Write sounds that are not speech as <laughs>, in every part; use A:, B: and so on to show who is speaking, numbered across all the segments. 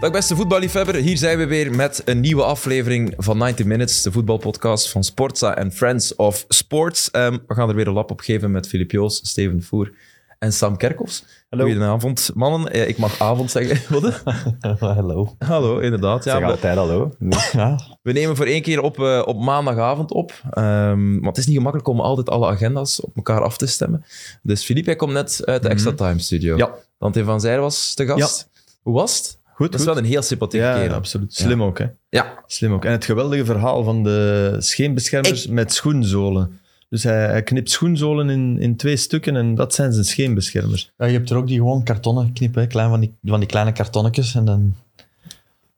A: Dag beste voetballiefhebber, hier zijn we weer met een nieuwe aflevering van 90 Minutes, de voetbalpodcast van Sportza en Friends of Sports. Ehm, we gaan er weer een lap op geven met Filip Joos, Steven Voer en Sam Kerkhoffs.
B: Hallo.
A: Goedenavond, mannen. Eh, ik mag avond zeggen. <laughs> Wat?
C: <laughs> Ah,
B: hallo.
A: Hallo, inderdaad. Ja,
B: zeg
A: we,
B: altijd hallo. <laughs> Ja.
A: we nemen voor één keer op, eh, op maandagavond op. Ehm maar het is niet gemakkelijk om altijd alle agendas op elkaar af te stemmen. Dus Filip, jij komt net uit de Extra Time Studio.
D: Mhm. Ja.
A: Dante van Zijr was te gast. Hoe was het?
D: Goed,
A: Dat is wel een heel sympathieke
D: ja,
A: kerel.
D: absoluut. Slim ook, hè?
A: Ja,
D: Slim ook. En het geweldige verhaal van de scheenbeschermers met schoenzolen. Dus hij, hij knipt schoenzolen in, in twee stukken en dat zijn zijn scheenbeschermers.
B: je hebt er ook die gewoon kartonnen knippen, hè, klein, van, die, van die kleine kartonnetjes. En dan...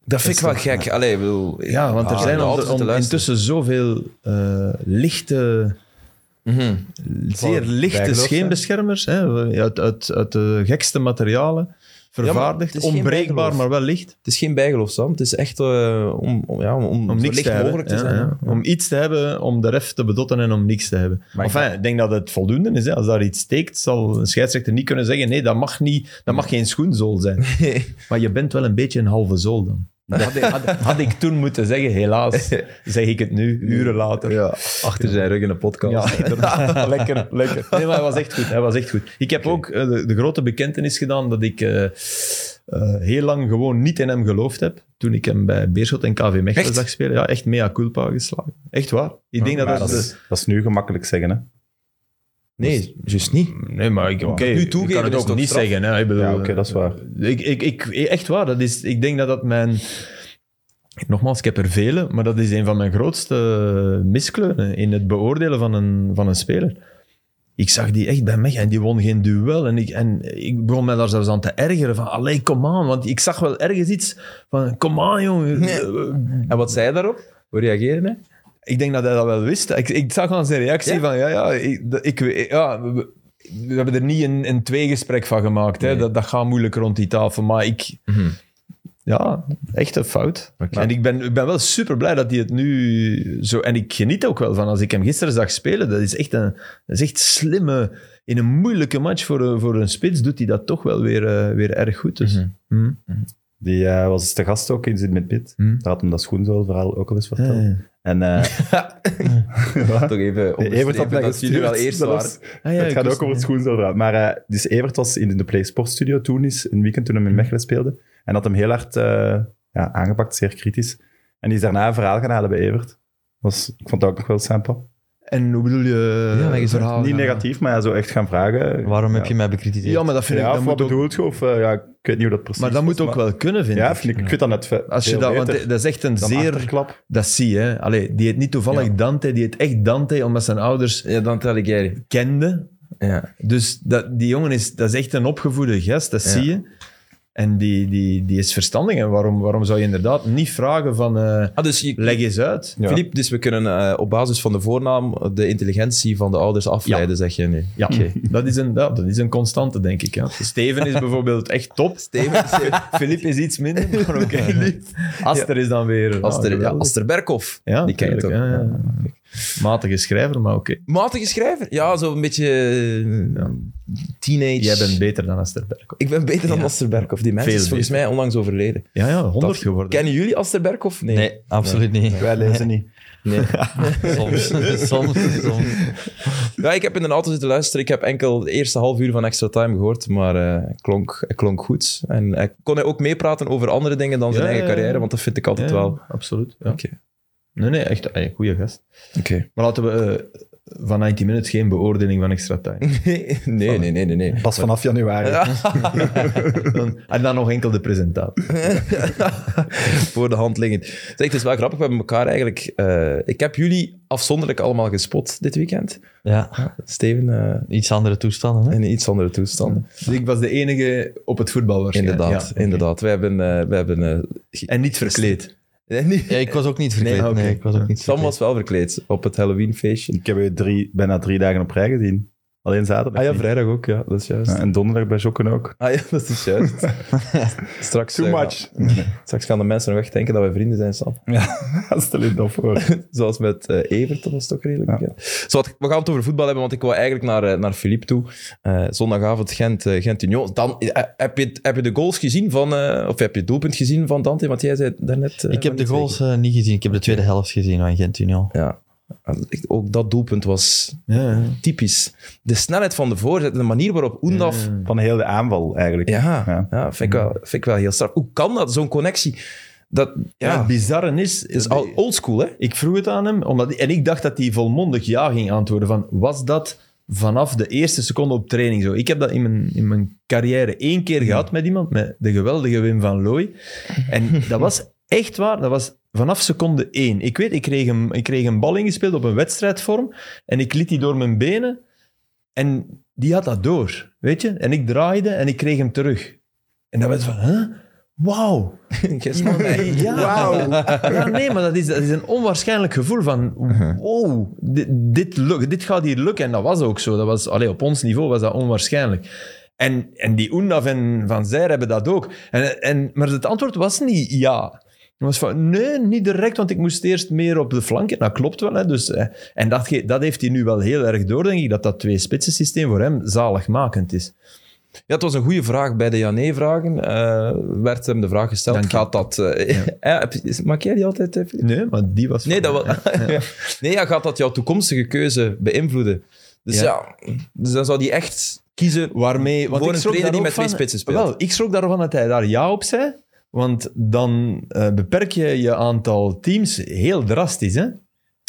A: Dat vind ik wel gek. Allee, ik bedoel,
D: Ja, want er
A: Ah,
D: zijn
A: om
D: on-
A: altijd te
D: on-
A: luisteren.
D: intussen zoveel eh, lichte,
A: Mhm.
D: zeer lichte
B: bijgeloof,
D: scheenbeschermers. Hè? Uit, uit, uit de gekste materialen. Vervaardigd,
A: het is geen
D: onbreekbaar,
A: bijgeloof.
D: maar wel licht.
A: Het is geen bijgeloof, Sam. Het is echt eh, om, om, ja, om,
D: Om
A: zo
D: niks
A: licht
D: te hebben.
A: mogelijk te
D: ja,
A: zijn.
D: ja. Om iets te hebben, om de ref te bedotten en om niks te hebben.
A: Maar ik-
D: enfin, ik denk dat het voldoende is. Hè. Als daar iets steekt, zal een scheidsrechter niet kunnen zeggen nee, dat mag, niet, dat mag geen schoenzool <laughs> zijn.
A: <laughs>
D: Maar je bent wel een beetje een halve zool dan. Dat had, ik- had, <laughs> had ik toen moeten zeggen, <laughs> helaas. Zeg ik het nu, uren later. Ja,
A: Achter zijn rug in een podcast. <laughs>
D: <laughs> inderdaad. lekker, lekker. Nee, maar hij was echt goed. Hij was echt goed. Ik heb ook eh, de, de grote bekentenis gedaan dat ik eh, eh, heel lang gewoon niet in hem geloofd heb. Toen ik hem bij Beerschot en KV Mechelen
A: Echt?
D: zag spelen. Ja, echt mea culpa geslagen. Echt waar. Ik denk dat dat...
A: dus-
C: dat,
D: de-
C: is, dat is nu gemakkelijk zeggen, hè?
A: Nee, juist niet.
D: Nee, maar ik, oké,
A: Nu
D: ik
A: toegeven
D: kan het
A: is
D: ook
A: toch
D: niet
A: straf?
D: zeggen. Hè. Ik bedoel, eh,
C: Ja, oké, dat is waar.
D: Ik, ik, ik, echt waar, dat is, ik denk dat dat mijn... Nogmaals, ik heb er vele, maar dat is een van mijn grootste miskleunen in het beoordelen van een, van een speler. Ik zag die echt bij mij en die won geen duel. En ik, en ik begon mij daar zelfs aan te ergeren van, allee, kom aan. Want ik zag wel ergens iets van, kom aan jongen. eh,
A: En wat zei je daarop? Hoe reageerde hij?
D: Ik denk dat hij dat wel wist. Ik, ik zag aan zijn reactie
A: Ja?
D: van, ja, ja, ik, dat- ik, we- ja we, we hebben er niet een, een tweegesprek van gemaakt. Hè.
A: Nee.
D: Dat, dat gaat moeilijk rond die tafel. Maar ik, ja, echt een fout.
A: Oké.
D: En ik ben, ik ben wel super blij dat hij het nu zo. En ik geniet ook wel van als ik hem gisteren zag spelen. Dat is echt een dat is echt slimme. In een moeilijke match voor een, voor een spits doet hij dat toch wel weer, eh, weer erg goed. Dus.
A: Mhm.
D: Mhm.
C: Die eh, was te gast ook in Zit met Pit.
D: Hmm.
C: Daar had hem dat schoenzoolverhaal ook al eens verteld.
D: Ah,
C: En eh
A: Toch even onderstrepen
C: <laughs> Evert had mij
A: dat jullie
C: gestuurd.
A: wel eerst
C: Dat
A: waren.
C: was-
D: Ah, ja,
C: het
D: ik
C: gaat
D: wist-
C: ook over het schoenzoolverhaal. Maar eh, dus Evert was in de Play Sports Studio toen is, een weekend toen hem in Mechelen speelde. En had hem heel hard eh, ja, aangepakt, zeer kritisch. En die is daarna een verhaal gaan halen bij Evert. Was, ik vond dat ook nog wel simpel.
D: En hoe bedoel je
B: Ja,
D: eh,
B: dat is
D: verhaal?
C: Niet
B: ja.
C: negatief, maar ja, zo echt gaan vragen.
B: Waarom heb
C: Ja.
B: je mij bekritiseerd?
D: Ja, maar dat vind
C: Ja,
D: ik.
C: of
D: Dat
C: wat
D: moet ook,
C: bedoelt je? Of, eh, ja, ik weet niet hoe dat precies
D: maar dat
C: was,
D: moet ook wel kunnen, vind
C: Ja,
D: ik.
C: vind ik, ik vind dat net ve-
D: Als je
C: veel
D: dat, want
C: beter
D: dat is echt een
C: dan
D: zeer.
C: achterklap.
D: Dat zie je. hè. Allee, die heet niet toevallig Dante, die heet echt Dante omdat zijn ouders
A: Ja, dan tel ik jij.
D: kenden.
A: Ja.
D: Dus dat, die jongen is, dat is echt een opgevoede gast, dat
A: Ja.
D: zie je. En die, die, die is verstandig. En waarom, waarom zou je inderdaad niet vragen van eh,
A: Ah, dus je,
D: leg eens uit?
C: Ja.
A: Philippe, dus we kunnen eh, op basis van de voornaam de intelligentie van de ouders afleiden, zeg je nu.
D: Ja, dat, is een, ja, dat is een constante, denk ik. Ja. Steven is bijvoorbeeld echt top.
A: Steven,
D: Filip is iets minder, maar oké. Aster is dan weer...
A: Aster,
D: nou,
A: ja,
D: geweldig.
A: Aster Berkhoff.
D: Ja,
A: die ken je
D: tuurlijk,
A: toch?
D: ja, ja. Matige schrijver, maar oké.
A: Matige schrijver? Ja, zo'n beetje eh, teenage.
D: Jij bent beter dan Aster Berg.
A: Ik ben beter dan Aster Berkhoff. Die mensen
D: Veel
A: is volgens mij onlangs overleden.
D: Ja, ja, honderd
A: Dat-
D: geworden.
A: Kennen jullie Aster Berkhoff? Nee.
B: Nee, absoluut niet.
C: Wij lezen niet. <laughs>
B: Soms, soms, soms.
A: Ja, ik heb in de auto zitten luisteren. Ik heb enkel de eerste half uur van Extra Time gehoord, maar eh klonk, het klonk goed. En hij kon hij ook meepraten over andere dingen dan zijn
D: Ja,
A: eigen
D: ja, ja.
A: carrière, want dat vind ik
D: Ja,
A: altijd wel... Oké.
D: Absoluut. Ja. Nee, nee, echt een goede gast.
A: Oké.
D: Maar laten we eh, van 90 Minutes geen beoordeling van extra time. <laughs>
A: Nee, <laughs> nee, nee, nee, nee. nee.
C: Pas vanaf januari.
D: Dan- en dan nog enkel de presentatie.
A: Voor de hand liggend. Zeg, het is wel grappig, we hebben elkaar eigenlijk... eh, ik heb jullie afzonderlijk allemaal gespot dit weekend.
B: Ja,
A: Steven eh,
B: iets andere toestanden. Hè?
A: in iets andere toestanden.
D: Dus ik was de enige op het voetbal waarschijnlijk.
A: Inderdaad,
D: Ja.
A: inderdaad. Wij hebben... eh, wij hebben eh,
D: En niet verkleed.
A: Nee, niet-
B: Ja, ik was ook niet verkleed.
D: Nee,
B: Nee,
D: oké.
B: ik was ook niet
A: Sam
B: verkleed.
A: was wel verkleed op het Halloweenfeestje.
C: Ik heb je drie, bijna drie dagen op rij gezien. Alleen zaterdag.
A: Ah ja,
C: niet.
A: vrijdag ook, ja. Dat is juist.
C: Ja, en donderdag bij Jokken ook.
A: Ah ja, dat is
C: <laughs>
A: juist. straks,
C: Too
A: eh,
C: much. <laughs>
A: gaan- straks gaan de mensen nog echt denken dat wij vrienden zijn, Sam.
C: Stel je dat voor.
A: Zoals met eh, Everton was het ook redelijk.
C: Ja.
A: bekend. Zo, wat- we gaan het over voetbal hebben, want ik wou eigenlijk naar, eh, naar Philippe toe. Eh, zondagavond Gent, eh, Gent-Union. Dan eh, heb, je, het- heb je de goals gezien van... eh, of heb je het doelpunt gezien van Dante? Want jij zei daarnet... eh,
B: ik heb
A: van
B: de
A: die
B: goals eh, niet gezien. Ik heb de tweede helft gezien van Gent Union.
A: twee. Ja. Echt, Ook dat doelpunt was
D: Ja, ja.
A: typisch. De snelheid van de voorzet, de manier waarop Oendaf...
D: Ja.
C: Van heel de aanval eigenlijk.
A: Ja, ja.
C: Mm. Ja.
A: vind, ik wel, vind ik wel heel straf. Hoe kan dat, zo'n connectie? Dat
D: Ja,
A: ja,
D: het bizarre is...
A: is al oldschool, hè?
D: Ik vroeg het aan hem, omdat, en ik dacht dat hij volmondig ja ging antwoorden. Van, was dat vanaf de eerste seconde op training zo? Ik heb dat in mijn, in mijn carrière één keer gehad met iemand, met de geweldige Wim van Looy. En dat was echt waar, dat was vanaf seconde één. Ik weet, ik kreeg een, ik kreeg een bal ingespeeld op een wedstrijdvorm en ik liet die door mijn benen en die had dat door, weet je. En ik draaide en ik kreeg hem terug. En dan was het van, huh? Wauw,
A: <laughs>
D: ja. ja, nee, maar dat is, dat is een onwaarschijnlijk gevoel van wow, dit, dit, lukt, dit gaat hier lukken. En dat was ook zo. Dat was, allee, op ons niveau was dat onwaarschijnlijk. En, en die Oendaf en Van Zijr hebben dat ook. En, en, maar het antwoord was niet ja. Het was van, nee, niet direct, want ik moest eerst meer op de flanken. Dat klopt wel. Hè, dus, eh, en dat, ge- dat heeft hij nu wel heel erg door, denk ik, dat dat twee-spitsen systeem voor hem zaligmakend is.
A: Ja, het was een goede vraag bij de ja-nee-vragen. eh, werd hem de vraag gesteld,
D: Dank je.
A: gaat dat... eh, <laughs> eh, heb je- is- maak jij die altijd, eh, Filip?
D: Nee, maar die was...
A: Nee,
D: van-
A: dat wel, nee <laughs> ja, gaat dat jouw toekomstige keuze beïnvloeden? Dus ja,
D: Ja.
A: dus dan zou die echt kiezen...
D: Waarmee, want
A: Voor
D: ik
A: een trainer
D: schrok
A: die
D: daar ook
A: met twee
D: van-
A: spitsen speelt.
D: Wel, ik schrok daarvan dat hij daar ja op zei. Want dan eh, beperk je je aantal teams heel drastisch, hè?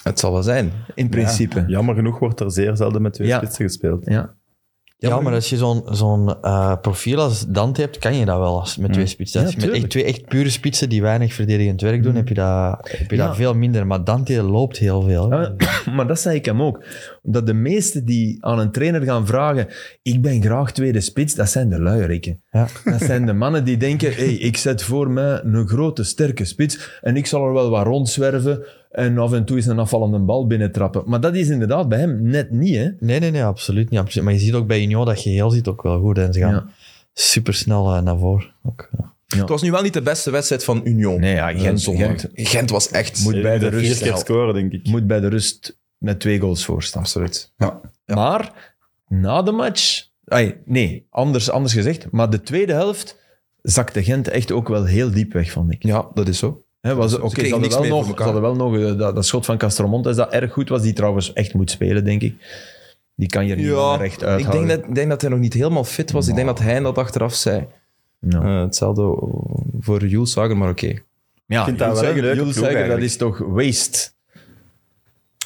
A: Het zal wel zijn.
D: In principe. Ja.
C: Jammer genoeg wordt er zeer zelden met twee
D: Ja.
C: spitsen gespeeld.
B: Ja, maar als je zo'n zo'n eh, profiel als Dante hebt, kan je dat wel als, met twee spitsen.
D: Ja,
B: Als je met echt,
D: tuurlijk. Mm.
B: twee echt pure spitsen die weinig verdedigend werk doen, heb je dat, heb je
D: Ja. Ah.
B: dat veel minder. Maar Dante loopt heel veel. hè.
D: Eh, <clears throat> Maar dat zei ik hem ook. Dat de meesten die aan een trainer gaan vragen: Ik ben graag tweede spits, dat zijn de luierikken.
B: Ja.
D: Dat zijn de mannen die denken: hey, ik zet voor mij een grote, sterke spits en ik zal er wel wat rondzwerven en af en toe eens een afvallende bal binnentrappen. Maar dat is inderdaad bij hem net niet, hè?
B: Nee, nee, nee, absoluut niet. Absoluut. Maar je ziet ook bij Union dat geheel ziet ook wel goed. En ze gaan
D: Ja.
B: supersnel eh, naar voren. Ook, ja.
A: Het was nu wel niet de beste wedstrijd van Union.
D: Nee, ja, Gent-
A: Eh, zondag. Gent,
D: Gent-
A: was echt...
D: Moet bij de
C: Vier
D: rust.
C: keer scoren, denk ik.
D: moet bij de rust met twee goals voorstaan.
A: Absoluut.
D: Maar na de match, ai, nee, anders, anders gezegd, maar de tweede helft zakte Gent echt ook wel heel diep weg, vond ik.
A: Ja, dat is zo.
D: He, was,
A: Ze-
D: oké,
A: ze kregen
D: ze, hadden
A: niks
D: wel
A: meer
D: nog,
A: voor
D: ze
A: elkaar.
D: hadden wel nog eh, dat, dat schot van Castromontes dat erg goed was, die trouwens echt moet spelen, denk ik. Die kan je niet
A: Ja,
D: meer recht uithouden.
A: ik denk dat, ik denk dat hij nog niet helemaal fit was. Ik denk dat hij dat achteraf zei.
D: Ja.
A: Eh, hetzelfde voor Jules Sager, maar oké.
D: ja,
C: Ik vind
D: Jules
C: dat wel een
D: Suiker-
C: leuke
D: Jules
C: ploeg
D: Suiker, dat
C: eigenlijk.
D: is toch waste.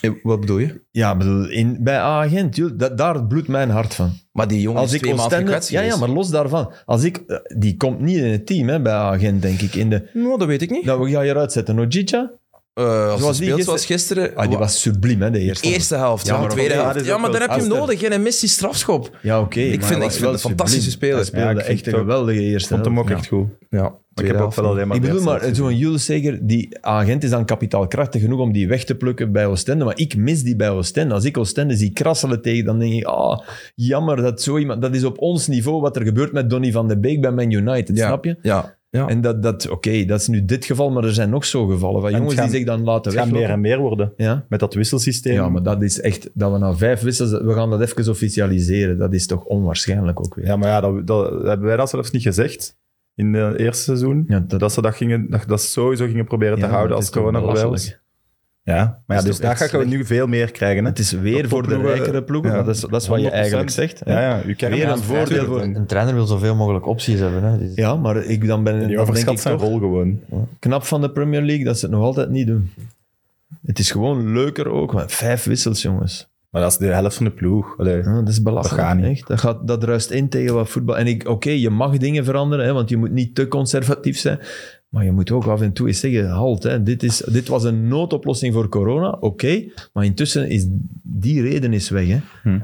A: Eh, Wat bedoel je?
D: Ja, bedoel, in, bij agent daar bloedt mijn hart van.
A: Maar die jongen
D: Als
A: is
D: ik
A: twee maanden
D: Oostende...
A: gekwetst
D: Ja, ja,
A: geweest.
D: maar los daarvan. Als ik, eh, die komt niet in het team hè, bij agent denk ik. In de,
A: Nou, dat weet ik niet.
D: nou, we gaan hier uitzetten. Nojica,
A: Eh, als hij
D: Zoals die
A: speelt
D: gister-
A: zoals gisteren...
D: ah, die was subliem, hè, de eerste.
A: Eerste helft,
D: Ja,
A: ja,
D: maar
A: tweede
C: oké,
A: helft.
C: dat is
A: Ja,
C: ook
A: maar dan
C: wel-
A: heb je hem
C: als er-
A: nodig. Geen missie strafschop.
D: Ja, oké.
A: Ik vind-
D: maar hij
A: ik
D: was
A: vind
D: wel
A: het een fantastische
D: subliem.
A: speler.
D: Hij
C: Ja,
D: speelde
C: ik vind
D: echt een
C: het ook.
D: geweldige eerste
C: Ik vond hem ook
D: helft, ja.
C: echt goed.
A: Ja,
C: Maar ik heb ook wel alleen maar
D: Ik
C: de
D: bedoel
C: helft
D: maar,
C: gezien.
D: zo'n Jules Seger, die agent is dan kapitaalkrachtig genoeg om die weg te plukken bij Oostende, maar ik mis die bij Oostende. Als ik Oostende zie krasselen tegen, dan denk ik, ah, jammer dat zo iemand... Dat is op ons niveau wat er gebeurt met Donny van de Beek bij Man United,
A: Ja.
D: snap je?
A: Ja, ja.
D: En dat, dat oké, dat is nu dit geval, maar er zijn nog zo gevallen van
C: het
D: jongens
C: gaan-
D: die zich dan
C: Het
D: laten
C: gaat meer en
D: weglopen.
C: meer worden
D: Ja?
C: met dat wisselsysteem.
D: ja, maar dat is echt, dat we na vijf wissels, we gaan dat even officialiseren, dat is toch onwaarschijnlijk ook weer.
C: Ja, maar ja, dat, dat- hebben wij dat zelfs niet gezegd in het eerste seizoen.
D: Ja, dat,
C: Dat ze dat, gingen, dat, dat ze sowieso gingen proberen te
D: ja,
C: houden
D: dat
C: als
D: is toch
C: corona voorbij was.
D: belachelijk.
C: Ja, maar
D: Dat is
C: ja, dus
D: toch
C: daar
D: echt
C: gaan we
D: slecht.
C: nu veel meer krijgen. Hè?
D: Het is weer voor de
C: Topploegen,
D: rijkere ploegen,
C: ja,
D: dat, is, dat is wat je
C: 100%.
D: eigenlijk zegt. hè.
C: Ja, ja, u kent
D: Weer
C: hem
D: een
C: als
D: voordeel
C: vijfde
D: voor-
C: dan.
B: Een trainer wil zoveel mogelijk opties hebben. Hè. Dus-
D: Ja, maar ik, dan ben
C: Die
D: dan denk ik
C: overschat zijn
D: toch
C: rol gewoon.
D: knap van de Premier League dat ze het nog altijd niet doen. Het is gewoon leuker ook. want vijf wissels, jongens.
C: Maar dat is de helft van de ploeg. Allee.
D: Ja, dat is belachelijk.
C: Dat gaat niet.
D: Echt. Dat, gaat, dat ruist in tegen wat voetbal... En ik- oké, je mag dingen veranderen, hè, want je moet niet te conservatief zijn. Maar je moet ook af en toe eens zeggen, halt, hè, dit, is, dit was een noodoplossing voor corona, oké. maar intussen is die reden is weg. Hè.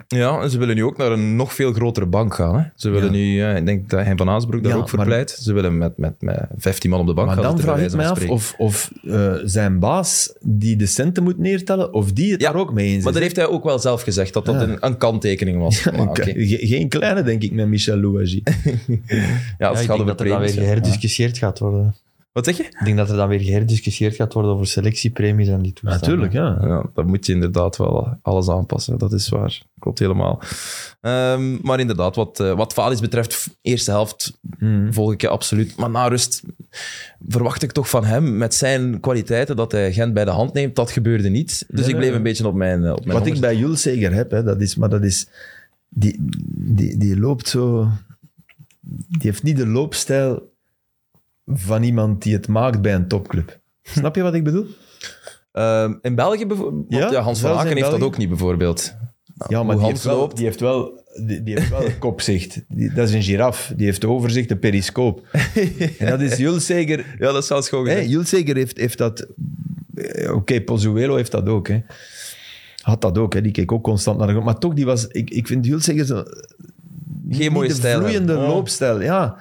A: Ja, en ze willen nu ook naar een nog veel grotere bank gaan. Hè? Ze willen
D: Ja.
A: nu, ja, ik denk dat Hein van Aasbroek daar
D: Ja,
A: ook voor
D: maar-
A: pleit. Ze willen met, met, met 15 man op de bank
D: Maar
A: gaan.
D: dan
A: zitten,
D: vraag
A: bij
D: ik mij
A: wijze
D: af
A: van
D: of, of eh, zijn baas die de centen moet neertellen, of die het
A: Ja,
D: daar ook mee eens
A: Maar
D: is.
A: daar heeft hij ook wel zelf gezegd dat dat
D: Ja.
A: een, een kanttekening was. Ja, maar, oké.
D: Ge- ge- Geen kleine, denk ik, met Michel Louagie.
A: ja
B: Ja,
A: als
B: ik
A: het
B: denk
A: gaat over
B: dat er dan weer
A: premies, ja.
B: geherdiscussieerd gaat worden.
A: Wat zeg je?
B: Ik denk dat er dan weer geherdiscussieerd gaat worden over selectiepremies en die toestanden.
D: Natuurlijk, ja.
A: Ja, dan moet je inderdaad wel alles aanpassen. Dat is waar. Klopt helemaal. Ehm, maar inderdaad, wat, eh, wat Valis betreft, f- eerste helft
D: Hmm.
A: volg ik je absoluut. Maar na rust verwacht ik toch van hem, met zijn kwaliteiten, dat hij Gent bij de hand neemt. Dat gebeurde niet. Dus
D: Nee,
A: ik bleef
D: nee.
A: een beetje op mijn, eh, op mijn
D: Wat ik
A: honger
D: bij Jules zeker heb, hè, dat is, maar dat is. Die, die, die loopt zo. Die heeft niet de loopstijl van iemand die het maakt bij een topclub. Snap je wat ik bedoel?
A: Ehm, in België bijvoorbeeld?
D: Ja,
A: Ja, Hans van
D: zelfs
A: Aken
D: in
A: heeft dat
D: België.
A: ook niet, bijvoorbeeld.
D: Ja, maar
A: hoe
D: die
A: Hans
D: heeft, wel,
A: loopt.
D: die heeft wel, die, die heeft wel een kopzicht. Die- dat is een giraf. Die heeft overzicht, een
A: <laughs>
D: periscoop. En dat is Jules zeker
A: Ja, dat is zelfs gewoon
D: Hey, Julzeger heeft, heeft dat... eh, Oké, Pozuelo heeft dat ook. Hè. Had dat ook, hè. die keek ook constant naar de grond. Maar toch, die was, ik, ik vind Julzeger zo... eh, niet
A: mooie
D: de
A: stijl
D: vloeiende
A: hebben. Oh.
D: loopstijl, ja.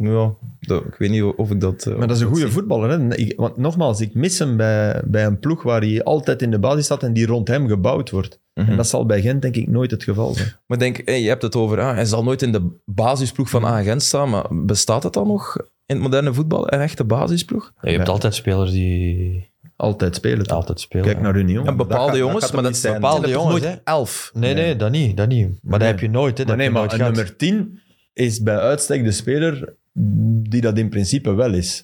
A: Ja, dat- ik weet niet of ik dat... eh,
D: Maar dat is een goede voetballer. Hè. Ik- want nogmaals, ik mis hem bij, bij een ploeg waar hij altijd in de basis staat en die rond hem gebouwd wordt. En dat zal bij Gent denk ik nooit het geval zijn.
A: Maar ik denk, hey, je hebt het over, ah, hij zal nooit in de basisploeg van Agent staan, maar bestaat het dan nog in het moderne voetbal, een echte basisploeg?
B: Ja, je hebt
D: Ja.
B: altijd spelers die
D: Altijd spelen. toch?
B: altijd spelen.
D: Kijk naar Union.
A: en
C: dat
A: bepaalde
C: gaat- dat
A: jongens,
C: gaat hem
A: maar dat
C: niet
A: zijn
C: zijn.
A: bepaalde
B: Zijn er toch
A: jongens,
B: nooit
A: hè? elf.
B: Nee, nee, dat niet. Dat niet. Maar dat
D: Nee.
B: heb je nooit. Hè. Dat
D: Maar nee,
B: heb je
D: maar een
B: nooit gehad.
D: nummer 10 is bij uitstek de speler die dat in principe wel is.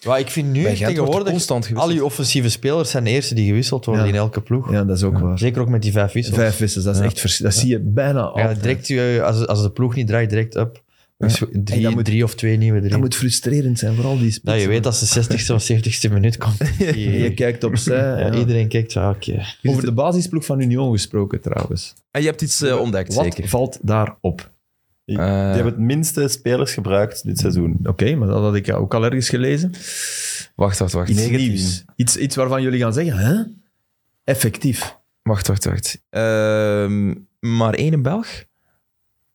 B: Ja, ik vind nu
A: Bij
B: echt
A: Gent wordt er
B: tegenwoordig...
A: constant
B: Al
A: gewisseld.
B: die offensieve spelers zijn de eerste die gewisseld worden
D: Ja.
B: in elke ploeg.
D: Ja, dat is ook waar.
B: Zeker ook met die vijf wissels.
D: Vijf wissels, dat, is
B: Ja.
D: echt vers- dat zie je bijna
B: Ja,
D: altijd.
B: direct, je- als, als de ploeg niet draait, direct up. Dus drie,
D: dat moet-
B: drie of twee nieuwe drie.
D: Dat moet frustrerend zijn, vooral die spits.
B: dat je weet als de 60ste of 70ste minuut
D: <laughs>
B: komt.
D: En
B: die-
D: Je kijkt opzij.
B: ja,
D: ja.
B: Iedereen kijkt zo, oké.
D: Over de basisploeg van Union gesproken trouwens.
A: En je hebt iets eh, ontdekt,
D: Wat
A: zeker.
D: valt daarop?
C: Die, die
A: Eh.
C: hebben het minste spelers gebruikt dit seizoen.
D: Oké, maar dat had ik ook al ergens gelezen.
A: Wacht, wacht, wacht.
D: Iets
C: 19.
D: nieuws. Iets, iets waarvan jullie gaan zeggen, hè? Effectief.
A: Wacht, wacht, wacht. Ehm, maar één Belg?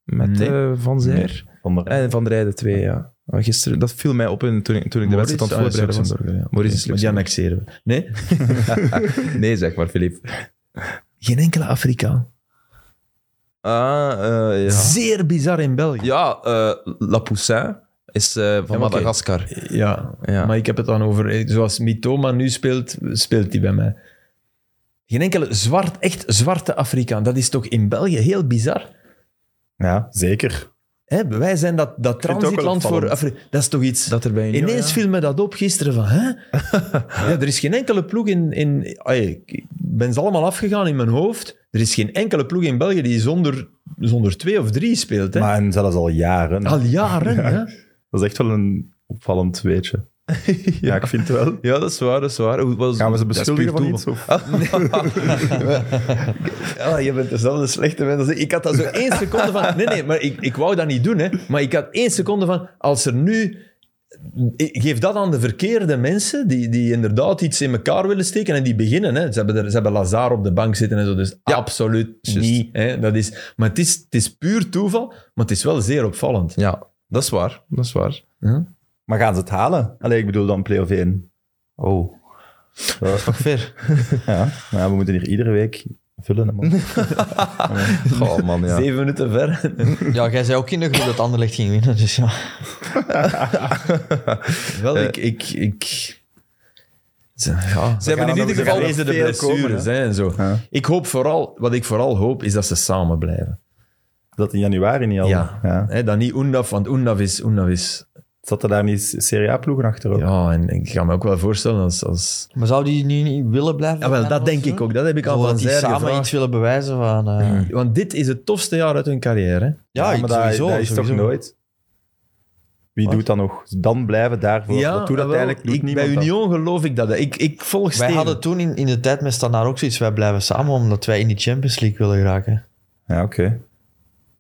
A: Met
D: Nee.
A: eh, Van Zijr?
C: Van der Rijt.
A: En Van der Rijden twee, ja. Maar Gisteren, dat viel mij op in, toen, ik- toen ik de wedstrijd aan het
D: Maurits, ah,
A: voorbereiden was.
D: Luxemburger, ja.
A: Maurits is
D: Maar die annexeren we. Nee,
A: Nee, zeg maar, Filip.
D: geen enkele Afrikaan.
A: Ah, eh, ja.
D: Zeer bizar in België.
A: Ja, eh, La Poussin is eh, van
D: oké.
A: Madagaskar.
D: Ja,
A: Ja.
D: maar ik heb het dan over, eh, zoals Mitoma nu speelt, speelt hij bij mij. Geen enkele zwart, echt zwarte Afrikaan. Dat is toch in België heel bizar?
C: Ja, zeker.
D: Hè, wij zijn dat, dat
C: vind het ook wel
D: transitland voor Afrika. Dat is toch iets...
A: Dat er bij Union,
D: Ineens
A: ja.
D: viel me dat op gisteren van,
A: <laughs>
D: hè? ja, er is geen enkele ploeg in... in ai, ik ben ze allemaal afgegaan in mijn hoofd. Er is geen enkele ploeg in België die zonder, zonder twee of drie speelt. Hè? Ah.
C: Maar en zelfs al jaren.
D: Al jaren, hè?
C: Dat is echt wel een opvallend weetje. ja. ik vind het wel.
A: Ja, dat is waar, dat is waar. Hoe- wat is-
C: Gaan we ze
A: dat is
C: beschuldigen
A: puur
C: van
A: toeval.
C: iets? Ah. Of?
D: Ja, Ah, je bent dezelfde slechte mens. als ik. Ik had dat zo één seconde van... Nee, nee, maar ik, ik wou dat niet doen, hè. Maar ik had één seconde van... Als er nu... ik Geef dat aan de verkeerde mensen die, die inderdaad iets in elkaar willen steken en die beginnen. Hè. Ze, hebben er, ze hebben Lazar op de bank zitten en zo, dus absoluut
A: juist.
D: niet. Hè. Dat is, maar het is, het is puur toeval, maar het is wel zeer opvallend.
A: Ja, dat is waar, dat is waar.
C: Maar gaan ze het halen? Allee, ik bedoel dan play-off 1.
B: Oh. Dat is toch ver.
C: <laughs> Ja, maar ja, we moeten hier iedere week vullen. hè, man. Oh,
A: Goh, man, ja.
D: Zeven minuten ver.
B: Ja, jij zei ook in de groep dat Anderlecht ging winnen, dus ja.
D: wel, ik... ik, ik
A: Ze hebben in
C: gaan
A: ieder
C: dan- we
A: geval...
C: gaan
D: lezen de
C: veel
D: blessures
C: komen, hè.
D: hè, en zo.
C: Ja.
D: Ik hoop vooral, wat ik vooral hoop, is dat ze samen blijven.
C: Dat in januari niet al.
D: Ja.
C: Ja.
D: Hè, dan niet Oendaf, want Oendaf is... Oendaf is
C: Zat er daar niet Serie A-ploegen achter? ook?
D: ja, en ik ga me ook wel voorstellen als... als...
B: Maar zou die nu niet willen blijven?
D: Ja, wel, dat denk ik ook. Dat heb ik al
B: Zodat
D: van
B: die
D: Zijr
B: samen
D: gevraagd. Hmm.
B: iets willen bewijzen van... eh,
D: Want dit is het tofste jaar uit hun carrière. hè.
B: Ja,
C: maar dat,
B: sowieso.
C: dat is toch
B: sowieso.
C: nooit? Wie
B: Wat?
C: doet dat nog? Dan blijven daarvoor. dat doet
D: jawel,
C: uiteindelijk doet
D: ik,
C: niemand
D: bij
C: dat.
D: Union geloof ik dat. Ik, ik volg
B: Wij
D: Steven.
B: hadden toen in, in de tijd met Standaard ook zoiets. Wij blijven samen omdat wij in die Champions League willen geraken.
C: Ja, oké.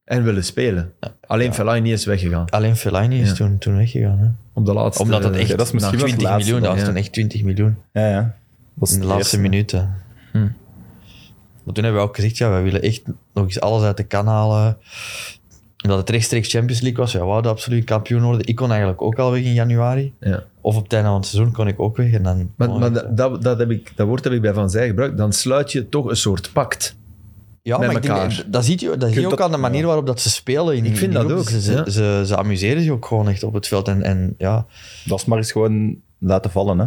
D: en willen spelen. Alleen Fellaini is weggegaan.
B: Alleen Fellaini is
D: Ja.
B: toen, toen weggegaan. Hè?
D: Op de laatste...
B: Omdat dat echt
C: ja, Eh, dat is misschien
B: na
C: wel het
B: 20
C: laatste
B: miljoen, dat
C: dan,
B: was
D: ja.
B: toen echt 20 miljoen.
C: Ja, ja. Dat is
B: In de
C: het
B: laatste
C: eerste.
B: minuten.
D: Hm.
B: Maar toen hebben we ook gezegd, ja, wij willen echt nog eens alles uit de kan halen. Omdat het rechtstreeks Champions League was, wij wouden absoluut kampioen worden. Ik kon eigenlijk ook al weg in januari.
D: Ja.
B: Of op het einde van het seizoen kon ik ook weg. En dan
D: Maar,
B: kon
D: maar
B: ik-
D: dat- dat, dat, heb ik, dat woord heb ik bij Van Zij gebruikt. Dan sluit je toch een soort pact.
B: ja,
D: met
B: maar ik denk,
D: elkaar.
B: dat- dat zie je, dat zie je
C: kunt
B: ook
C: dat-
B: aan de manier waarop dat ze spelen. In,
D: Ik vind
B: in die
D: dat
B: groep.
D: ook,
B: Ze,
D: ja.
B: ze, ze, ze amuseren zich ook gewoon echt op het veld. En, en ja,
C: Dat is maar eens gewoon laten vallen, hè.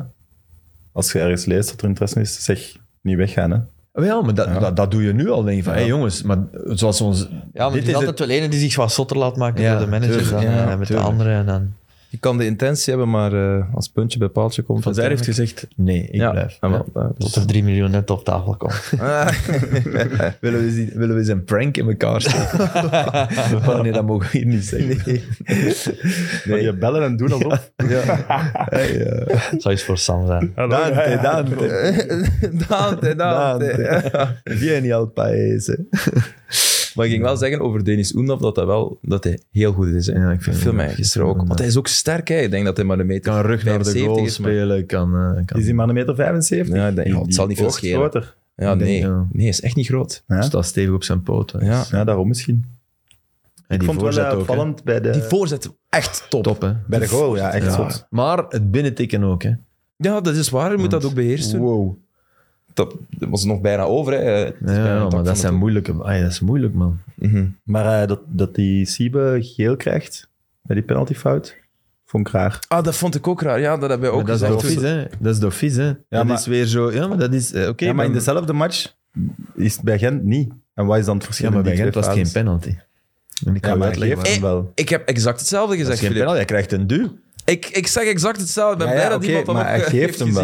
C: Als je ergens leest dat er interesse is, zeg niet weggaan, hè.
D: Wel, Ja, maar dat,
C: Ja.
D: dat, dat doe je nu al. Denk je van, hé jongens, maar zoals ons...
B: ja maar
D: dit
B: het is
D: is
B: altijd wel ene die zich wat zotter laat maken
D: Ja,
B: door de manager
D: tuurlijk,
B: dan
D: ja,
B: eh, met
D: tuurlijk.
B: de anderen. En dan,
A: Je kan de intentie hebben, maar eh, als het puntje bij paaltje komt...
D: Van Zij heeft
A: uiteindelijk-
D: gezegd, nee, ik blijf.
A: Ja, en wel, Ah, eh,
D: Dus-
B: tot er 3 miljoen net op tafel komt.
A: <laughs>
D: <laughs> Ja. Willen, we, eens die- willen we eens een prank in elkaar steken? oh, nee, dat mogen we hier niet zeggen.
C: Maar je bellen en doen alsof...
D: <laughs>
B: Zou iets voor Sam zijn.
C: Hallo,
D: eh. Dante,
A: Dante,
D: Dante.
A: Dante.
D: Vieni al paese.
A: Maar ik ging wel zeggen over Denis Oendaf dat, dat, wel, dat hij heel goed is. hè.
D: Ja, ik vind
A: veel
D: hem
A: mij
D: ook.
A: gisteren ook. Want hij is ook sterk. Hè. Ik denk dat hij maar een meter
D: Kan rug naar de
A: 75
D: goal
A: is, maar-
D: spelen. Kan, eh, kan.
C: Is die maar een meter 75?
A: Ja, ik denk-
C: Die-
A: het zal
C: die
A: niet veel
C: oogt
A: schelen.
C: groter.
A: Ja,
D: Ik denk,
A: nee.
D: ja.
A: Nee, is echt niet groot.
C: Ja.
D: Staat stevig op zijn poten.
A: Ja.
C: Ja, daarom misschien.
D: En
C: Ik
D: die
C: vond het
D: voorzet
C: wel eh,
D: ook. hè.
C: opvallend bij de...
A: Die voorzet, echt top.
D: Top, hè.
C: Bij de goal, ja, echt
D: Ja.
C: zot.
D: Maar het binnentikken ook, hè.
A: Ja, dat is waar. Je moet dat ook beheersen.
D: Wow.
A: Dat dat was nog bijna over. Hè. Het is
D: Ja,
A: bijna een tak
D: maar
A: van
D: dat
A: het
D: zijn
A: doel.
D: moeilijke... Ay, dat is moeilijk, man.
A: Mhm.
C: Maar eh, dat, dat die Siebe geel krijgt bij die penaltyfout, vond ik raar.
A: Ah, dat vond ik ook raar. Ja, dat hebben wij ook
D: Maar dat is
A: gezegd.
D: dofies, hè. Dat is dofies, hè. dat
C: maar-
D: is weer zo... Ja, maar dat is... eh, Oké,
C: ja, maar in
D: dan-
C: dezelfde match is het bij Gent niet. En wat is dan het verschil
D: Ja, maar
C: in die
D: bij Gent
C: twee
D: was het geen
C: fases?
D: penalty. En ik kan
C: Ja, maar het
D: uitleggen
C: leeft
D: waarom.
C: hem wel.
A: Ik heb exact hetzelfde
D: Dat
A: gezegd,
D: is geen
A: Filip.
D: penalty, hij krijgt een duw.
A: Ik, ik zeg exact hetzelfde. Ik ben
C: Ja,
A: blij
C: ja,
A: dat
C: oké,
A: iemand dat
C: maar
A: ook,
C: hij
A: eh,
C: geeft
A: heeft
C: hem
A: gezien.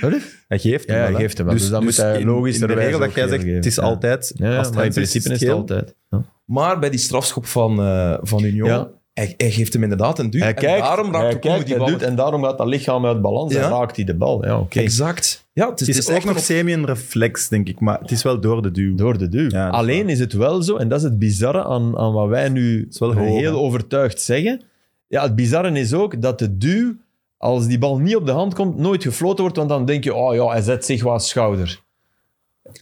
C: wel. Hij geeft hem
D: Ja,
C: wel.
D: hij
C: hè?
D: geeft hem wel. Dus dan moet hij
C: in- in de
D: logischerwijs
C: regel dat
D: ook
C: jij
D: geel
C: zegt,
D: geven.
C: het is
D: Ja.
C: altijd...
D: Ja,
C: als
D: ja,
C: het
D: maar in
C: geel is,
D: principe is het
C: geel.
D: altijd. Ja.
A: Maar bij die strafschop van, eh, van Union,
D: Ja.
A: hij, hij geeft hem inderdaad een duw.
D: Hij
A: en
D: kijkt,
A: daarom raakt
D: hij
A: de
D: kijkt,
A: die
D: hij
A: bal.
D: doet, en daarom gaat dat lichaam uit balans
A: Ja.
D: en raakt hij de bal. Ja, oké.
A: Exact. Ja, het is,
C: Het is
A: ook
C: echt
A: nog
C: nog semi een reflex, denk ik. Maar het is wel door de duw.
D: Door de duw.
C: Ja, dat is
D: Alleen is het wel zo, en dat is het bizarre aan, aan wat wij nu
C: is wel hoog,
D: heel
C: hè?
D: overtuigd zeggen. Ja, het bizarre is ook dat de duw, als die bal niet op de hand komt, nooit gefloten wordt, want dan denk je, oh ja, hij zet zich wat schouder.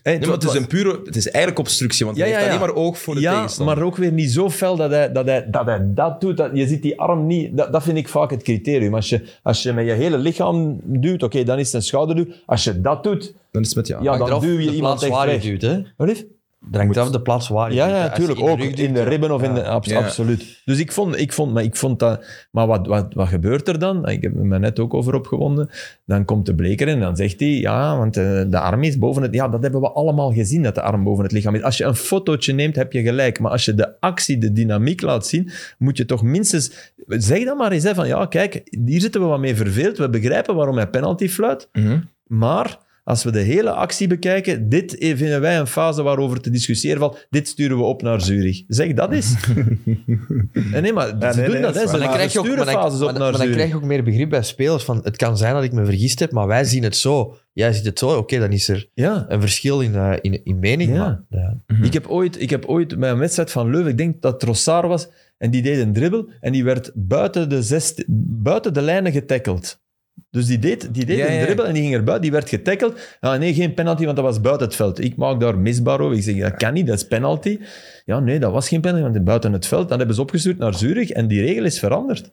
D: Hey,
A: Nee, maar het is
D: was-
A: een pure... Het is eigenlijk obstructie, want hij
D: Ja, ja,
A: heeft
D: ja.
A: alleen maar oog voor de
D: ja,
A: tegenstander.
D: maar ook weer niet zo fel dat hij dat, hij, dat, hij dat doet. Dat, je ziet die arm niet. Dat, dat vind ik vaak het criterium. Als je, als je met je hele lichaam duwt, oké, dan is het een schouderduw. Als je dat doet,
A: Dan is het met ja.
D: ja, dan
B: Hangt eraf
D: duw je
B: de
D: iemand
B: plaats
D: echt
B: waar je
D: weg.
B: duwt, hè?
D: Wat is?
B: Er hangt af de plaats waar je
D: Ja,
B: duwt, hè.
D: ja,
B: Als je
D: natuurlijk.
B: in de
D: Ook
B: rug duwt,
D: in de ribben of in de... abs-
A: Ja.
D: Absoluut. Dus ik vond... Ik vond maar ik vond dat... Maar wat, wat, wat gebeurt er dan? Ik heb me net ook over opgewonden. Dan komt de bleker in en dan zegt hij... Ja, want eh, de arm is boven het... Ja, dat hebben we allemaal gezien, dat de arm boven het lichaam is. Als je een fotootje neemt, heb je gelijk. Maar als je de actie, de dynamiek laat zien, moet je toch minstens... Zeg dan maar eens hè, van... Ja, kijk, hier zitten we wat mee verveeld. We begrijpen waarom hij penalty fluit.
A: Mhm.
D: Maar als we de hele actie bekijken, dit eh, vinden wij een fase waarover te discussiëren valt. Dit sturen we op naar Zurich. Zeg dat eens. Eh, nee, maar
C: nee,
D: ze doen dat.
C: nee, dat
D: Hè.
C: is
B: Maar
D: Ze
C: waar.
B: dan, krijg je ook, maar,
D: sturen
B: dan,
D: fases
B: maar
D: op
B: dan- maar
D: naar
B: dan krijg
D: Zurich.
B: je ook meer begrip bij spelers van het kan zijn dat ik me vergist heb, maar wij zien het zo. Jij ziet het zo, oké, dan is er
D: Ja.
B: een verschil in, eh, in, in mening.
D: Ja.
B: Maar, ja.
A: Mhm.
D: Ik, heb ooit, ik heb ooit bij een wedstrijd van Leuven, ik denk dat Trossard was, en die deed een dribbel en die werd buiten de, zest, buiten de lijnen getackeld. Dus die deed, die deed
A: Ja, ja.
D: een dribbel en die ging erbuiten, die werd getackeld. Ah, nee, geen penalty, want dat was buiten het veld. Ik maak daar misbaar over. Ik zeg, dat kan niet, dat is penalty. Ja, nee, dat was geen penalty, want buiten het veld. Dan hebben ze opgestuurd naar Zurich en die regel is veranderd.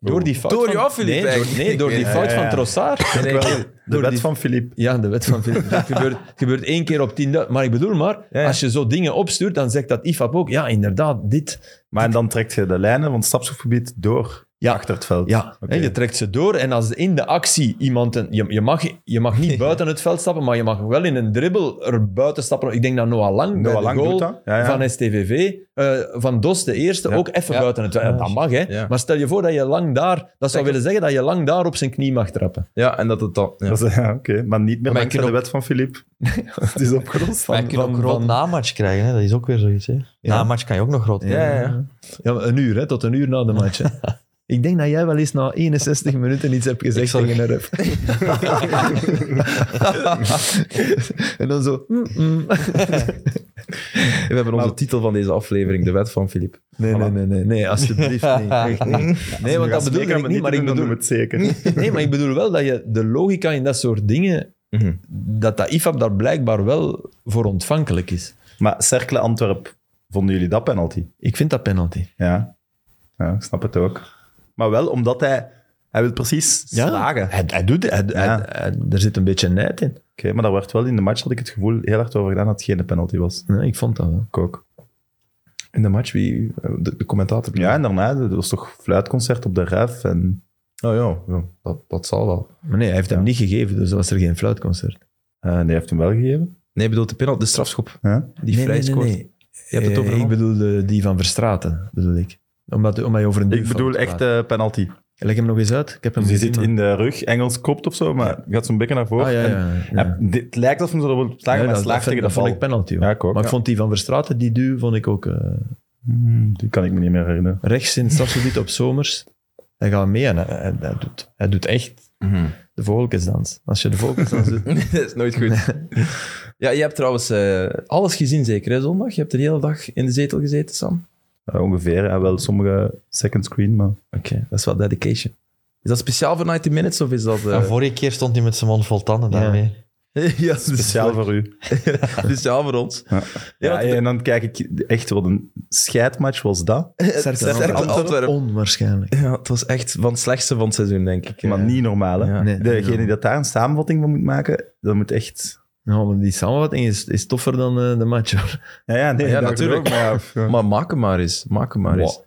D: Door die fout
A: Oh. Door
D: van...
A: jou, Philippe,
D: nee, door,
A: eigenlijk.
D: nee, door die
A: Ja,
D: fout
C: ja, ja.
D: van Trossard.
A: Nee, nee, nee.
C: De
D: Door
C: wet
D: die-
C: van Philippe.
D: Ja, de wet van Philips.
C: <laughs>
D: Dat gebeurt, gebeurt één keer op 10.000. Maar ik bedoel maar,
A: Ja, ja.
D: als je zo dingen opstuurt, dan zegt dat IFAB ook. Ja, inderdaad, dit.
C: Maar en dan trekt je de lijnen van het stapsgebied door
D: Ja.
C: achter het veld.
D: Ja,
C: Oké.
D: hè, je trekt ze door. En als in de actie iemand... Een, je, je, mag, je mag
C: <laughs>
D: niet buiten het veld stappen, maar je mag wel in een dribbel er buiten stappen. Ik denk dat Noah Lang, bij
C: Noah
D: de
C: Lang
D: goal
C: doet dat. Ja, ja.
D: van STVV, eh, van Dos de eerste,
A: Ja.
D: ook even
A: Ja.
D: buiten het veld. Ja, dat mag, hè.
A: Ja.
D: Maar stel je voor dat je lang daar... Dat zou willen zeggen dat je lang daar op zijn knie mag trappen.
A: Ja, en dat het dan... Ja.
C: Dat is- ja, oké. Maar niet meer
B: Maar je
C: dankzij
B: kunt
C: de wet van Philippe. het is opgelost.
B: Maar je kunt ook rood namatch krijgen, hè? dat is ook weer zoiets. Hè? Na een match kan je ook nog rood
A: Ja, ja, ja.
D: Ja, maar een uur, hè, tot een uur na de match. hè. <laughs> Ik denk dat jij wel eens na 61 minuten iets hebt gezegd
B: zal-
D: tegen een <laughs> ref. en dan zo... mm, mm.
A: We hebben onze titel van deze aflevering, De Wet van Filip.
D: Nee, nee, nee, nee, nee, alsjeblieft niet.
B: <laughs>
A: eh,
D: Echt niet. Nee, want dat bedoel ik niet, maar ik bedoel,
C: het zeker.
D: nee, maar ik bedoel wel dat je de logica in dat soort dingen,
A: Mhm.
D: dat dat IFAB daar blijkbaar wel voor ontvankelijk is.
C: Maar Cercle Antwerp, vonden jullie dat penalty?
D: Ik vind dat penalty.
C: Ja. ja, ik snap het ook. Maar wel omdat hij... Hij wil precies slagen.
D: Hij, hij doet het. Hij,
C: Ja.
D: hij- hij- er zit een beetje nijd in.
C: Oké, maar daar werd wel in de match, had ik het gevoel, heel hard over gedaan dat het geen penalty was.
D: Nee, ik vond dat wel.
C: Ik ook.
A: In de match, wie, de, de commentator.
C: Ja, en daarna, dat was toch fluitconcert op de ref en...
A: Oh ja, ja, dat, dat zal wel.
D: Maar nee, hij heeft hem
C: Ja.
D: niet gegeven, dus was er geen fluitconcert.
C: eh, nee, hij heeft hem wel gegeven.
A: Nee, bedoel de penalty, de strafschop.
C: Ja.
A: Die
D: nee,
A: vrij
D: nee, nee,
A: scoort.
D: nee.
A: Je hebt het
D: Eh,
A: over
D: Ik
A: hem.
D: bedoel de- die van Verstraten, bedoel ik. Omdat, omdat je over een
C: Ik
D: duwfout
C: bedoel echt
D: praat.
C: eh, penalty.
D: Leg hem nog eens uit. Ik heb hem
C: Dus je
D: gezien,
C: zit in de rug, Engels kopt of zo, maar gaat zo'n bekken naar
D: maar-
C: voren.
D: Ah, ja,
C: En-
D: ja, ja.
C: Ja, dit- het lijkt alsof hij hem zo wil slagen,
D: Ja,
C: maar
D: dat-
C: hij slaagt
D: dat vind-
C: tegen de
D: dat
C: bal.
D: vond ik penalty. hoor.
C: Ja, ik ook,
D: maar ik
C: ja.
D: vond die van Verstraten, die duw, vond ik ook eh,
C: Hmm, die kan ik me niet meer herinneren.
D: rechts in het strafgebied op Zomers. Hij gaat mee en hij, hij- hij doet, hij doet echt
A: Mhm.
D: de vogelkensdans. Als je de vogelkensdans
C: <laughs>
D: doet...
A: <laughs> dat is nooit goed. ja, je hebt trouwens eh, alles gezien zeker, hè, zondag? Je hebt de hele dag in de zetel gezeten, Sam?
C: Eh, ongeveer, ja, wel sommige second screen, maar...
A: Oké, dat is wel dedication. Is dat speciaal voor 90 Minutes of is dat... eh,
B: Ja, vorige keer stond hij met zijn mond vol tanden
D: Ja.
B: daarmee.
A: <laughs> ja,
C: Speciaal voor u.
A: speciaal voor ons.
C: Ja.
A: Ja,
C: Ja,
A: want-
C: en dan kijk ik echt, wat een scheidmatch was dat.
A: <laughs>
D: Sterker
A: Sterker
D: Antwerpen.
A: Antwerpen.
D: Onwaarschijnlijk.
A: Ja, het was echt van het slechtste van het seizoen, denk ik.
C: Maar niet normaal, hè.
A: Ja.
D: Nee,
C: Degene
D: ja.
C: die dat daar een samenvatting van moet maken, dat moet echt...
D: Ja, maar die samenvatting is, is toffer dan eh, de match, hoor.
C: Ja, Ah ja, nee,
A: Ja,
C: dat
A: natuurlijk.
C: ook, maar
A: <laughs>
C: ja,
A: Maar maak hem maar eens. Maak hem maar
C: Wow.
A: eens.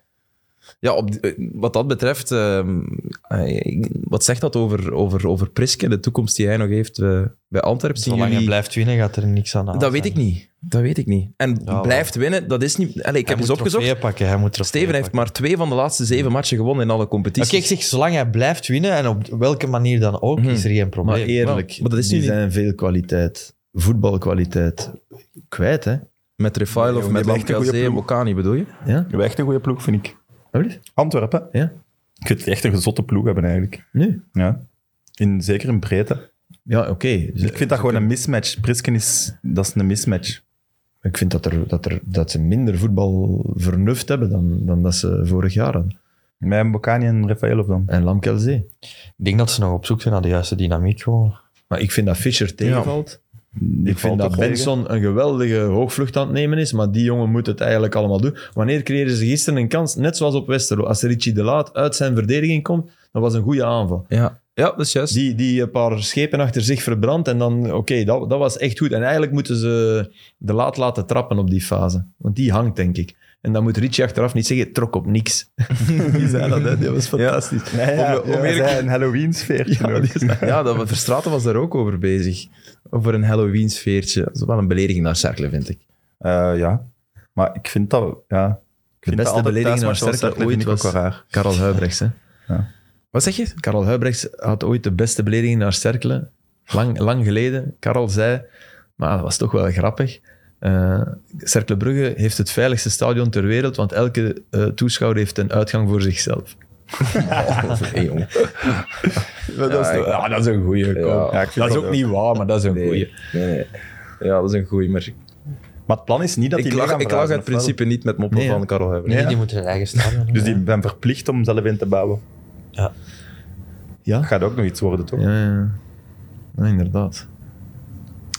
A: Ja, op, die- eh, wat dat betreft, ehm, eh, ik- wat zegt dat over, over, over Priske, de toekomst die hij nog heeft eh, bij Antwerpen? Zien
B: Zolang hij
A: jullie-
B: blijft winnen, gaat er niks aan
A: Dat weet ik niet. Dat weet ik niet. En
B: Ja,
A: blijft winnen, dat is niet... Allee, ik heb eens opgezocht.
B: Pakken. Hij moet trofeeën
A: Steven heeft
B: pakken.
A: maar twee van de laatste zeven matchen gewonnen in alle
B: Oké,
A: competities.
B: ik zeg, zolang hij blijft winnen, en op welke manier dan ook,
A: Mhm.
B: is er geen probleem.
D: Maar eerlijk,
A: maar dat is
D: die
A: nu niet-
D: zijn veel kwaliteit, voetbalkwaliteit, kwijt, hè.
A: Met Refail
C: Nee,
A: of
C: die
A: met
C: hebben echt een goede
A: Lamkazé en
C: ploeg.
A: Mokani, bedoel je?
D: Ja?
C: We hebben echt een goede ploeg, vind ik.
D: Alsjeblieft.
C: Antwerpen.
D: Ja.
C: Je kunt echt een gezotte ploeg hebben, eigenlijk.
D: Nu?
C: Ja. In, zeker in breedte.
D: Ja, oké. Dus Ze-
C: Dus ik vind dat gewoon een mismatch. Prisken is... Dat is een mismatch.
D: Ik vind dat, er, dat, er, dat ze minder voetbalvernuft hebben dan, dan dat ze vorig jaar hadden.
C: Met Bocani en Rafael of dan?
D: En Lamkelzee.
B: Ik denk dat ze nog op zoek zijn naar de juiste dynamiek. Gewoon.
D: Maar ik vind dat Fischer tegenvalt.
C: Die
D: ik vind
C: valt
D: dat
C: toch tegen.
D: Benson een geweldige hoogvlucht aan het nemen is, maar die jongen moet het eigenlijk allemaal doen. Wanneer creëren ze gisteren een kans? Net zoals op Westerlo. Als Richie de Laat uit zijn verdediging komt, dat was een goede aanval.
A: Ja, ja dat is juist.
D: Die, die een paar schepen achter zich verbrandt en dan, oké, dat, dat was echt goed. En eigenlijk moeten ze de Laat laten trappen op die fase. Want die hangt, denk ik. En dan moet Richie achteraf niet zeggen, trok op niks. die zei dat, hè. dat was fantastisch.
C: Nee, ja,
A: Om- om
C: ja,
A: eerlijk-
C: zij een Halloween-sfeertje. ook.
A: Ja, dat, Verstraten was daar ook over bezig. Over een Halloween-sfeertje. Dat is wel een belediging naar Cercle, vind ik.
C: Eh, ja. Maar ik vind dat... Ja. Ik vind
D: beste
C: dat altijd
D: belediging
C: thuismatch
D: naar
C: van
D: Cercle
C: Cercle vind
D: ooit
C: ik ook
D: was-
C: wel raar.
D: Karel Huibrechts, hè.
A: Wat zeg je?
D: Karel Huibrechts had ooit de beste belediging naar Cercle. Lang, lang geleden. Karel zei, maar dat was toch wel grappig. eh Cercle Brugge heeft het veiligste stadion ter wereld, want elke eh, toeschouwer heeft een uitgang voor zichzelf.
A: Hey, jongen.
D: dat, is,
A: ik-
D: ja, dat is een goeie. kom.
A: Ja, ik
C: vind
D: dat is
C: dat
D: ook
C: ook.
D: niet waar, maar dat is een
A: Nee,
D: goeie.
A: nee, nee. Ja, dat is een goeie, maar...
C: Maar het plan is niet dat
A: ik
C: die mee
A: lag,
C: gaan
A: ik lag
C: verhuizen,
A: uit
C: of wel?
A: principe niet met moppen
D: Nee, ja.
A: van Karel Huiber.
B: Nee,
C: Ja.
B: die moeten hun eigen stadion
C: Dus die
B: hebben.
C: ben verplicht om zelf in te bouwen.
D: Ja?
C: Dat gaat ook nog iets worden, toch?
D: Ja, ja, ja. Ja, inderdaad.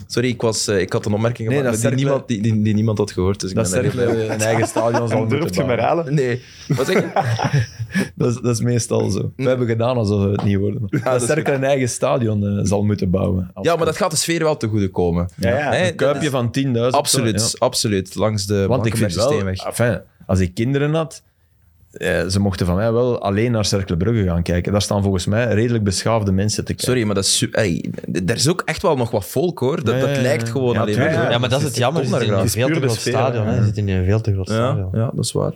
A: Sorry, ik, was, eh, ik had een opmerking
D: Nee,
A: gemaakt die,
D: dat Cercle-
A: niemand, die, die, die niemand had gehoord. Dus ik
D: Dat
A: ben daar heel
D: Cercle een <laughs> eigen stadion zal
C: Dan
D: moeten
C: durf je maar
D: bouwen.
A: blij
C: halen.
A: om. Nee. Wat zeg je?
D: Dat is, dat is meestal zo. We hebben gedaan alsof we het niet worden.
A: dat
D: dat
A: is
D: Cercle een eigen stadion eh, zal moeten bouwen.
A: Ja, maar dat gaat de sfeer wel te goede komen.
C: Ja, ja.
A: Hè,
D: Een
A: dat
D: kuipje van 10.000.
A: is- Absoluut, absoluut. Langs de
D: Want ik vind wel,
A: Steenweg.
D: enfin, als ik kinderen had, eh, ze mochten van mij wel alleen naar Cercle Brugge gaan kijken. Daar staan volgens mij redelijk beschaafde mensen te kijken.
A: Sorry, maar dat is... su- Ey, d- er is ook echt wel nog wat volk, hoor. Dat,
D: Ja, ja,
A: dat
D: ja.
A: lijkt gewoon
D: Ja,
A: alleen
C: tuurlijk.
A: maar...
B: Ja, maar dat is het jammer. Ze
A: Kom daar
B: zitten in
A: graag.
B: een
C: Het
B: veel
C: is
B: te
C: puur de
B: groot
C: sfeer,
B: stadion.
C: hè.
B: hè. Ze zitten in een veel te groot
A: Ja,
B: stadion.
A: ja, dat is waar.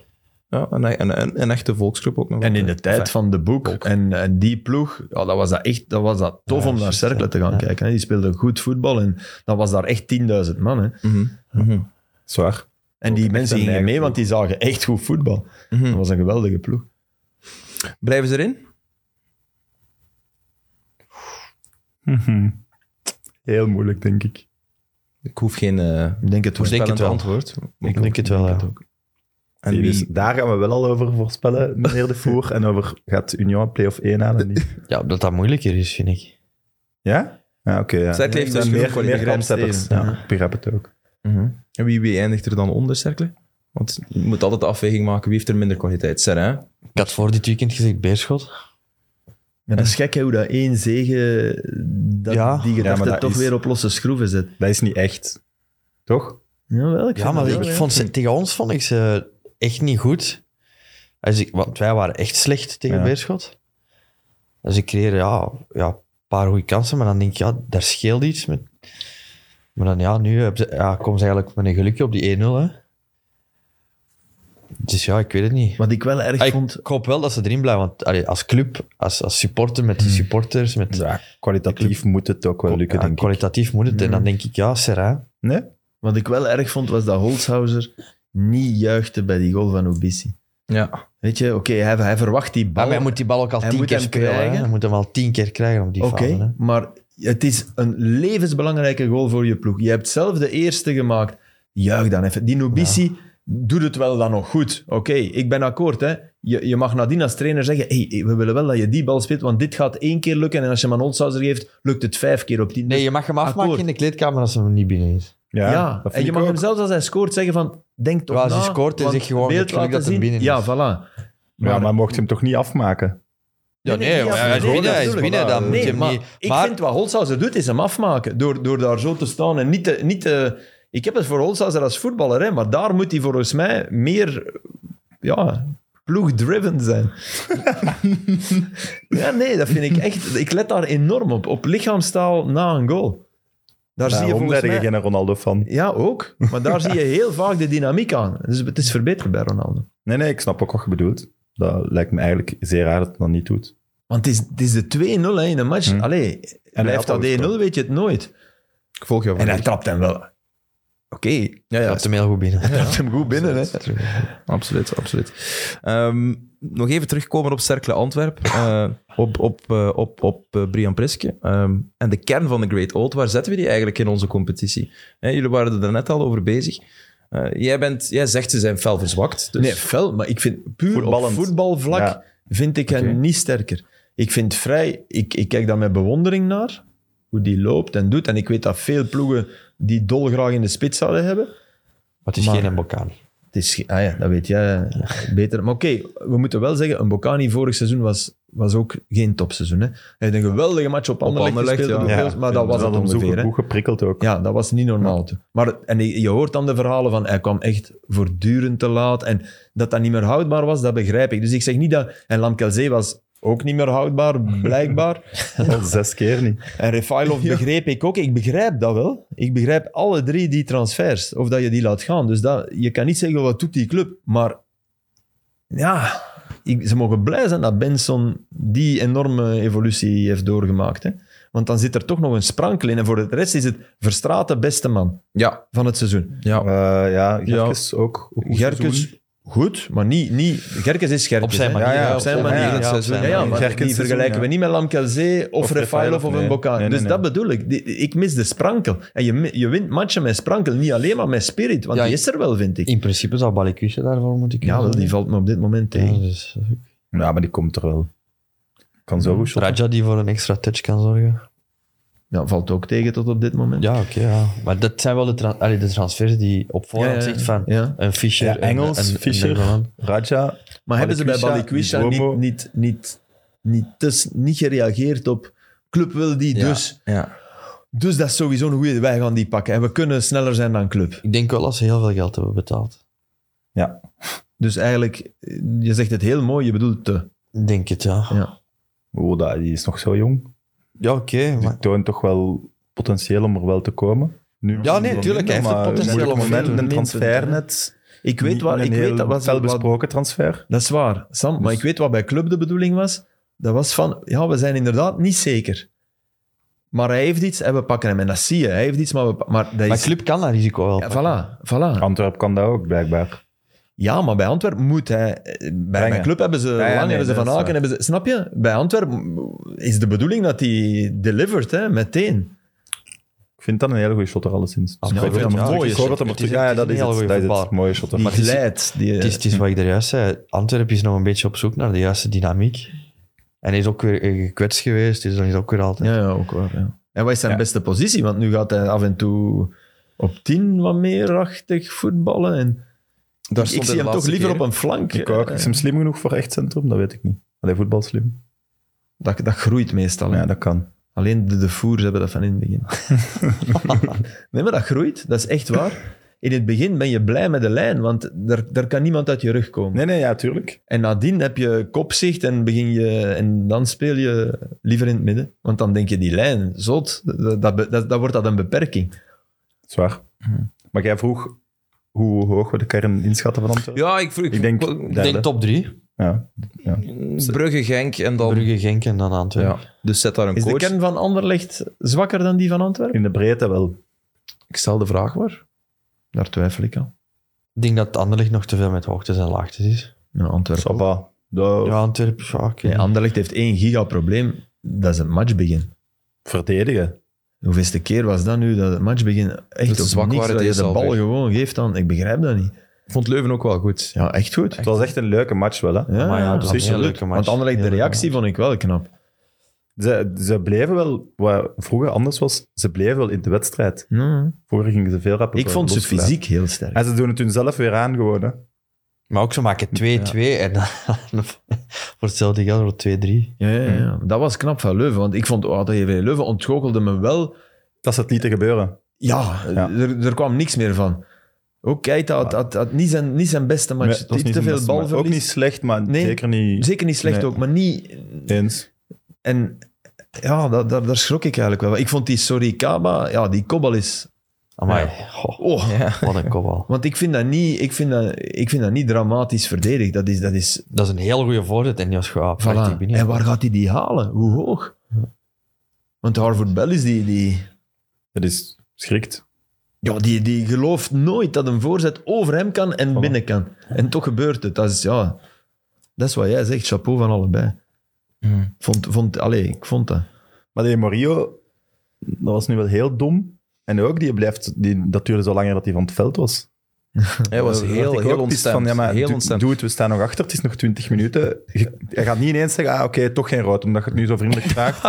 A: Ja, een, een, een, een echte volksgroep ook nog.
D: En in de tijd
A: Enfin,
D: van de boek en, en die ploeg, ja, dat was dat echt dat was dat tof
B: Ja,
D: om naar
B: juist,
D: Cercle
B: ja.
D: te gaan
B: Ja.
D: kijken. Hè. Die speelden goed voetbal en dan was daar echt 10.000 man. Hè.
A: mhm, mhm,
C: Zwaar. <laughs>
D: En die
C: echt
D: mensen
C: een
D: gingen
C: eigen
D: mee,
C: ploeg.
D: want die zagen echt goed voetbal.
A: mhm.
D: Dat was een geweldige ploeg.
A: Blijven ze erin?
C: Heel moeilijk, denk ik.
A: Ik hoef geen eh
D: Ik denk het
B: denk het
D: wel.
A: spellend
B: wel.
A: antwoord.
B: Ik denk het wel, ja.
A: En
C: Zie
A: wie,
C: je, dus daar gaan we wel al over <laughs> voorspellen, meneer De Voer. en over gaat Union play-off 1 aan <laughs> en niet.
B: Ja, omdat dat moeilijker is, vind ik.
C: Ja? Ja, oké. ja.
A: Cercle heeft
C: Dan
A: dus genoeg
C: meer, meer
A: kwaliteit.
C: kanshebbers. Ja, ik begrijp het ook.
A: Mhm. en wie, wie eindigt er dan onder, Cercle? Want je moet altijd de afweging maken, wie heeft er minder kwaliteit? Serrain?
B: Ik had voor dit weekend gezegd Beerschot.
D: Maar dat is gek hè, hoe dat één zegen dat
B: Ja.
D: die
C: Ja,
D: gedachte
C: maar dat
D: toch
C: is-
D: weer op losse schroeven zet.
C: Dat is niet echt. Toch?
D: Jawel, ik
B: Ja,
D: vind
B: maar
D: dat
B: ik
D: wel, ja.
B: vond ze, tegen ons vond ik ze echt niet goed. Als ik, want wij waren echt slecht tegen
C: Ja.
B: Beerschot. Dus ik creëerde ja, ja, een paar goede kansen, maar dan denk ik, ja, daar scheelt iets. Met... Maar dan ja, nu hebben ze- ja, komen ze eigenlijk met een gelukje op die 1-0. hè. Dus ja, ik weet het niet.
D: Wat ik wel erg
B: Ah, Ik,
D: vond...
B: ik hoop wel dat ze erin blijven, want allee, als club, als, als supporter met de supporters, met
C: Hmm. Ja, kwalitatief moet het ook wel lukken,
B: ja,
C: denk ik. Hmm.
B: kwalitatief moet het. En dan denk ik, ja, Serra.
C: Nee?
D: Wat ik wel erg vond, was dat Holshouser niet juichte bij die goal van Obissi.
A: Ja.
D: Weet je, oké, hij, hij verwacht die
B: Ah, Maar
D: bal.
B: hij moet die bal ook al
D: Hij
B: tien
D: moet
B: keer
D: hem
B: spelen. hè.
D: krijgen.
B: Hij moet hem al tien keer krijgen om die
D: Oké,
B: falen, hè.
D: maar het is een levensbelangrijke goal voor je ploeg. Je hebt zelf de eerste gemaakt. Juich dan even. Die Nubisi doet het wel dan nog goed. Oké, ik ben akkoord. Hè. Je, je mag nadien als trainer zeggen, hey, we willen wel dat je die bal speelt, want dit gaat één keer lukken. En als je hem aan Holshouser geeft, lukt het vijf keer op tien.
B: Nee, je mag hem afmaken
D: Akkoord.
B: in de kleedkamer als hij hem niet binnen is.
C: Ja,
D: ja,
C: dat
D: en
C: vind
D: je
C: ik
D: mag dus-
C: ook.
D: hem zelfs als hij scoort zeggen van, denk toch
B: Ja, als
D: na,
B: hij scoort, dan
D: want
B: zeg je gewoon,
D: beeld
B: het geluk
D: laten
B: dat hem
D: zien.
B: binnen
D: Ja,
B: is.
D: voilà.
C: Ja, maar mocht je hem toch niet afmaken?
B: Ja, nee, maar hij is
D: nee,
B: binnen, hij is
D: natuurlijk.
B: binnen, dan
D: Nee,
B: moet je hem
D: maar
B: niet-
D: Ik
B: maar-
D: vind wat Holshouser doet, is hem afmaken. Door, door daar zo te staan en niet te... Niet te ik heb het voor Holshouser als voetballer, hè, maar daar moet hij volgens mij meer... Ja, ploeg-driven
C: <laughs>
D: zijn. ja, nee, dat vind ik echt... Ik let daar enorm op. Op lichaamstaal na een goal. Daar zie je
C: Daarom
D: volgens
C: ben je
D: mij...
C: geen Ronaldo van.
D: Ja, ook. Maar
C: <laughs>
D: daar zie je heel vaak de dynamiek aan. Dus het is verbeterd bij Ronaldo.
C: Nee, nee, ik snap ook wat je bedoelt. Dat lijkt me eigenlijk zeer raar dat het dat niet doet.
D: Want het is, het is de 2-0 hè, in een match.
C: Hm.
D: Allee,
C: hij
D: blijft
C: had al
D: dat 1-0,
C: gescoord.
D: weet je het nooit.
A: Ik volg jou
D: En
A: van
D: hij trapt hem wel. Oké,
A: Ja,
B: Ja,
A: ja,
B: hebt hem heel goed binnen.
D: trapt hem goed binnen. Hè.
A: absoluut. absoluut. Ehm, nog even terugkomen op Cercle Antwerp, eh, op, op, eh, op, op eh, Brian Priske. Ehm, en de kern van de Great Old, waar zetten we die eigenlijk in onze competitie? Hè, jullie waren er daarnet al over bezig. Eh, jij, bent, jij zegt ze zijn fel verzwakt. Dus
D: Nee, fel, maar ik vind puur
C: Voetballend.
D: op voetbalvlak
C: Ja.
D: vind ik hem
A: Oké.
D: niet sterker. Ik vind vrij, ik, ik kijk daar met bewondering naar, hoe die loopt en doet. En ik weet dat veel ploegen die dolgraag in de spits zouden hebben.
B: Maar het is
D: Maar-
B: geen Mbokaan.
D: Het is, ge- ah ja, dat weet jij eh, beter. Maar oké, we moeten wel zeggen, een Bocani vorig seizoen was, was ook geen topseizoen. Hè. Hij heeft een geweldige match op Anderlecht,
A: Anderlecht,
D: gespeeld,
A: ja.
D: door Beels, maar dat was
C: dat
D: het
C: hem zo
D: ongeveer. hè.
C: goed geprikkeld ook.
D: Ja, dat was niet normaal. toen. Maar, en je je hoort dan de verhalen van hij kwam echt voortdurend te laat. En dat dat niet meer houdbaar was, dat begrijp ik. Dus ik zeg niet dat... En Lamkelzee was ook niet meer houdbaar, blijkbaar.
C: Al zes keer niet.
D: en Refailov begreep ik ook. Ik begrijp dat wel. Ik begrijp alle drie die transfers. Of dat je die laat gaan. Dus dat, je kan niet zeggen, wat doet die club? Maar ja, ik- ze mogen blij zijn dat Benson die enorme evolutie heeft doorgemaakt. Hè? Want dan zit er toch nog een sprankel in. En voor de rest is het Verstraat de beste man
A: ja,
D: van het seizoen.
A: ja.
C: Eh, ja, Gerkes ook. ook goed seizoen.
D: Gerkens, goed, maar niet... niet Gerkens is Gerkens.
B: Op zijn
D: hè.
B: manier.
C: Ja, ja,
B: hè,
C: op
D: zijn manier.
B: Ja, op
A: Ja,
B: zijn
D: Ja, ja,
B: manier.
D: maar
C: Gerkens
D: die
C: seizoen,
D: vergelijken
C: ja.
D: we niet met Lamkelzee of,
C: Of
D: Refailov
C: Refailov,
D: of
C: nee.
D: een Bokaan.
C: Nee, nee,
D: dus dat bedoel ik. Die- ik mis de sprankel. En je, mi- je wint matchen met sprankel, niet alleen maar met spirit. Want
B: Ja,
D: die
B: ik-
D: is er wel, vind ik.
B: In principe zou Balikwisha daarvoor moeten kunnen.
D: Ja, wel, die valt me op dit moment tegen.
B: Ja, dus, eh,
C: Ja, maar die komt er wel. Kan
B: Mm.
C: zo goed shotten.
B: Raja die voor een extra touch kan zorgen.
D: Ja, valt ook tegen tot op dit moment.
B: Ja, oké. ja. Maar dat zijn wel de, tran- allee, de transfers die op voorhand
D: Ja, ja, ja.
B: zegt van
D: Ja.
B: een Fischer.
C: Ja, Engels,
B: een, een,
C: Fischer.
B: Een, Nederland.
C: Raja,
D: Maar hebben ze bij
C: Balikwisha,
D: Balikwisha niet,
C: Dromo.
D: niet, niet, niet, dus niet gereageerd op club wil die,
A: Ja,
D: dus,
A: ja.
D: dus dat is sowieso een goede, wij gaan die pakken. En we kunnen sneller zijn dan club.
B: ik denk wel dat ze heel veel geld hebben betaald.
D: Dus eigenlijk, eh, je zegt het heel mooi, je bedoelt te.
B: Ik denk het, ja. Ja,
C: oh, dat, die is nog zo jong.
B: oké.
C: Die
B: maar-
C: toont toch wel potentieel om er wel te komen. Nu
B: Ja, nee,
C: wel
B: tuurlijk, hij heeft
C: maar
B: het potentieel
C: moeilijk
B: om
C: moment,
B: veel
C: Een
D: minpunten,
C: transfer
D: hè.
C: net.
D: Ik weet, wat, ik weet dat was
C: Wel
D: wat-
C: besproken transfer.
D: Dat is waar, Sam. Maar
C: Dus-
D: ik weet wat bij Club de bedoeling was. Dat was van, ja, we zijn inderdaad niet zeker. Maar hij heeft iets en we pakken hem. En dat zie je. Hij heeft iets, maar we pa- Maar dat
B: Maar
D: is...
B: club kan dat risico wel.
D: Ja,
B: pakken.
D: voilà, voilà.
C: Antwerp kan dat ook, blijkbaar.
D: Ja, maar bij Antwerpen moet hij... eh, Bij mijn club hebben ze
C: ja,
D: lang,
C: nee,
D: hebben ze Van
C: dat is
D: Aken,
C: waar.
D: hebben ze... Snap je? Bij Antwerpen is de bedoeling dat hij delivert, hè, meteen.
C: Ik vind dat een hele goede shotter, alleszins.
B: Ah,
C: Dus ik
B: ik
C: hoop
B: vind
C: dat
B: het
C: hem-
B: een mooie
C: ik hoop dat hem
B: shotter. Het is
C: er terug- Ja, ja,
B: een-
C: dat
B: het is
C: is
B: een hele
C: het. Dat is
B: goede
C: het. Mooie shotter.
D: Die
C: Maar het is-
D: glijdt. Die,
B: Het is, het is wat ik daar juist zei. Antwerpen is nog een beetje op zoek naar de juiste dynamiek. En hij is ook weer eh, gekwetst geweest, dus dan is ook weer altijd...
D: ja, ja, ook waar. Ja. En wat is zijn
C: Ja.
D: beste positie? Want nu gaat hij af en toe op tien wat meerachtig voetballen. En
A: Daar stond
D: ik zie
A: hij
D: hem
A: de
D: toch
A: laatste
D: liever
A: keer.
D: op een flank. eh,
C: Ik ook. Is hem slim genoeg voor echt centrum? Dat weet ik niet. Allee, voetbal slim.
D: dat, dat groeit meestal. hè.
C: Ja, dat kan.
D: Alleen de, de voers hebben dat van in het begin.
C: <laughs>
D: nee, maar dat groeit. Dat is echt waar. In het begin ben je blij met de lijn, want daar, daar kan niemand uit je rug komen.
C: Nee, nee, ja, tuurlijk.
D: En nadien heb je kopzicht en, begin je, en dan speel je liever in het midden. Want dan denk je, die lijn, zot, dat, dat, be- dat, dat wordt dat een beperking.
C: Zwaar. Maar jij vroeg hoe hoog we de kern inschatten van Antwerpen?
A: Ja, ik, vroeg.
C: Ik denk
B: Ik
C: derde.
B: denk top drie.
C: Ja.
A: Brugge, Genk en dan...
B: Brugge, Genk en dan Antwerpen.
A: Ja, dus zet daar een
D: Is
A: coach.
D: de kern van Anderlecht zwakker dan die van Antwerpen?
C: In de breedte wel.
A: Ik stel de vraag maar.
D: Daar twijfel ik aan.
B: Ik denk dat Anderlecht nog te veel met hoogtes en laagtes is.
D: Nou, Antwerpen. ook.
C: Saba. De
B: Ja, Antwerpen, ja, ik weet
D: Nee,
B: niet.
D: Anderlecht heeft één gigaprobleem. Dat is het matchbegin.
C: Verdedigen.
D: Hoeveelste keer was dat nu dat het matchbegin echt
A: Dat ze
D: op
A: zwak
D: niks,
A: waren
D: dat je
A: tegen
D: de bal
A: Salzburg.
D: gewoon geeft dan? Ik begrijp dat niet.
A: Ik vond Leuven ook wel goed.
D: Ja, echt goed.
C: Het was echt een leuke match wel, hè.
D: Ja,
B: Maar ja, het was een
C: precies.
B: heel leuke match.
D: Want Anderlecht, de
B: Heel leuke
D: reactie vond ik wel knap.
C: Ze, ze bleven wel, wat vroeger anders was, ze bleven wel in de wedstrijd.
D: Ja.
C: Vroeger gingen ze veel rapper
D: Ik vond ze
C: loslaan.
D: fysiek heel sterk.
C: En ze doen het hun zelf weer aan gewoon, hè.
B: Maar ook ze maken 2-2 en dan <laughs> voor hetzelfde geld wordt het 2-3.
D: Ja, ja, ja. dat was knap van Leuven. Want ik vond, oh, dat JV Leuven ontgoochelde me wel.
C: Dat ze het lieten gebeuren.
D: Ja,
C: Ja.
D: Er, er kwam niks meer van. Ook Keita had, had, had niet, zijn, niet zijn beste match.
C: Nee, het was
D: Iets
C: niet
D: te
C: hun
D: veel
C: beste match.
D: balverlies.
C: Ook niet slecht, maar
D: Nee.
C: zeker niet
D: Zeker niet slecht
C: Nee.
D: ook, maar niet...
C: eens.
D: En ja, dat, daar, daar schrok ik eigenlijk wel van. Ik vond die Sorikaba, ja, die kobbel is...
B: Amai,
D: Oh,
A: Ja.
B: wat een kopbal.
D: Want ik vind, dat niet, ik, vind dat, ik vind dat niet dramatisch verdedigd. Dat is, dat is
B: Dat is een heel goede voorzet en die was gewoon...
D: Voilà.
B: ik ben niet-
D: En waar gaat hij die halen? Hoe hoog? Want Harvard Bell is die... die
C: Dat is schrikt.
D: ja, die, die gelooft nooit dat een voorzet over hem kan en
C: Voilà.
D: binnen kan. En toch gebeurt het. Dat is, ja, dat is wat jij zegt. Chapeau van allebei.
C: Hmm.
A: Mm.
D: Vond, vond, allee, ik vond dat.
C: Maar die Morillo, dat was nu wel heel dom. En ook, die blijft, die, dat duurde zo langer dat hij van het veld was.
A: Hij was
C: Daar
A: heel,
C: werd Eh, ik
A: heel
C: ook pist
A: ontstemd.
C: Van, ja, maar
A: heel
C: doe,
A: ontstemd.
C: doe het, we staan nog achter, het is nog 20 minuten. Je, hij gaat niet ineens zeggen, ah, oké, toch geen rood, omdat je het nu zo vriendelijk vraagt.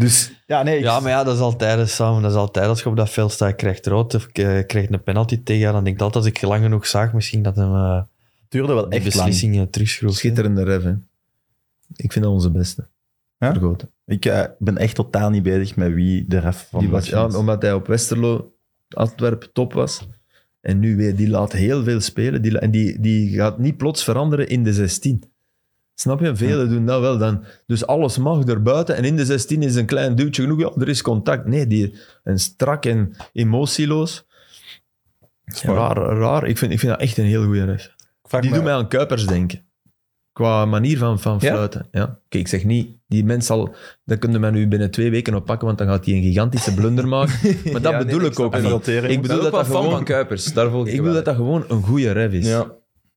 C: dus ja, nee, ik,
B: Ja, maar ja, dat is altijd samen. Dat is altijd als je op dat veld staat, je krijgt rood of je krijgt een penalty tegen jou. Dan denk ik altijd, als ik lang genoeg zag, misschien dat hem eh,
C: het duurde wel
B: die
C: echt lang.
B: beslissingen terugschroeft.
D: Schitterende ref, hè. Ik vind dat onze beste.
C: Ja?
D: Vergoten.
C: Ik eh, ben echt totaal niet bezig met wie de ref van
D: Die
C: de
D: was, ja,
C: match is.
D: omdat hij op Westerlo, Antwerp, top was. En nu weer, die laat heel veel spelen. Die, la- en die, die gaat niet plots veranderen in de 16. Snap je? Velen doen dat wel dan. Dus alles mag erbuiten. En in de 16 is een klein duwtje genoeg. Ja, er is contact. Nee, die, en strak en emotieloos. Raar, raar. Ik vind, ik vind dat echt een heel goede ref.
C: Vraag
D: Die
C: me-
D: doet mij aan Kuipers denken. Qua manier van, van
A: Ja?
D: fluiten. Ja? Oké, ik zeg niet, die mens zal... Daar kunnen we nu binnen twee weken op pakken, want dan gaat hij een
A: <laughs>
D: gigantische blunder maken. Maar dat
A: Ja, nee,
D: bedoel
A: ik
D: ik
A: snap
D: ook
A: het.
D: niet.
C: Rotering.
D: Ik
A: Ik bedoel dat dat gewoon... van
D: gewoon,
A: Kuipers. Daar volg ik,
D: ik bedoel dat dat gewoon een goede rev is.
A: Ja.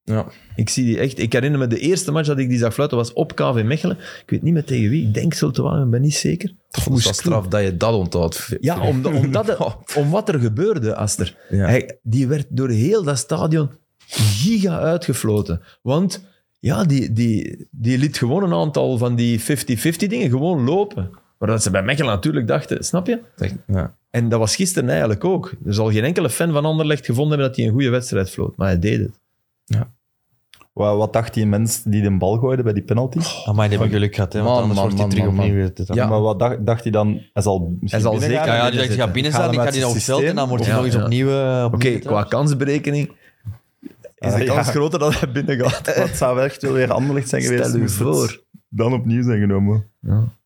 A: ja.
D: Ik zie die echt. Ik herinner me de eerste match dat ik die zag fluiten was op KV Mechelen. Ik weet niet meer tegen wie. Ik denk Zultuaan, ik ben niet zeker.
A: Dat is wel
D: Moest
A: straf dat je dat onthoudt.
D: Ja, om, de- om, dat
C: <laughs>
D: de-
C: Oh.
D: om wat er gebeurde, Aster.
A: Ja.
D: Hij, die werd door heel dat stadion giga uitgefloten. Want ja, die, die, die liet gewoon een aantal van die 50-50 dingen gewoon lopen. Maar dat ze bij Mechelen natuurlijk dachten, snap je?
A: Ja.
D: En dat was gisteren eigenlijk ook. Er zal geen enkele fan van Anderlecht gevonden hebben dat hij een goede wedstrijd floot. Maar hij deed het.
C: Wa- Wat, dacht die mens die de bal gooide bij die penalty?
B: Amai, die hebben geluk gehad, hè, want
A: Man,
B: anders
A: man,
B: wordt hij
A: man,
B: terug
A: man,
B: opnieuw
A: man.
B: weer te
A: Ja.
C: Maar wat dacht, dacht hij dan? Hij zal misschien
D: zal
C: binnengaan?
D: zeker-
B: Ja, ja, die
D: zitten.
B: dacht, ja, binnen
C: Gaan
B: staan,
C: hem
B: die gaat hij
C: uit het
B: op het veld en
C: systeem?
B: dan wordt hij
D: Ja,
B: nog eens
D: ja.
B: opnieuw... eh,
D: Oké,
B: opnieuw
D: qua kansberekening is de
C: Ah, ja.
D: kans
C: <laughs>
D: groter dat hij binnen gaat.
C: Maar Het zou wel echt wel weer anderlicht zijn geweest.
D: Stel u
C: moest het
D: voor.
C: Dan opnieuw zijn genomen.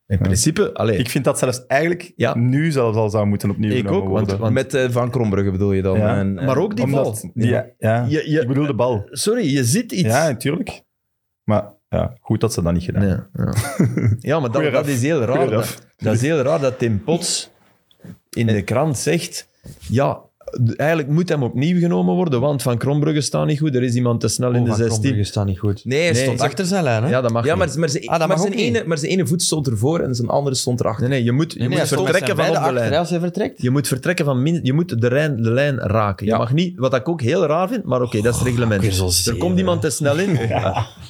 D: In principe, allee,
C: Ik vind dat zelfs eigenlijk
D: Ja.
C: nu zelfs al zou moeten opnieuw
D: ik
C: genomen
D: ook. Want,
C: worden.
D: want-
A: Met eh, Van Krombrugge bedoel je dan.
C: Ja.
A: En, eh, en-
D: maar ook die bal.
C: Omdat, die- ja, ja.
D: Je- je-
C: ik bedoel de bal.
D: Sorry, je ziet iets.
C: Ja, natuurlijk. Maar ja, goed dat ze dat niet gedaan
D: Nee, <laughs> ja. ja, maar
C: Goeie
D: dat, dat
C: ref.
D: is heel raar.
C: Goeie
D: Dat,
C: ref.
D: dat is heel raar dat Tim Pots in de krant zegt... Ja, d- eigenlijk moet hem opnieuw genomen worden, want Van Krombrugge staat niet goed. Er is iemand te snel
C: Oh,
D: in de 16.
B: staat niet goed.
A: Nee, hij
D: Nee,
A: stond
B: Stond achter zijn lijn, hè?
D: Ja, dat mag
A: Ja,
D: niet.
A: maar, maar, zijn,
B: Ah, dat
A: maar,
B: mag
A: zijn
B: ook niet.
A: ene, maar zijn ene voet stond ervoor en zijn andere stond erachter.
D: Nee, nee, je moet, je
B: Nee, nee,
D: moet
B: hij stond-
D: vertrekken
B: zijn beide
D: van op de
B: achter, hè,
D: lijn.
B: Als hij vertrekt.
D: Je moet vertrekken van min, je moet de, rijn, de lijn raken.
A: Ja.
D: Je mag niet, wat ik ook heel raar vind, maar oké, dat is het reglement.
B: ik ben zo
D: er
B: zeer,
D: komt iemand te snel in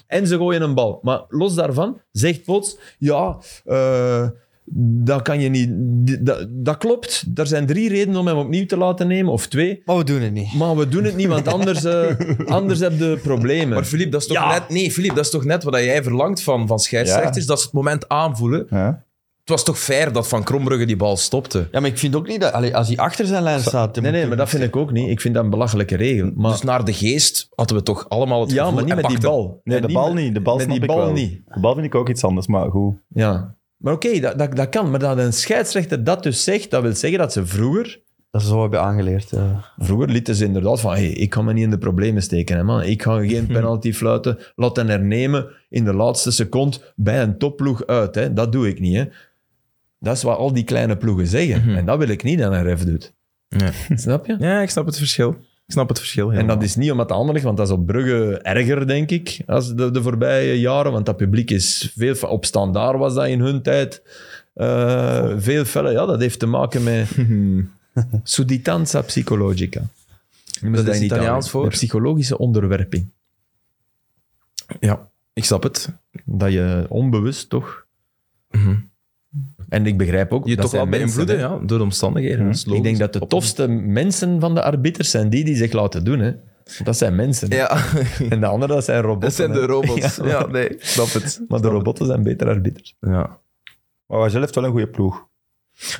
D: en ze gooien een bal. Maar los daarvan zegt plots, ja, eh, dat kan je niet. d- Dat, dat klopt. Er zijn drie redenen om hem opnieuw te laten nemen, of twee.
B: Maar we doen het niet.
D: Maar we doen het niet, want anders, eh, anders heb je problemen.
A: Maar Filip, dat is toch
D: Ja.
A: net... Nee, Filip, dat is toch net wat jij verlangt van, van scheidsrechters, dat ze het moment aanvoelen.
C: Ja.
A: Het was toch fair dat Van Krombrugge die bal stopte?
B: Ja, maar ik vind ook niet dat... Allee, als hij achter zijn lijn staat... dan
D: nee,
B: moet
D: nee,
B: hij-
D: maar dat vind ik ook niet. Ik vind dat een belachelijke regel. Maar,
A: dus naar de geest hadden we toch allemaal het
D: ja,
A: gevoel...
D: maar niet
A: hij
D: met die
A: pakte-
D: bal.
C: Nee,
D: En
C: de bal
D: met-
C: niet. De bal
D: met
C: snap
D: die
C: ik
D: bal
C: wel.
D: niet.
C: De bal vind ik ook iets anders, maar goed.
D: Ja. Maar oké, dat, dat, dat kan. Maar dat een scheidsrechter dat dus zegt, dat wil zeggen dat ze vroeger...
B: Dat is zo hebben aangeleerd. eh.
D: Vroeger lieten ze inderdaad van, hey, ik ga me niet in de problemen steken. Hè, man. Ik
A: <laughs>
D: ga geen penalty fluiten, laat hen hernemen in de laatste seconde bij een topploeg uit. Hè. Dat doe ik niet. Hè. Dat is wat al die kleine ploegen zeggen.
A: Mhm.
D: En dat wil ik niet dat een ref doet.
A: Nee. <laughs>
D: Snap je?
A: Ja, ik snap het verschil. Ik snap het verschil.
D: En
A: helemaal.
D: dat is niet omdat het ander ligt, want dat is op Brugge erger, denk ik, als de, de voorbije jaren. Want dat publiek is veel... fe- Op standaard was dat in hun tijd eh, veel feller. Ja, dat heeft te maken
A: <laughs>
D: met sudditanza psychologica. Noemen ze
A: is
D: in Italië.
A: Italiaans voor?
D: Een psychologische onderwerping.
A: Ja, ik snap het.
D: Dat je onbewust toch...
A: Mhm.
D: En ik begrijp ook...
A: Je
D: dat
A: toch
D: zijn
A: wel beïnvloeden
D: mensen,
A: ja, door de omstandigheden.
C: Mhm.
A: Dat is
D: hè. Ik denk
A: logisch.
D: dat de
A: Op-
D: tofste mensen van de arbiters zijn die die zich laten doen. Hè. Dat zijn mensen. hè.
A: Ja,
D: En de anderen, dat zijn robotten.
A: dat zijn
D: hè.
A: de robots. Ja,
D: <laughs> Ja.
A: nee, ik snap het.
D: Maar de robotten zijn beter arbiters.
A: Ja.
C: Maar Wagel heeft wel een goede ploeg.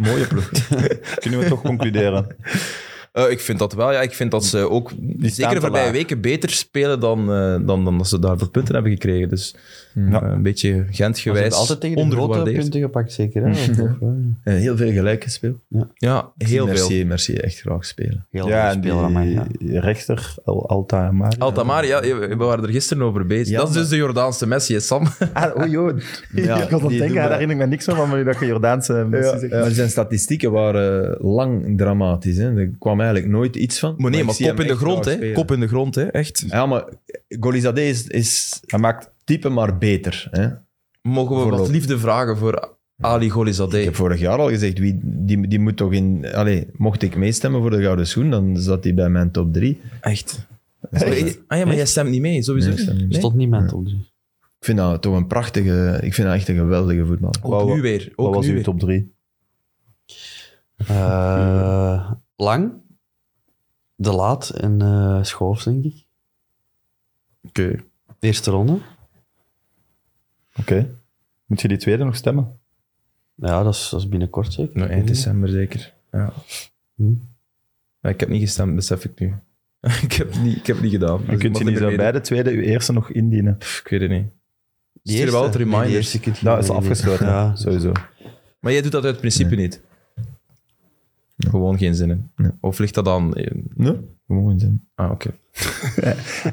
A: Mooie ploeg.
C: Kunnen we toch concluderen?
A: Eh, ik vind dat wel. Ja, ik vind dat ze ook zeker
C: staan
A: de
C: te
A: voorbije
C: laag.
A: weken beter spelen dan, eh, dan, dan dat ze daarvoor punten hebben gekregen. Dus
C: Ja.
A: eh, een beetje
B: Maar ze hebben
A: Gent-gewijs
B: altijd tegen de grote
A: ondergewaardeerd.
B: punten gepakt,
D: <laughs>
B: zeker. Hè? Toch, hè?
D: En Eh, heel veel gelijk gespeeld.
A: Ja, heel
D: merci,
A: veel.
D: Merci, echt graag spelen.
B: Heel
C: Ja,
B: goede
C: en
B: speler aan mij. Ja.
C: die rechter, Al- Altamari. <laughs>
A: Altamari, ja, we waren er gisteren over bezig.
D: Ja,
A: dat is
D: maar-
A: dus de Jordaanse Messi, hè, Sam.
C: Ah, oei, oei.
D: Ja, die
C: ik was aan het
D: doen wij.
C: denken, daar herinner ik me niks van, van maar dat je Jordaanse mensen zegt.
D: Maar zijn statistieken waren eh, lang dramatisch. Hè. Er kwam eigenlijk nooit iets van.
A: Maar nee,
D: ik
A: maar
D: zie
A: kop in
D: hem
A: de
D: echt
A: grond,
D: graag
A: hè.
D: spelen.
A: Kop in de grond, hè. Echt.
D: Ja, maar Golizade is, is
C: Hij maakt...
D: type maar beter. Hè.
A: Mogen we wat
D: Voorlopig.
A: liefde vragen voor Ali
D: Ik
A: Golizadeh?
D: heb vorig jaar al gezegd, wie, die, die moet toch in... Allee, mocht ik meestemmen voor de Gouden Schoen, dan zat hij bij mijn top 3.
A: Echt. Ah ja, maar jij stemt niet mee, sowieso.
D: Nee, ik stem niet
A: Nee?
B: Stond niet dus. mijn top drie.
D: Ik vind dat toch een prachtige... Ik vind dat echt een geweldige voetbal.
A: Ook nu weer.
C: Wat
A: Ook
C: Oh, was
A: nu
C: uw
A: weer.
C: top 3?
B: Eh, lang. De Laat en eh Schoofs, denk ik.
A: Oké.
B: De eerste ronde.
C: Oké. Moet je die tweede nog stemmen?
B: Ja, dat is, dat is binnenkort zeker.
A: Nou,
C: Hmm?
A: eind december zeker. Ja.
B: Hm.
A: Ja, ik heb niet gestemd, besef ik nu. <laughs> ik, heb niet, ik heb niet gedaan. Dus
C: Dan
A: ik
C: kunt
A: mag
C: je
A: niet
C: niet zo
A: meedoen.
C: bij de tweede uw eerste nog indienen.
A: Pff, Ik weet het niet.
B: Die
A: Stuur wel het
B: Nee, die
A: reminders.
B: eerste kunt je
C: Dat is
B: niet-
C: afgesloten,
B: Ja.
C: sowieso.
A: Maar jij doet dat uit principe niet. Gewoon geen zin in.
D: Nee.
A: Of ligt dat dan...
D: Nee? Gewoon zijn.
A: Ah, oké.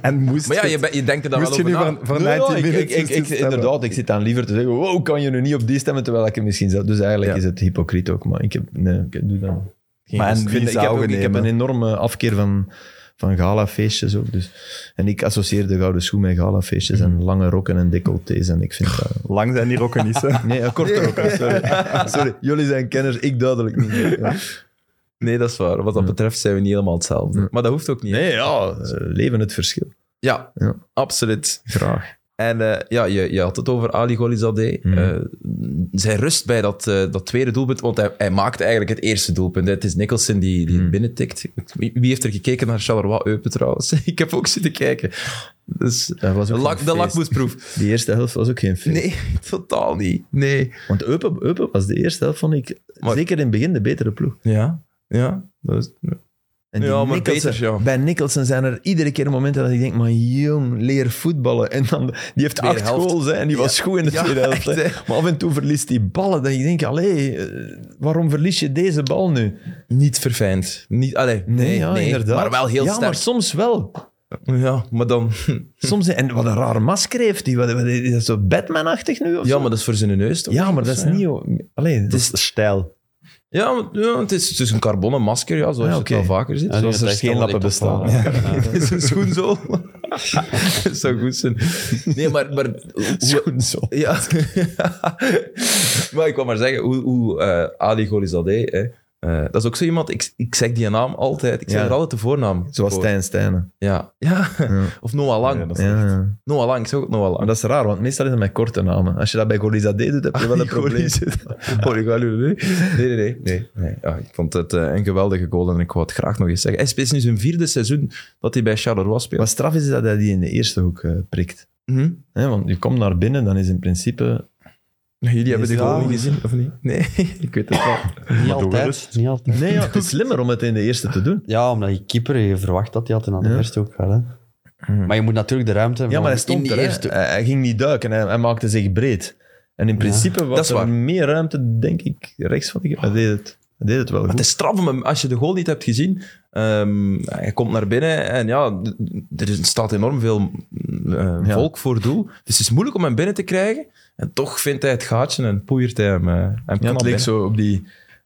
C: En moest
A: Maar ja,
C: het-
A: je, ben- je denkt er dan wel
C: Moest je
A: over
C: nu
A: na.
C: van, van
D: Nee,
C: 19
D: ja, ik-
C: minutes
D: ik, ik, ik,
C: stemmen?
D: Inderdaad, ik zit dan liever te zeggen, wow, kan je nu niet op die stemmen, terwijl ik hem misschien zelf... Dus eigenlijk
A: Ja.
D: is het hypocriet ook, maar ik heb... Nee, ik doe dat niet.
A: Geen
C: Maar en
A: gast.
D: Ik, vind-
C: wie
D: ik, heb,
C: zou
D: ook-
C: je
D: ik heb
C: nemen?
D: een enorme afkeer van, van galafeestjes ook. Dus. En ik associeer de gouden schoen met galafeestjes en lange rokken en decolletés. En ik vind dat...
C: Lang zijn die rokken niet, hè?
D: Nee, eh, korte rokken,
A: <laughs>
D: sorry. sorry. Jullie zijn kenners, ik duidelijk niet. Ja.
A: Nee, dat is waar. Wat dat betreft zijn we niet helemaal hetzelfde. Maar dat hoeft ook niet.
D: Nee, ja, eh, leven het verschil.
A: Ja,
D: Ja.
A: absoluut.
D: Graag.
A: En eh, ja, je, je had het over Ali Golizadeh.
D: Mhm.
A: Eh, zijn rust bij dat, eh, dat tweede doelpunt, want hij, hij maakt eigenlijk het eerste doelpunt. Het is Nicholson die, die
D: Mhm.
A: binnentikt. Wie wie heeft er gekeken naar Charleroi Eupen trouwens? <laughs> Ik heb ook zitten kijken. Dus
D: Dat was
A: de,
D: ook
A: lak,
D: geen
A: de
D: feest.
A: lakmoesproef.
D: Die eerste helft was ook geen feest.
A: <laughs> Nee, <laughs> totaal niet. Nee.
D: Want Eupen, Eupen was de eerste helft, vond ik,
A: Maar-
D: zeker in het begin, de betere ploeg.
A: Ja, ja. Dat is,
D: En die
A: Ja, maar
D: Nicholson-
A: beter, ja.
D: Bij Nicholson zijn er iedere keer momenten dat ik denk, maar jong, leer voetballen. En dan, die heeft
A: Tweede
D: acht
A: helft.
D: goals hè, en die was goed in de
A: Ja,
D: tweede helft.
A: echt,
D: hè.
A: hè.
D: Maar af en toe verliest die ballen. Dat je denkt, allee, eh, waarom verlies je deze bal nu?
A: niet verfijnd. Niet, allee, nee, nee,
D: ja, inderdaad.
A: Maar wel heel
D: ja,
A: sterk.
D: maar soms wel.
A: Ja, maar dan... <laughs>
D: Soms, en wat een rare masker heeft hij. Wat, wat- is dat zo Batman-achtig nu? Of
A: Ja,
D: zo?
A: maar dat is voor zijn neus toch?
D: ja, maar dat is
A: Zo, ja.
D: niet... Allee,
C: Dat is stijl.
A: Ja, want- ja, het, is, het is een carbonnen masker, ja, zoals
D: Ah,
A: je
D: oké.
A: het wel vaker ziet.
B: Ja, die
A: zoals
B: had
A: er
B: echt
A: geen
B: wel
A: lappen
B: wat ik
A: bestaan.
B: opvallen.
A: <laughs> Het is een schoenzool. Dat zou goed zijn. Nee, maar... maar hoe-
D: Schoenzool.
A: Ja. <laughs> maar ik wil maar zeggen, hoe, hoe eh, Ali Golizadeh, hè, eh, dat is ook zo iemand, ik, ik zeg die naam altijd, ik zeg
D: Ja.
A: er altijd de voornaam
D: Zoals
A: voor.
D: Stijn Stijnen.
A: Ja. ja.
D: Ja.
A: Of Noah Lang.
C: Ja, dat is
D: Ja, ja.
A: Noah Lang, ik zeg ook Noah
D: Maar
A: Lang.
D: dat is raar, want meestal is het met korte namen. Als je dat bij Golizadeh doet, heb
A: <laughs>
D: je wel een probleem.
A: Golizadeh. Nee, nee, nee. nee, nee. Ja, ik vond het eh, een geweldige goal en ik wou het graag nog eens zeggen. Hij speelt nu zijn vierde seizoen dat hij bij Charleroi speelt.
D: Wat straf is dat hij die in de eerste hoek eh, prikt.
A: Mhm.
D: Hè, want je komt naar binnen, dan is in principe...
A: Nou, Jullie hebben de
B: Ja,
A: goal niet
B: maar-
A: gezien, of niet? Nee, <laughs> ik weet het wel.
B: Niet
C: doen we
B: altijd,
C: dus?
B: niet altijd.
D: Nee, ja, het is slimmer om het in de eerste te doen.
B: Ja, omdat je keeper, je verwacht dat hij altijd aan de
D: Ja.
B: eerste ook gaat. Hè. Maar je moet natuurlijk de ruimte
D: Ja,
B: van
D: maar hij stond
B: in
D: er.
B: de
D: hè.
B: eerste.
D: Hij, hij ging niet duiken, hij, hij maakte zich breed. En in principe
A: dat is
D: was er
A: waar.
D: meer ruimte, denk ik, rechts van de keeper. Hij deed het, hij deed het wel
A: Maar
D: goed.
A: het is straf om hem, als je de goal niet hebt gezien. ehm, hij komt naar binnen en ja, d- d- er is- staat enorm veel eh,
D: Ja.
A: volk voor doel. Dus het is moeilijk om hem binnen te krijgen. En toch vindt hij het gaatje en poeiert hij hem. eh hem
D: Ja,
A: knap
D: het leek
A: binnen.
D: zo op die...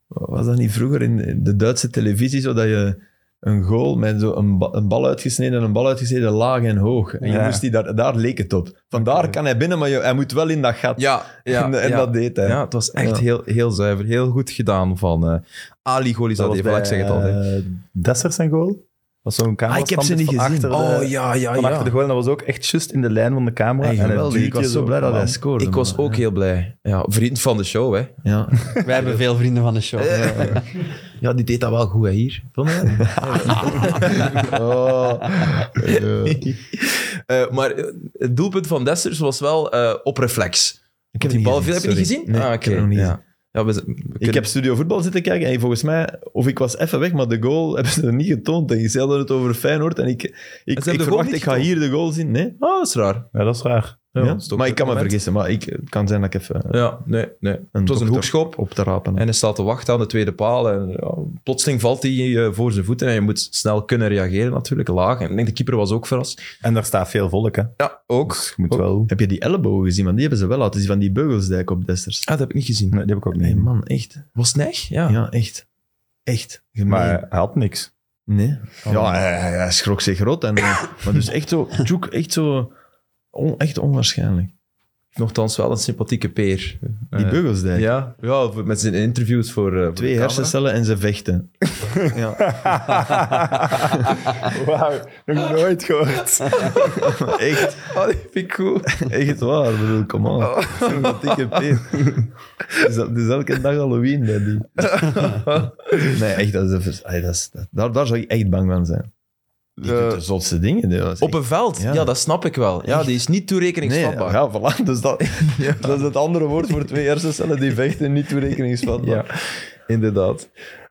D: Was dat niet vroeger in de Duitse televisie zo dat je een goal met zo een, ba- een bal uitgesneden en een bal uitgesneden laag en hoog. En je
C: Ja.
D: moest die daar, daar leek het op. Vandaar kan hij binnen, maar je, hij moet wel in dat gat.
A: Ja, <laughs> ja,
D: <laughs> en en
A: ja.
D: dat deed hij.
A: Ja, het was echt
D: Ja.
A: heel, heel zuiver. Heel goed gedaan van eh, Ali Golizadeh. Voilà, Ik zeg het altijd.
C: Dessers zijn goal. was zo'n camera.
D: Ah, ik heb ze niet
C: van
D: gezien.
C: Achter de,
A: Oh ja, ja,
C: van
A: ja.
C: achter de goal. En dat was ook echt just in de lijn van de camera.
D: En
C: en het
D: geweldig.
C: duwt
D: Ik was
C: je
D: zo blij dat hij
C: aan.
D: scoorde.
A: Ik was
D: man.
A: ook heel blij. Ja, vriend van de show, hè.
D: Ja.
B: Wij hebben veel vrienden van de show.
A: <laughs> Ja, die deed dat wel goed hè, hier. Vond je dat?
D: <laughs> Oh.
A: Eh, maar eh, het doelpunt van Dessers was wel eh, op reflex.
D: Ik
A: Die bal viel- heb je niet gezien?
D: Nee,
A: Ah,
D: ik
A: oké,
D: heb hem nog niet
A: ja.
D: gezien.
A: Ja, we, z- we kunnen-
D: Ik heb Studio Voetbal zitten kijken en volgens mij, of ik was even weg, maar de goal <laughs> hebben ze er niet getoond. En ze hadden het over Feyenoord en ik, ik,
A: de
D: ik
A: goal
D: verwacht,
A: niet
D: ik ga
A: getoond?
D: hier de goal zien. Nee?
A: Ah, dat is raar.
C: Ja, dat is raar.
A: Ja,
D: Ja,
A: dat is toch
D: Maar
A: het
D: ik kan me
A: moment.
D: vergissen, maar ik, het kan zijn dat ik even
A: Ja, nee, nee. het was
D: dokter
A: een hoekschop
D: op te rapen.
A: en hij staat te wachten aan de tweede paal. En ja, plotseling valt hij eh, voor zijn voeten en je moet snel kunnen reageren natuurlijk, laag. En ik denk, de keeper was ook verrast.
C: En daar staat veel volk, hè.
A: Ja, ook.
C: Dus je moet
A: Ook.
C: wel...
D: Heb je die ellebogen gezien? Want die hebben ze wel laten zien van die Beugelsdijk op Desters.
A: Ah, dat heb ik niet gezien.
C: Nee, die heb ik ook niet.
D: Nee,
C: gezien.
D: man, echt.
A: Was het neig? Ja.
D: Ja, echt. Echt. Gemeen.
C: maar hij had niks.
D: <laughs> Nee. Ja, hij, hij- hij schrok zich rot. En, eh, maar dus echt zo, Tjoek, echt zo, on- echt onwaarschijnlijk.
A: Nochtans wel een sympathieke peer.
D: Die
A: Eh,
D: Beugelsdijk.
A: Ja, ja, voor- met zijn interviews voor... eh, voor de
D: Twee
A: camera.
D: hersencellen en ze vechten. ja,
C: Wauw, nog nooit gehoord.
D: echt,
A: Oh, die vind ik cool.
D: echt waar. Ik bedoel, kom aan. Sympathieke peer. Het is, het is elke dag Halloween bij die. Nee, echt, dat is, een vers- Ay, dat is, dat- daar, daar zou ik echt bang van zijn. Die doet de zotste dingen. die was
A: Op een veld? Ja.
D: Ja.
A: dat snap ik wel. Ja, die is niet toerekeningsvatbaar.
D: ja, voilà. <laughs> Dus dat, dat is het andere woord voor twee hersencellen die vechten niet toerekeningsvatbaar.
A: Ja, inderdaad.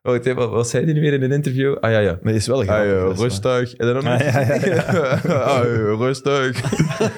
A: Oh, ik weet- wat, wat zei hij nu weer in een interview? Ah ja, ja.
D: Maar die is wel grappig. dat is waar.
A: rustig. En dan
D: Ah,
A: nog
C: ja,
D: <laughs>
C: ja,
A: Ah, ja, rustig.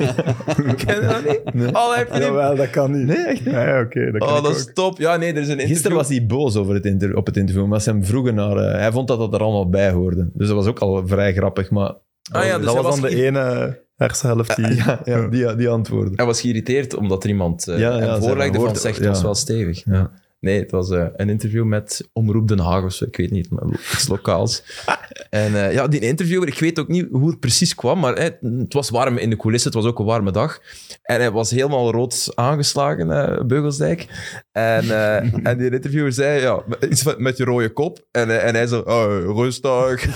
A: <laughs> Ken je dat niet? Oh, heb je niet?
C: Jawel, dat kan niet.
D: Nee, echt niet.
C: Ja, oké, dat kan
A: Oh,
C: ik
A: dat
C: ook.
A: is top. Ja, nee, er is een interview.
D: Gisteren was hij boos over het inter- op het interview, maar ze hem vroegen naar... eh, hij vond dat dat er allemaal bij hoorde. Dus dat was ook al vrij grappig, maar...
A: Ah, ja, dus
C: dat
A: hij
C: was
A: was
C: dan de
A: geïr-
C: ene hersenhelft die...
D: Ja, <laughs> ja die, die antwoorden.
A: Hij was geïrriteerd omdat er iemand eh
D: Ja, ja,
A: hem
D: ze
A: voorlegde
D: hebben
A: van
D: gehoord-
A: zegt, het
D: ja.
A: was wel stevig.
D: Ja.
A: Nee, het was eh, een interview met Omroep Den Haag of zo, ik weet niet, maar iets
D: <laughs>
A: lokaals. En eh, ja, die interviewer, ik weet ook niet hoe het precies kwam, maar eh, het was warm in de coulissen, het was ook een warme dag. En hij was helemaal rood aangeslagen, eh, Beugelsdijk. En, eh, en die interviewer zei, ja, iets met, met je rode kop. En, eh, en hij zo, oh,
D: <laughs>
A: <laughs> rustig.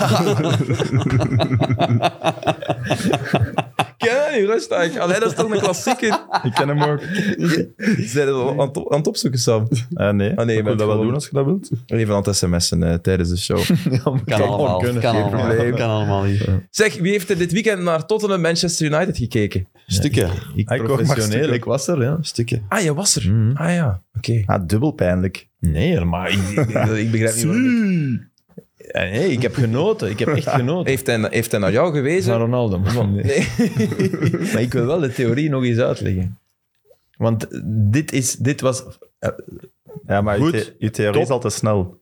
A: Ken je dat niet, rustig? Allee, dat is toch een klassieker?
C: Ik ken hem
D: Ah,
C: ook.
A: Zijn we al aan het op- aan het opzoeken, Sam?
C: Ah, nee,
A: Ah, nee,
C: ik
A: maar
C: wil dat wel
A: gewoon-
C: doen als je dat wilt.
A: Even aan het sms'en eh, tijdens de show.
B: Kan allemaal. Kan allemaal,
A: probleem.
B: kan allemaal hier.
A: zeg, wie heeft er dit weekend naar Tottenham Manchester United gekeken?
B: Stukken.
D: Ik
C: Hij kocht maar
D: professioneel,
C: stukken.
D: ik was er, ja.
B: Stukken.
A: Ah, je was er.
D: Mhm.
A: Ah ja, oké.
C: Ah, dubbel pijnlijk.
D: Nee, maar ik, ik- ik begrijp niet waarom ik- Ja, Nee, ik heb genoten. Ik heb <laughs> echt genoten.
A: Heeft, hij, heeft hij naar jou gewezen?
D: Van Ronaldo. man.
A: Nee.
D: Maar ik wil wel de theorie nog eens uitleggen. Want dit, is, dit was...
C: Ja, maar je,
D: Goed.
C: the- je theorie
D: Top.
C: is al te snel.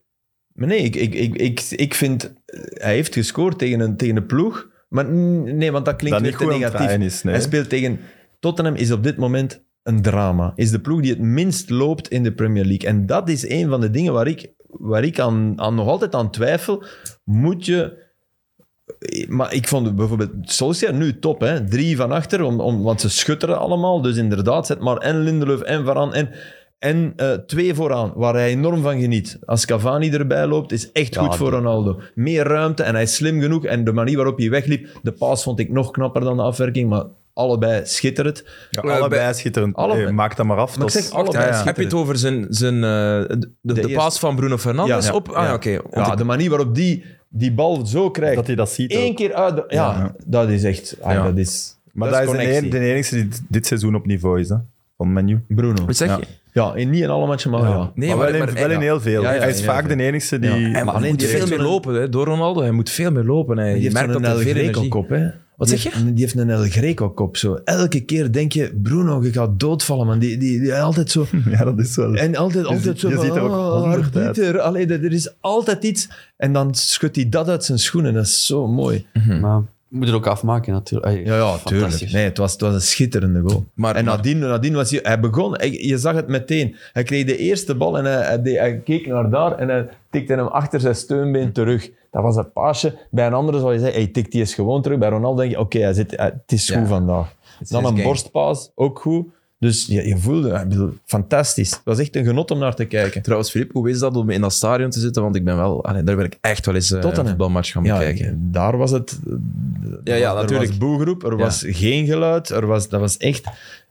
D: Maar nee, ik, ik, ik, ik, ik vind... eh, Hij heeft gescoord tegen een, tegen een ploeg. Maar n- nee, want dat klinkt
C: Dat niet
D: weer te
C: goed aan het
D: negatief.
C: draaien is, nee.
D: Hij speelt tegen... Tottenham is op dit moment een drama. Is de ploeg die het minst loopt in de Premier League. En dat is een van de dingen waar ik waar ik aan, aan, nog altijd aan twijfel, moet je... Maar ik vond bijvoorbeeld Solskjaer nu top. Hè? Drie van achter, om, om, want ze schutteren allemaal. Dus inderdaad, zet maar en Lindelöf en Varaan en, en eh, twee vooraan, waar hij enorm van geniet. Als Cavani erbij loopt, is echt
B: Ja,
D: goed voor
B: dat-
D: Ronaldo. Meer ruimte en hij is slim genoeg. En de manier waarop hij wegliep, de paas vond ik nog knapper dan de afwerking. Maar allebei schitterend.
C: Ja,
A: Eh, bij-
C: allebei schitterend.
D: Allebei.
C: Eh, maak dat maar af.
D: Maar ik
C: dat
D: zeg
C: is-
D: allebei
C: Ja, ja.
A: Heb je het over zijn, zijn, eh, de, de,
D: eerste-
A: paas van Bruno Fernandes?
D: Ja, ja,
A: op, ah ja,
D: ja.
A: oké. Want
D: Ja,
A: ik-
D: de manier waarop die die bal zo krijgt.
C: Dat hij dat ziet. ook.
D: Eén keer uit. de- ja,
C: Ja.
D: dat is echt. ah,
A: Ja.
D: Dat is,
C: Maar dat is, de,
D: connectie.
C: enige, de enige die dit- dit seizoen op niveau is, hè, van menu.
D: Bruno.
A: Wat zeg
C: Ja.
A: je?
D: Ja, in niet in alle matchen, maar ja.
A: Nee,
C: maar, wel,
A: maar-
C: in,
A: maar-
C: wel in
A: ja.
C: heel veel.
D: Ja, ja,
C: hij is
D: in
C: vaak
D: heel
C: de enige die...
D: Ja.
A: Hij
C: Maar
A: moet
D: die
A: veel
D: heeft
A: meer
D: zo'n-
A: lopen hè, door Ronaldo. Hij moet veel meer lopen. Hè.
D: Die
A: Je
D: heeft
A: merkt
D: zo'n
A: dat hij
D: El
A: veel energie...
D: Greco-kop, hè.
A: Wat
D: Die
A: zeg je?
D: heeft- Die heeft een El Greco-kop, zo. Elke keer denk je, Bruno, je gaat doodvallen, man. Die, die, die altijd
C: <laughs>
D: zo...
C: <laughs> ja, dat is wel...
D: En altijd, altijd
C: ziet-
D: zo
C: je
D: van,
C: ziet er ook
D: ah,
C: honderd uit.
D: arbiter. Allee, dat- er is altijd iets. En dan schudt hij dat uit zijn schoenen. Dat is zo mooi.
B: Maar je moet het ook afmaken natuurlijk. Ey,
D: Ja, ja,
B: fantastisch.
D: tuurlijk. Nee, het was, het was een schitterende goal.
A: Maar-
D: en
A: maar-
D: nadien, nadien was hij... Hij begon, hij- je zag het meteen. Hij kreeg de eerste bal en hij, hij, deed- hij keek naar daar en hij tikte hem achter zijn steunbeen terug. Dat was het paasje. Bij een andere zou je zeggen, hij tikt die eens gewoon terug. Bij Ronaldo denk je, oké, hij zit, hij- het is
A: Ja.
D: goed vandaag.
A: is
D: Dan
A: his
D: een
A: game.
D: borstpaas, ook goed. Dus je, je voelde, ik bedoel, fantastisch. Het was echt een genot om naar te kijken.
A: Trouwens, Filip, hoe is dat om in dat stadion te zitten? Want ik ben wel... allee, daar ben ik echt wel eens eh,
D: Tottenham.
A: een voetbalmatch gaan
D: Ja,
A: bekijken.
D: daar was het.
A: Ja,
D: er
A: ja,
D: was-
A: natuurlijk.
D: Er was boegroep, er
A: Ja.
D: was geen geluid, er was, dat was echt.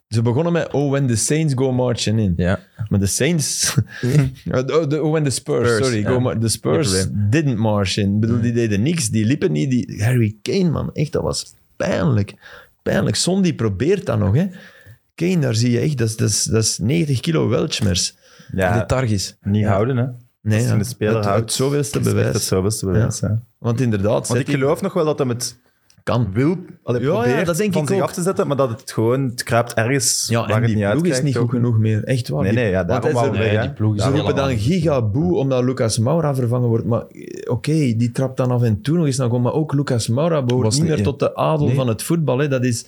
D: Ze begonnen met Oh, when the Saints go marching in.
A: Ja.
D: Maar de Saints.
C: <laughs>
D: oh, de- oh, when the Spurs,
A: Spurs,
D: sorry.
A: ja.
D: Go mar- the
A: Geen
D: Spurs didn't march in. Ik bedoel,
C: Mm.
D: die deden niks, die liepen niet. Die, Harry Kane, man, echt, dat was pijnlijk. Pijnlijk. Son die probeert dat nog, hè. Kane, daar zie je echt, dat is, dat is, dat is 90 kilo weltschmers.
C: Ja,
A: Lethargisch.
C: niet houden, hè.
D: Nee,
C: Als je
D: ja.
C: een speler
D: het,
C: houdt,
D: het zoveelste
C: is echt
D: bewijs.
C: Het zoveelste bewijs, hè.
D: Want inderdaad,
C: Want ik
D: City
C: geloof nog wel dat hij het
D: kan.
C: wil, allee,
D: Ja, ja,
C: probeert
D: dat denk
C: van
D: ik
C: zich
D: ook.
C: af te zetten, maar dat het gewoon, het kruipt ergens
D: Ja,
C: waar
D: en
C: het niet
D: die ploeg is
C: uitkijkt,
D: niet
C: ook.
D: goed genoeg meer. Echt waar.
C: Nee,
D: Die-
C: nee, ja,
D: want
C: daarom
D: hij-
C: wou
D: ze,
C: ik-
B: Nee,
C: Ja.
B: die ploeg is
D: ze roepen
B: helemaal-
D: dan gigaboe omdat Lucas Moura vervangen wordt. Maar eh, oké, die trapt dan af en toe nog eens naar goal. Maar ook Lucas Moura behoort
A: Was
D: niet
A: niet-
D: meer tot de adel
A: Nee.
D: van het voetbal. Hè. Dat is...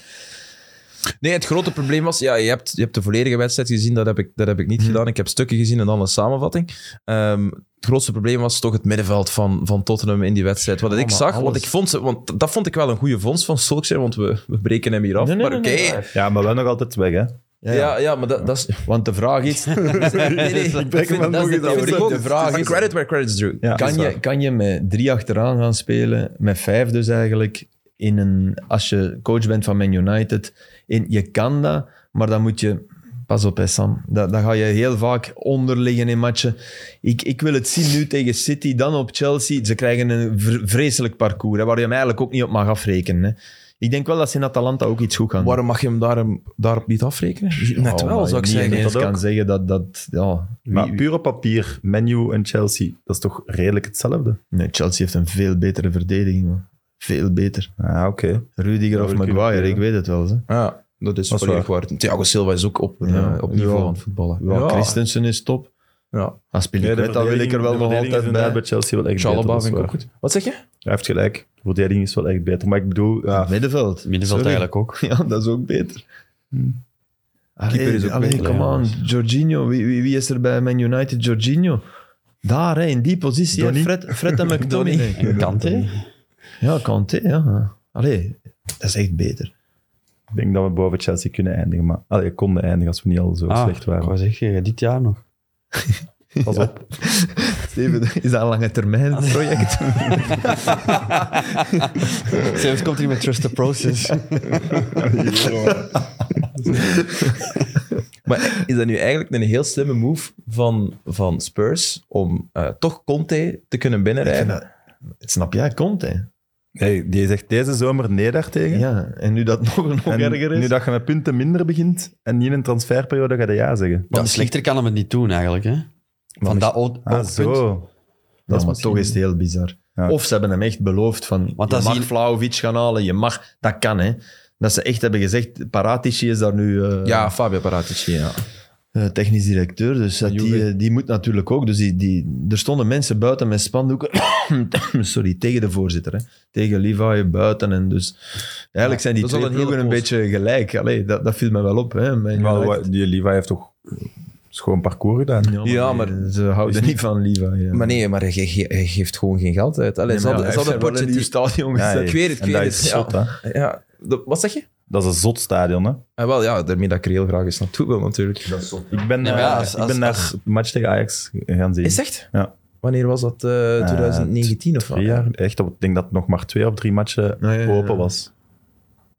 A: Nee, het grote probleem was... Ja, je hebt, je hebt de volledige wedstrijd gezien. Dat heb ik, dat heb ik niet gedaan. Ik heb stukken gezien en dan een samenvatting. Ehm, het grootste probleem was toch het middenveld van, van Tottenham in die wedstrijd. Wat
D: Ja,
A: ik
D: maar
A: zag, want,
D: alles.
A: ik vond, ze- want dat vond ik wel een goede vondst van Solskjaer, want we, we breken hem hier af.
D: Nee, nee,
A: maar oké.
D: nee, nee.
C: Ja, maar wel nog altijd weg, hè.
A: ja, ja. maar dat, dat is...
D: Want de vraag is,
A: Nee, nee,
C: Ik brek hem wel
A: dat
C: nog
A: is de
C: eens af.
A: theorie.
C: Dat is
A: De vraag is... Credit where credit's due.
C: Ja, dat
D: kan,
C: is
D: je,
C: waar.
D: kan je met drie achteraan gaan spelen, met vijf dus eigenlijk, in een, als je coach bent van Man United? In, je kan dat, maar dan moet je... Pas op, hè, Sam. Dat, dat ga je heel vaak onderliggen in matchen. Ik, ik wil het zien nu tegen City, dan op Chelsea. Ze krijgen een vr- vreselijk parcours, hè, waar je hem eigenlijk ook niet op mag afrekenen. Hè. Ik denk wel dat ze in Atalanta ook iets goed gaan doen.
A: Waarom mag je hem daarom, daarop niet afrekenen? Oh, Net
D: Ja,
A: wel, zou ik
D: omdat je niet
A: zeggen.
D: ineens
C: Dat ook.
D: kan zeggen dat... dat ja, wie-
C: Maar puur op papier, Menu en Chelsea, dat is toch redelijk hetzelfde?
D: nee, Chelsea heeft een veel betere verdediging. man. Veel beter.
C: Ah, oké.
D: Rudiger of
C: Zou ik
D: Maguire,
C: kunnen.
D: ik weet het wel. Hè.
A: Ja, dat is
C: Dat is
A: volledig waar. Thiago Silva is ook op,
D: Ja.
A: eh, op niveau
D: Ja.
A: aan het voetballen.
D: Ja, Christensen is top.
A: Ja.
D: Als Spilicueta
C: dat
D: wil ik er wel nog altijd bij.
C: bij Chelsea wel echt beter,
A: Chalaba
C: dat is
A: vind ik ook
C: waar.
A: goed. Wat zeg je?
C: Hij heeft gelijk. De verdediging is wel echt beter. Maar ik bedoel, ja,
D: Middenveld.
B: Middenveld
D: Sorry.
B: eigenlijk ook.
D: <laughs> Ja, dat is ook beter. Allee,
A: Keeper is ook
D: allee,
A: beter,
D: come
B: ja.
D: on. Jorginho, wie, wie, wie is er bij Man United? Jorginho. Daar, hè, in die positie. hè,
C: Donny.
D: Fred, Fred en McTominay.
B: <laughs> En Kante.
D: Ja, Kanté, ja. Allee, dat is echt beter.
C: ik denk dat we boven Chelsea kunnen eindigen. Maar allee, konden eindigen als we niet al zo
B: Ah,
C: slecht waren.
B: Ik wou zeggen, dit jaar nog.
C: Pas op.
D: Steven, <laughs> is dat een lange termijn project?
B: Zelfs komt hier met Trust the Process.
A: Maar is dat nu eigenlijk een heel slimme move van, van Spurs om eh, toch Conte te kunnen
D: Ik vind
A: binnenrijden?
D: dat- Snap jij, komt hè?
C: Hey, die zegt deze zomer nee daartegen.
D: Ja, en nu dat nog, nog
C: En
D: erger is.
C: nu dat je met punten minder begint en niet in een transferperiode, ga je ja zeggen.
B: Want slechter kan hem het niet doen eigenlijk. Hè? Van dat o-
C: Ah,
B: oogpunt.
C: zo.
D: Ja,
C: is
D: maar
C: misschien-
D: toch is het heel bizar.
C: Ja.
D: Of ze hebben hem echt beloofd van,
B: Want
D: je
B: dat
D: mag
B: zie je-
D: Vlahovic gaan halen, je mag... Dat kan, hè. Dat ze echt hebben gezegd, Paratici is daar nu eh,
A: Ja, Fabio Paratici, ja.
D: eh, technisch directeur, dus dat die,
A: Juve.
D: eh, die moet natuurlijk ook. Dus die, die, er stonden mensen buiten met spandoeken, <coughs> sorry, tegen de voorzitter, hè. tegen Levi buiten. En dus eigenlijk zijn die
A: dat is al
D: twee
A: een hele
D: ploegen een
A: post.
D: beetje gelijk. Allee, dat, dat viel me wel op. Hè. Man
C: Wel,
D: United.
C: wat- die Levi heeft toch is gewoon parcours gedaan.
A: Ja,
D: maar eh,
A: maar-
D: ze houden niet van Levi. Ja.
A: Maar nee, maar hij, ge- hij geeft gewoon geen geld uit. Allee,
D: Nee,
A: ze
D: maar
A: hadden,
D: ja,
A: ze hadden
D: hij heeft wel een nieuw
A: Pochettino-
D: stadion
C: Ja,
D: gezet.
A: ik weet het,
C: en
A: ik
C: dat
A: weet
C: is
A: het,
C: zot, hè.
A: Ja, de- wat zeg je?
C: Dat is een zot stadion, hè.
A: Ah, wel, ja, daarmee dat ik er heel graag eens naartoe wil natuurlijk.
C: Ik ben,
B: Nee, maar ja,
C: eh,
B: als-
C: ik ben
B: als-
C: naar
B: als-
C: de match tegen Ajax gaan zien.
A: Is het echt?
C: Ja.
A: Wanneer was dat? eh, 2019 of wat?
C: Drie jaar. Echt, op- ik denk dat het nog maar twee of drie matchen
D: ja, ja, ja.
C: open was.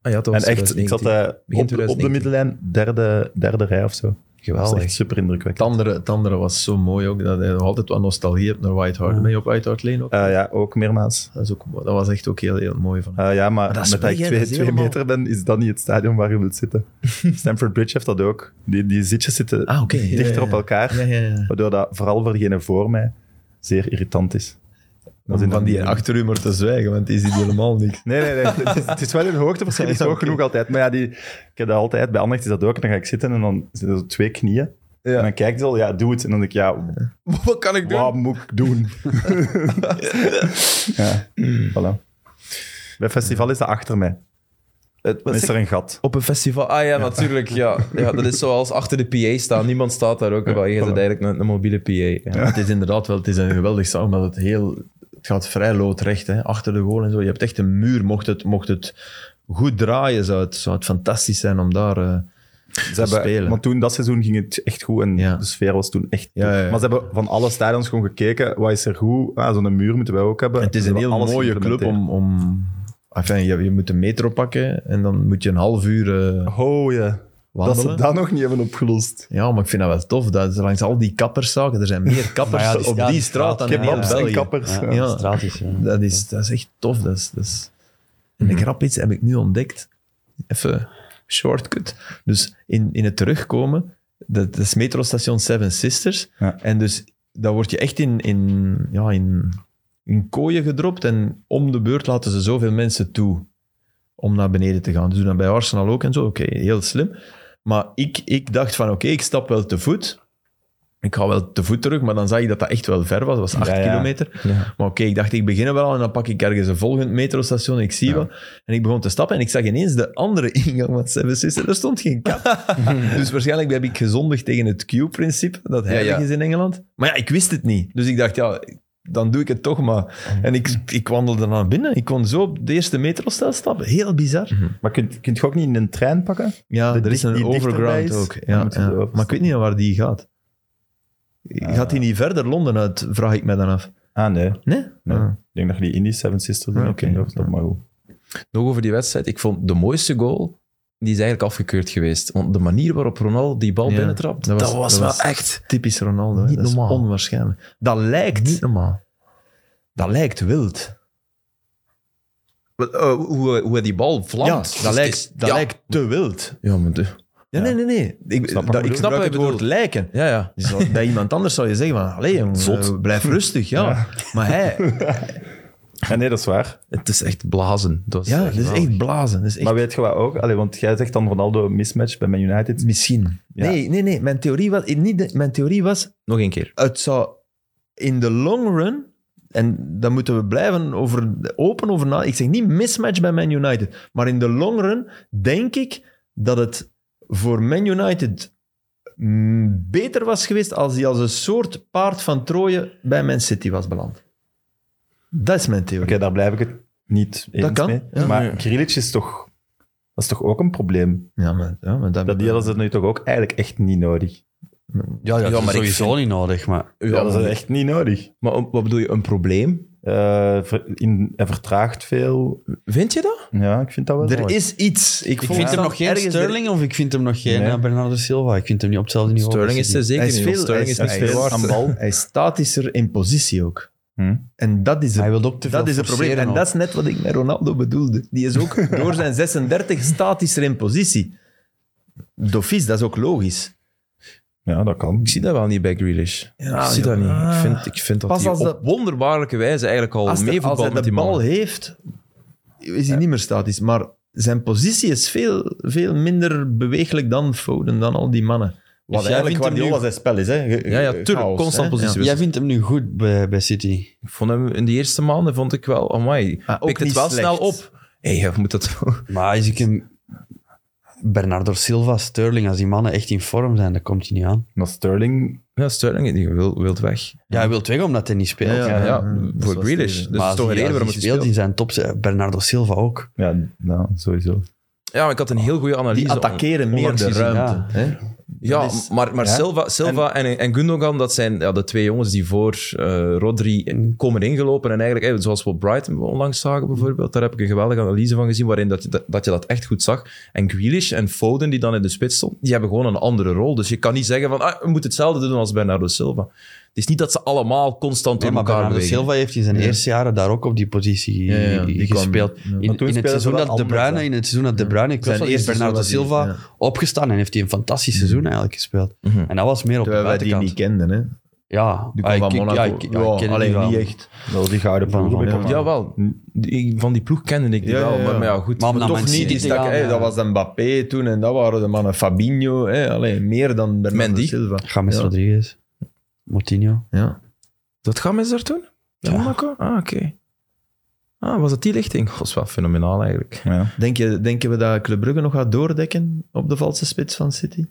A: Ah, ja, dat
C: En
A: was
C: echt, ik zat
A: 2019.
C: eh,
A: Begin
C: op, op de
A: 2019.
C: middellijn, derde, derde rij of zo. Dat is
A: Geweldig.
C: echt super
D: Het
C: indrukwekkend.
D: andere, het andere was zo mooi ook, dat je nog altijd wat nostalgie hebt naar White Hart. Ben je op White Hart Lane ook?
C: Eh, ja, ook meermaals.
D: Dat, is ook mooi. dat was echt ook heel, heel mooi van.
C: Eh, ja, maar,
A: dat
C: met
A: is
C: dat ik
A: weg, hè,
C: twee,
A: dat is
C: twee
A: helemaal-
C: meter ben, is dat niet het stadion waar je wilt
D: <laughs>
C: zitten. Stamford Bridge heeft dat ook. Die, die zitjes zitten
D: Ah, oké. Ja,
C: dichter
D: ja, ja.
C: op elkaar,
D: ja, ja, ja.
C: waardoor dat vooral voor degene voor mij zeer irritant is.
D: Om
C: is in
D: van
C: een-
D: die achterumer te zwijgen, want die ziet helemaal niks.
C: Nee, nee, nee. Het is, het is wel een
D: <laughs>
C: hoogteverschil, het is hoog genoeg altijd. Maar ja, die, ik heb dat altijd, bij Anderlecht is dat ook. En dan ga ik zitten en dan zitten er zo twee knieën. En dan kijkt hij al, ja, doe het. En dan denk ik, ja,
A: <laughs> Wat kan ik doen?
C: wat moet
A: <laughs>
C: ik doen? ja, voilà. Bij festival is dat achter mij.
A: Het-
C: Dan
A: wat
C: is
A: zeg-
C: er een gat.
A: Op een festival? Ah ja, natuurlijk. Ja. Ja, dat is zoals achter de PA staan. Niemand staat daar ook. wel. je zit eigenlijk een, een mobiele PA. Ja.
D: Het is inderdaad wel, het is een geweldig sound, maar het, heel, het gaat vrij loodrecht, hè, achter de goal en zo. Je hebt echt een muur, mocht het, mocht het goed draaien, zou het, zou het fantastisch zijn om daar... eh,
C: Ze hebben,
D: spelen.
C: Want toen, dat seizoen ging het echt goed en
D: Ja.
C: de sfeer was toen echt
D: Ja,
C: top.
D: ja, ja.
C: Maar ze hebben van alle stadions gewoon gekeken, wat is er goed? Ah, Zo'n muur moeten wij ook hebben.
D: Het is
C: Ze
D: een
C: hebben
D: heel
C: alles
D: mooie club
C: geïmplementeerd.
D: om... om enfin, je, je moet de metro pakken en dan moet je een half uur eh,
C: Oh ja, dat
D: wandelen.
C: ze dat nog niet hebben opgelost.
D: Ja, maar ik vind dat wel tof. Dat ze langs al die kapperszaken, er
B: <laughs>
D: zijn meer kappers
B: Maar ja, die
D: op
B: straat-
D: die
B: die
D: straat dan
B: straat-
D: in heel
C: Kebabs en
D: België.
C: kappers.
B: Ja,
D: Ja.
B: straat is, ja.
D: Dat is, dat is echt tof. Dat is, dat is... En
B: Mhm.
D: de grap iets heb ik nu ontdekt. Even shortcut. Dus in, in het terugkomen, dat, dat is metrostation Seven Sisters.
C: Ja.
D: En dus daar word je echt in, in, ja, in, in kooien gedropt. En om de beurt laten ze zoveel mensen toe om naar beneden te gaan. Dus doen dat bij Arsenal ook en zo. Oké, heel slim. Maar ik, ik dacht van, oké, ik stap wel te voet. Ik ga wel te voet terug, maar dan zag ik dat dat echt wel ver was. Dat was acht
C: Ja, ja.
D: kilometer.
A: Ja.
D: Maar oké, ik dacht, ik begin er wel aan en dan pak ik ergens een volgend metrostation. Ik zie wel. En ik begon te stappen en ik zag ineens de andere <laughs> ingang van Seven Sisters. Er stond geen
C: <laughs>
D: kat. dus waarschijnlijk heb ik gezondigd tegen het Q-principe, dat heilig
A: ja.
D: is in Engeland. Maar ja, ik wist het niet. Dus ik dacht, ja, dan doe ik het toch maar.
C: Mhm.
D: En ik, ik wandelde naar binnen. Ik kon zo op de eerste metrostel stappen. Heel bizar.
C: Maar kunt, kunt je ook niet in een trein pakken?
D: Ja,
C: Mhm. De
D: er is
C: dicht-
D: een
C: die
D: overground
C: dichterbij
D: ook.
C: is, dan
D: Ja,
C: moet je
D: ja.
C: zo overstappen.
D: Maar ik weet niet waar die gaat. Gaat die niet verder Londen uit, vraag ik me dan af.
C: Ah, nee.
D: Nee?
C: Nee.
D: Ah.
C: Ik denk dat je die Indie Seven Sisters
D: Ah,
C: doen.
D: oké.
C: Ik denk dat dat maar goed.
A: Nog over die wedstrijd. Ik vond de mooiste goal, die is eigenlijk afgekeurd geweest. Want de manier waarop Ronaldo die bal
D: Ja,
A: binnentrapt,
D: dat
A: dat
D: was-
A: was,
D: dat
A: wel
D: was-
A: echt
D: Typisch Ronaldo. hè.
A: Niet
D: dat is
A: normaal.
D: onwaarschijnlijk. Dat lijkt,
A: niet normaal.
D: dat lijkt wild.
A: Wel, eh, hoe, hoe hij die bal vlamt.
D: Ja,
A: Dus
D: dat,
A: het
D: lijkt,
A: is-
D: dat
A: ja.
D: lijkt te wild.
A: Ja, maar de-
D: Ja,
C: Ja.
D: Nee, nee, nee. Ik dat-
C: Snap wat je
D: ik
A: bedoelt.
D: snap
A: Snap wat je
D: het woord
A: bedoelt.
D: lijken.
A: ja, ja.
D: Dus dat- bij iemand anders zou je zeggen van, allee jongen,
C: Zot.
D: eh, blijf rustig, ja. Maar hij,
C: Ah, nee, dat is waar.
A: Het is echt blazen. Dat is
D: ja,
A: echt
D: dat is
A: wel-
D: echt blazen. Dat is echt
C: Maar weet je wat ook? Allee, want jij zegt dan Ronaldo mismatch bij Man United.
D: misschien.
C: Ja.
D: Nee, nee, nee. Mijn theorie was, niet de- mijn theorie was
A: Nog één keer.
D: het zou in de long run, en daar moeten we blijven over, open over na. Ik zeg niet mismatch bij Man United, maar in de long run denk ik dat het voor Man United mm, beter was geweest als hij als een soort paard van Troje bij Man City was beland. Dat is mijn theorie.
C: Oké, daar blijf ik het niet eens
D: kan,
C: mee.
D: ja.
C: maar
A: Ja.
C: Grealish is toch... Dat is toch ook een probleem?
D: Ja, maar, ja, maar dat,
C: Dat die hadden ze nu toch ook eigenlijk echt niet nodig.
B: Ja,
A: Ja,
B: dat
A: maar
B: is
A: ik
B: sowieso
A: vind-
B: niet nodig, maar...
A: Ja,
C: Ja, dat is
A: maar-
C: echt niet nodig.
A: Maar om- wat bedoel je, een probleem?
C: Eh, ver- in, hij vertraagt veel.
A: Vind je dat?
C: Ja, ik vind dat wel
D: er
C: mooi.
D: is iets. Ik,
B: Ik
D: vond
B: vind
D: het
B: hem nog geen
D: ergens-
B: Sterling of ik vind hem nog geen
C: Nee.
B: eh, Bernardo Silva. Ik vind hem niet op hetzelfde niveau.
A: Sterling
B: als
A: is er
B: City.
A: zeker
D: Hij is
A: niet. want
D: veel-
A: Sterling
D: hij
A: is
D: is-
A: niks
C: hij
A: meer
C: is aan
A: waard.
C: bal.
D: Hij is statischer in positie ook.
C: Hm.
D: En dat is het
B: Hij wil ook te veel
D: Dat is het probleem.
B: forceren ook.
D: En dat is net wat ik met Ronaldo bedoelde. Die
B: <laughs>
D: is ook door zijn 36 statischer in positie. Dofies, dat is ook logisch.
C: Ja, dat kan.
A: Ik zie dat wel niet bij Grealish. Ah,
D: Ja,
A: ik zie dat
D: ja.
A: niet. Ik vind, ik vind dat
D: Pas
A: hij
D: als
A: op
D: dat-
A: wonderbaarlijke wijze eigenlijk al
D: Als, de, als hij
A: meevoetbalt met
D: de
A: die
D: bal
A: man.
D: heeft, is hij niet meer statisch. Maar zijn positie is veel, veel minder beweeglijk dan Foden, dan al die mannen. Wat
B: jij
D: eigenlijk
B: vindt hem
D: Guardiola
B: nu-
D: zijn spel is. Hè? Ge-
A: Ja, ja,
D: ge-
A: tuurlijk.
D: chaos,
A: constant
D: hè?
A: positie.
B: Jij vindt hem nu goed bij, bij City.
A: Ik vond hem in die eerste maanden vond ik wel, amai,
D: Ja. Maar ook
A: pikt het
D: niet
A: wel <laughs>
D: slecht.
A: snel op. Hé, je moet dat...
B: Maar als ik hem... Bernardo Silva, Sterling, als die mannen echt in vorm zijn, dan komt hij niet aan.
C: Maar Sterling,
A: Ja, Sterling die wil, wilt weg.
B: Ja, hij wil weg omdat hij niet speelt.
A: Ja, ja, voor Grealish.
D: Grealish.
A: Dus dat is toch een reden waarom het
B: hij
A: niet
B: speelt in
A: speelt.
B: zijn top. eh, Bernardo Silva ook.
C: ja, nou, sowieso.
A: Ja, maar ik had een heel goede analyse.
D: Die
A: on-
D: attackeren meer
A: onlangs
D: de
A: gezien.
D: ruimte. hè?
A: Ja,
C: Dat is-
A: maar, maar
C: ja.
A: Silva, Silva en, en, Gundogan, dat zijn ja, de twee jongens die voor eh, Rodri in- komen ingelopen. En eigenlijk, eh, zoals we op Brighton onlangs zagen bijvoorbeeld, daar heb ik een geweldige analyse van gezien, waarin dat, je dat, dat je dat echt goed zag. En Grealish en Foden, die dan in de spits stonden, die hebben gewoon een andere rol. Dus je kan niet zeggen van, ah, we moeten hetzelfde doen als Bernardo Silva. Het is niet dat ze allemaal constant
B: Ja,
A: door
B: maar
A: elkaar
B: Bernardo
A: bewegen.
B: Silva heeft in zijn eerste jaren daar ook op die positie
D: Ja, ja, die kwam-
B: gespeeld.
D: ja.
B: In,
D: Maar
C: toen
B: in, het
C: speelden ze
B: seizoen
C: wel
B: dat de
C: anders,
B: Bruyne,
C: hè.
B: in het seizoen dat de Bruyne kwam,
D: Zijn
B: is
D: eerste
B: Bernardo
D: seizoen
B: Silva
D: was die, Hmm.
B: opgestaan en heeft hij een fantastisch seizoen eigenlijk gespeeld.
A: Mhm.
B: En dat was meer op de
D: Terwijl wij die
B: buitenkant.
D: niet kenden. Hè?
B: Ja,
D: Die
B: ah,
D: kwam
B: ik-
D: van
B: ik- ja,
D: Monaco.
B: ik- ja, ik ken die
D: alleen
B: wel.
D: niet echt.
C: Wel die gouden
B: Van-
C: ploeg.
B: van-
C: heb ik
D: ja.
C: al.
A: Jawel, die- van die ploeg kende ik die
D: Ja,
A: wel.
D: ja, ja.
A: Maar, maar ja, goed.
B: Maar om naar
D: Toch
B: Man City
D: niet,
B: te
D: is dat,
B: gaan,
A: eh,
D: hè,
B: ja.
D: dat was dan Mbappé toen en dat waren de mannen Fabinho, hè, alleen meer dan Bernardo
A: Mendy.
D: Silva.
B: James
D: Ja.
B: Rodriguez, Moutinho.
D: Ja.
A: Dat Games daar toen? Ja.
B: Ja.
A: Monaco? Ah, oké. Ah, was dat die lichting? Dat is wel fenomenaal eigenlijk.
C: Ja.
D: Denk je, denken we dat Club Brugge nog gaat doordekken op de valse spits van City?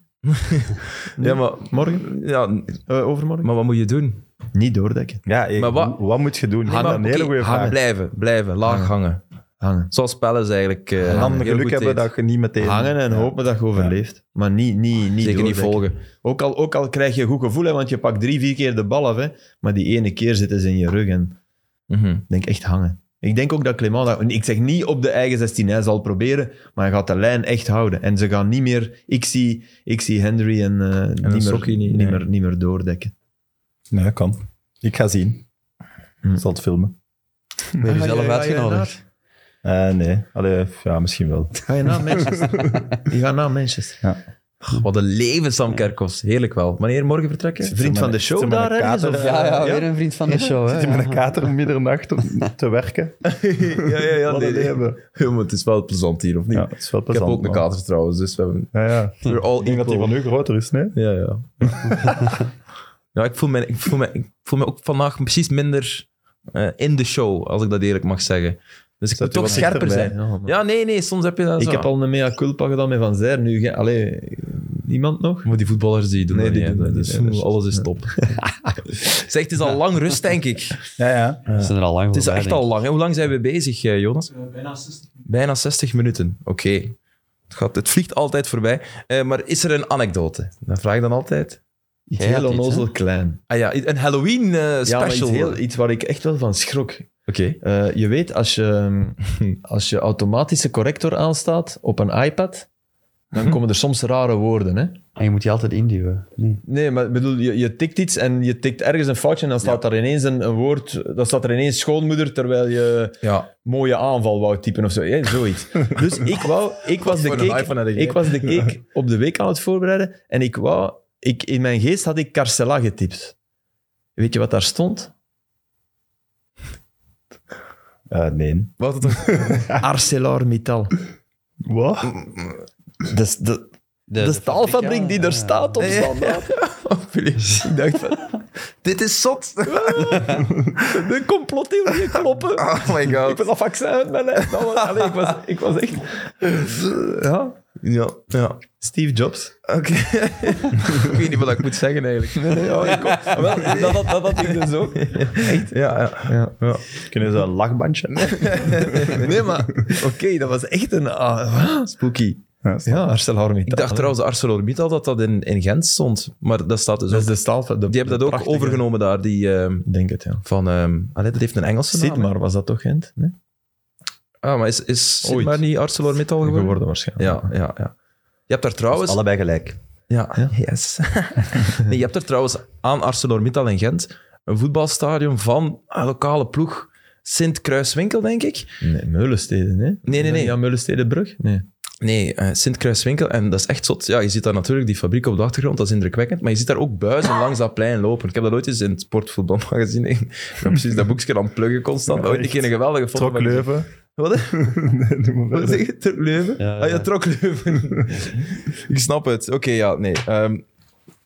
A: Ja, maar,
D: Morgen?
A: ja,
D: Eh, overmorgen?
A: maar wat moet je doen?
D: niet doordekken.
C: Ja, ik-
A: Maar wat-
C: wat moet je doen?
A: Nee, maar
C: dat is een hele
A: oké,
C: goede
A: hangen.
C: vraag.
A: Blijven, blijven, laag hangen.
D: Hangen. Hangen.
A: Zoals Palace eigenlijk. eh,
C: En dan
A: heel
C: geluk
A: goed
C: hebben
A: deed.
C: dat je niet meteen...
D: Hangen en
C: Ja.
D: hopen dat je overleeft. Maar niet, niet, niet
A: Zeker niet
D: doordekken.
A: volgen.
D: Ook al, ook al krijg je een goed gevoel, hè, want je pakt drie, vier keer de bal af. Hè, maar die ene keer zitten ze in je rug en
A: Mhm.
D: ik denk echt hangen. Ik denk ook dat Clement dat... Ik zeg niet op de eigen 16, hij zal proberen, maar hij gaat de lijn echt houden. En ze gaan niet meer... Ik zie, ik zie Henry en, eh,
A: dat
D: niet, meer,
A: Sokkie niet,
D: niet,
A: nee.
D: meer, niet meer doordekken.
C: Nee, kan. Ik ga zien.
D: Hm.
C: Ik zal het filmen.
B: <laughs> Ben je
D: Ah, ja,
B: zelf
D: ja, ja,
B: uitgenodigd?
C: Eh, nee, Allee, ja,
A: <laughs>
C: misschien wel.
D: Ga je
B: <laughs>
D: naar Manchester? Die gaat naar Manchester.
A: Goh, Wat een leven, Sam Kerkhoffs. Heerlijk wel. Wanneer morgen vertrekken?
D: Vriend
C: met-
D: van de
C: zit
D: show
C: er met
D: daar
C: een
D: ergens?
C: kater,
D: of-
C: ja,
B: een vriend van de show.
C: Zit je met een kater om middernacht om te werken?
A: <laughs> ja, ja, ja.
C: Wat een leven.
A: Ja, maar het is wel plezant hier, of niet?
C: Ja, het is wel
A: ik heb
C: plezant,
A: ook een
C: man.
A: kater trouwens, dus we hebben...
C: Ja, ja.
A: We're all
C: Ik denk dat die
A: equal.
C: van u groter is, nee?
A: Ja, <laughs> ja. ja Nou, ik, voel me, ik, voel me, ik voel me ook vandaag precies minder eh, in de show, als ik dat eerlijk mag zeggen. Dus ik
C: Zet
A: moet
C: u
A: toch
C: wat
A: scherper
C: dichterbij.
A: zijn.
D: Ja, man.
A: Ja, nee, nee, soms heb je dat
D: Ik
A: zo.
D: heb al een mea culpa gedaan met Van Zijr nu. ge- Allee, niemand nog?
A: Maar die voetballers die doen
D: Nee,
A: dat
D: die
A: niet,
D: doen
A: hè.
D: dat
A: Dus
D: niet, nee, dat is-
A: alles is top. <laughs> zeg, het is al lang rust, denk ik.
C: Ja, ja.
B: Ze zijn er al lang
A: Het is
B: voorbij,
A: echt
B: denk
A: al
B: ik.
A: lang. hè. Hoe lang zijn we bezig, eh, Jonas?
E: bijna 60 minuten.
A: Bijna 60 minuten. Oké. Het, gaat- het vliegt altijd voorbij. Eh, maar is er een anekdote? Dat vraag ik dan altijd.
D: Iets
B: Jij had
D: heel
B: iets,
D: onnozel klein.
A: Ah ja, een Halloween eh,
D: Ja, maar iets,
A: special.
D: heel,
A: Oké.
D: iets waar ik echt wel van schrok. Eh, je weet, als je, <laughs> als je automatische corrector aanstaat op een iPad, dan komen er soms rare woorden. Hè?
B: En je moet die altijd induwen. Nee.
D: Nee, maar ik bedoel, je, je tikt iets en je tikt ergens een foutje en dan staat daar ineens een, een woord, dan staat er ineens schoonmoeder terwijl je
A: Ja.
D: mooie aanval wou typen of zo. hè, zoiets. <laughs> Dus ik, wou, ik, was de
A: Voor een
D: cake,
A: iPhone had ik,
D: ik
A: hè?
D: was de cake op de week aan het voorbereiden en ik wou, ik, in mijn geest had ik Carcela getipt. Weet je wat daar stond?
C: Eh, nee.
A: Wat het toch?
D: ArcelorMittal.
C: Wat?
D: Dat is de,
B: De,
D: dat is eh, de taalfabriek die er staat op
A: Nee.
D: <laughs> standaard.
A: Ik dacht van, dit is zot. <laughs>
D: De complottheorieën kloppen.
A: Oh my
D: Ik ben al vaccin uit mijn lijf. Nou, allee, ik, was, ik was echt... Ja,
A: Ja, ja.
D: Steve Jobs.
A: Oké. <laughs> ik weet niet wat ik moet zeggen eigenlijk.
D: Wel, dat, dat,
B: <laughs>
D: dat had ik dus ook.
A: Ja, ja.
C: Kunnen ze een lachbandje?
D: Nee, maar oké, dat was echt een... ah,
A: Spooky.
C: Ja, snap.
D: Ja, ArcelorMittal.
A: Ik dacht trouwens, ArcelorMittal, dat dat in, in Gent stond. Maar dat staat dus
D: Dat
A: ook.
D: is de staalfabriek.
A: Die hebben dat ook overgenomen daar, die ehm,
D: Ik denk het, ja.
A: van... ehm allee, dat heeft een Engelse naam. hè?
D: maar was dat toch Gent? Nee?
A: Ah, maar is, is
D: Ooit.
A: maar niet ArcelorMittal geworden?
D: Geworden waarschijnlijk.
A: Ja, ja, ja. Je hebt daar
C: Dus
A: trouwens...
C: allebei gelijk.
A: Ja, yes. <laughs> nee, je hebt er trouwens aan ArcelorMittal in Gent een voetbalstadion van een lokale ploeg Sint-Kruiswinkel, denk ik.
D: Nee, Meulensteden, hè?
A: nee, nee.
D: Ja, Meulenstedenbrug? Nee.
A: Nee, eh, Sint-Kruiswinkel. En dat is echt zot. Ja, je ziet daar natuurlijk die fabriek op de achtergrond, dat is indrukwekkend. Maar je ziet daar ook buizen langs dat plein lopen. Ik heb dat ooit eens in het <laughs> sportvoetbalmagazine. Ik ben precies dat boekje aan het pluggen constant. Maar ooit een keer een geweldige foto.
C: Trok
A: van gezien.
C: Leuven.
A: Wat?
C: Nee, doe maar
A: Wat
C: verder.
A: zeg je? Trokleuven?
B: Ja,
A: Ah ja,
B: ja.
A: Trokleuven. ik snap het. Oké, ja, nee. Ehm,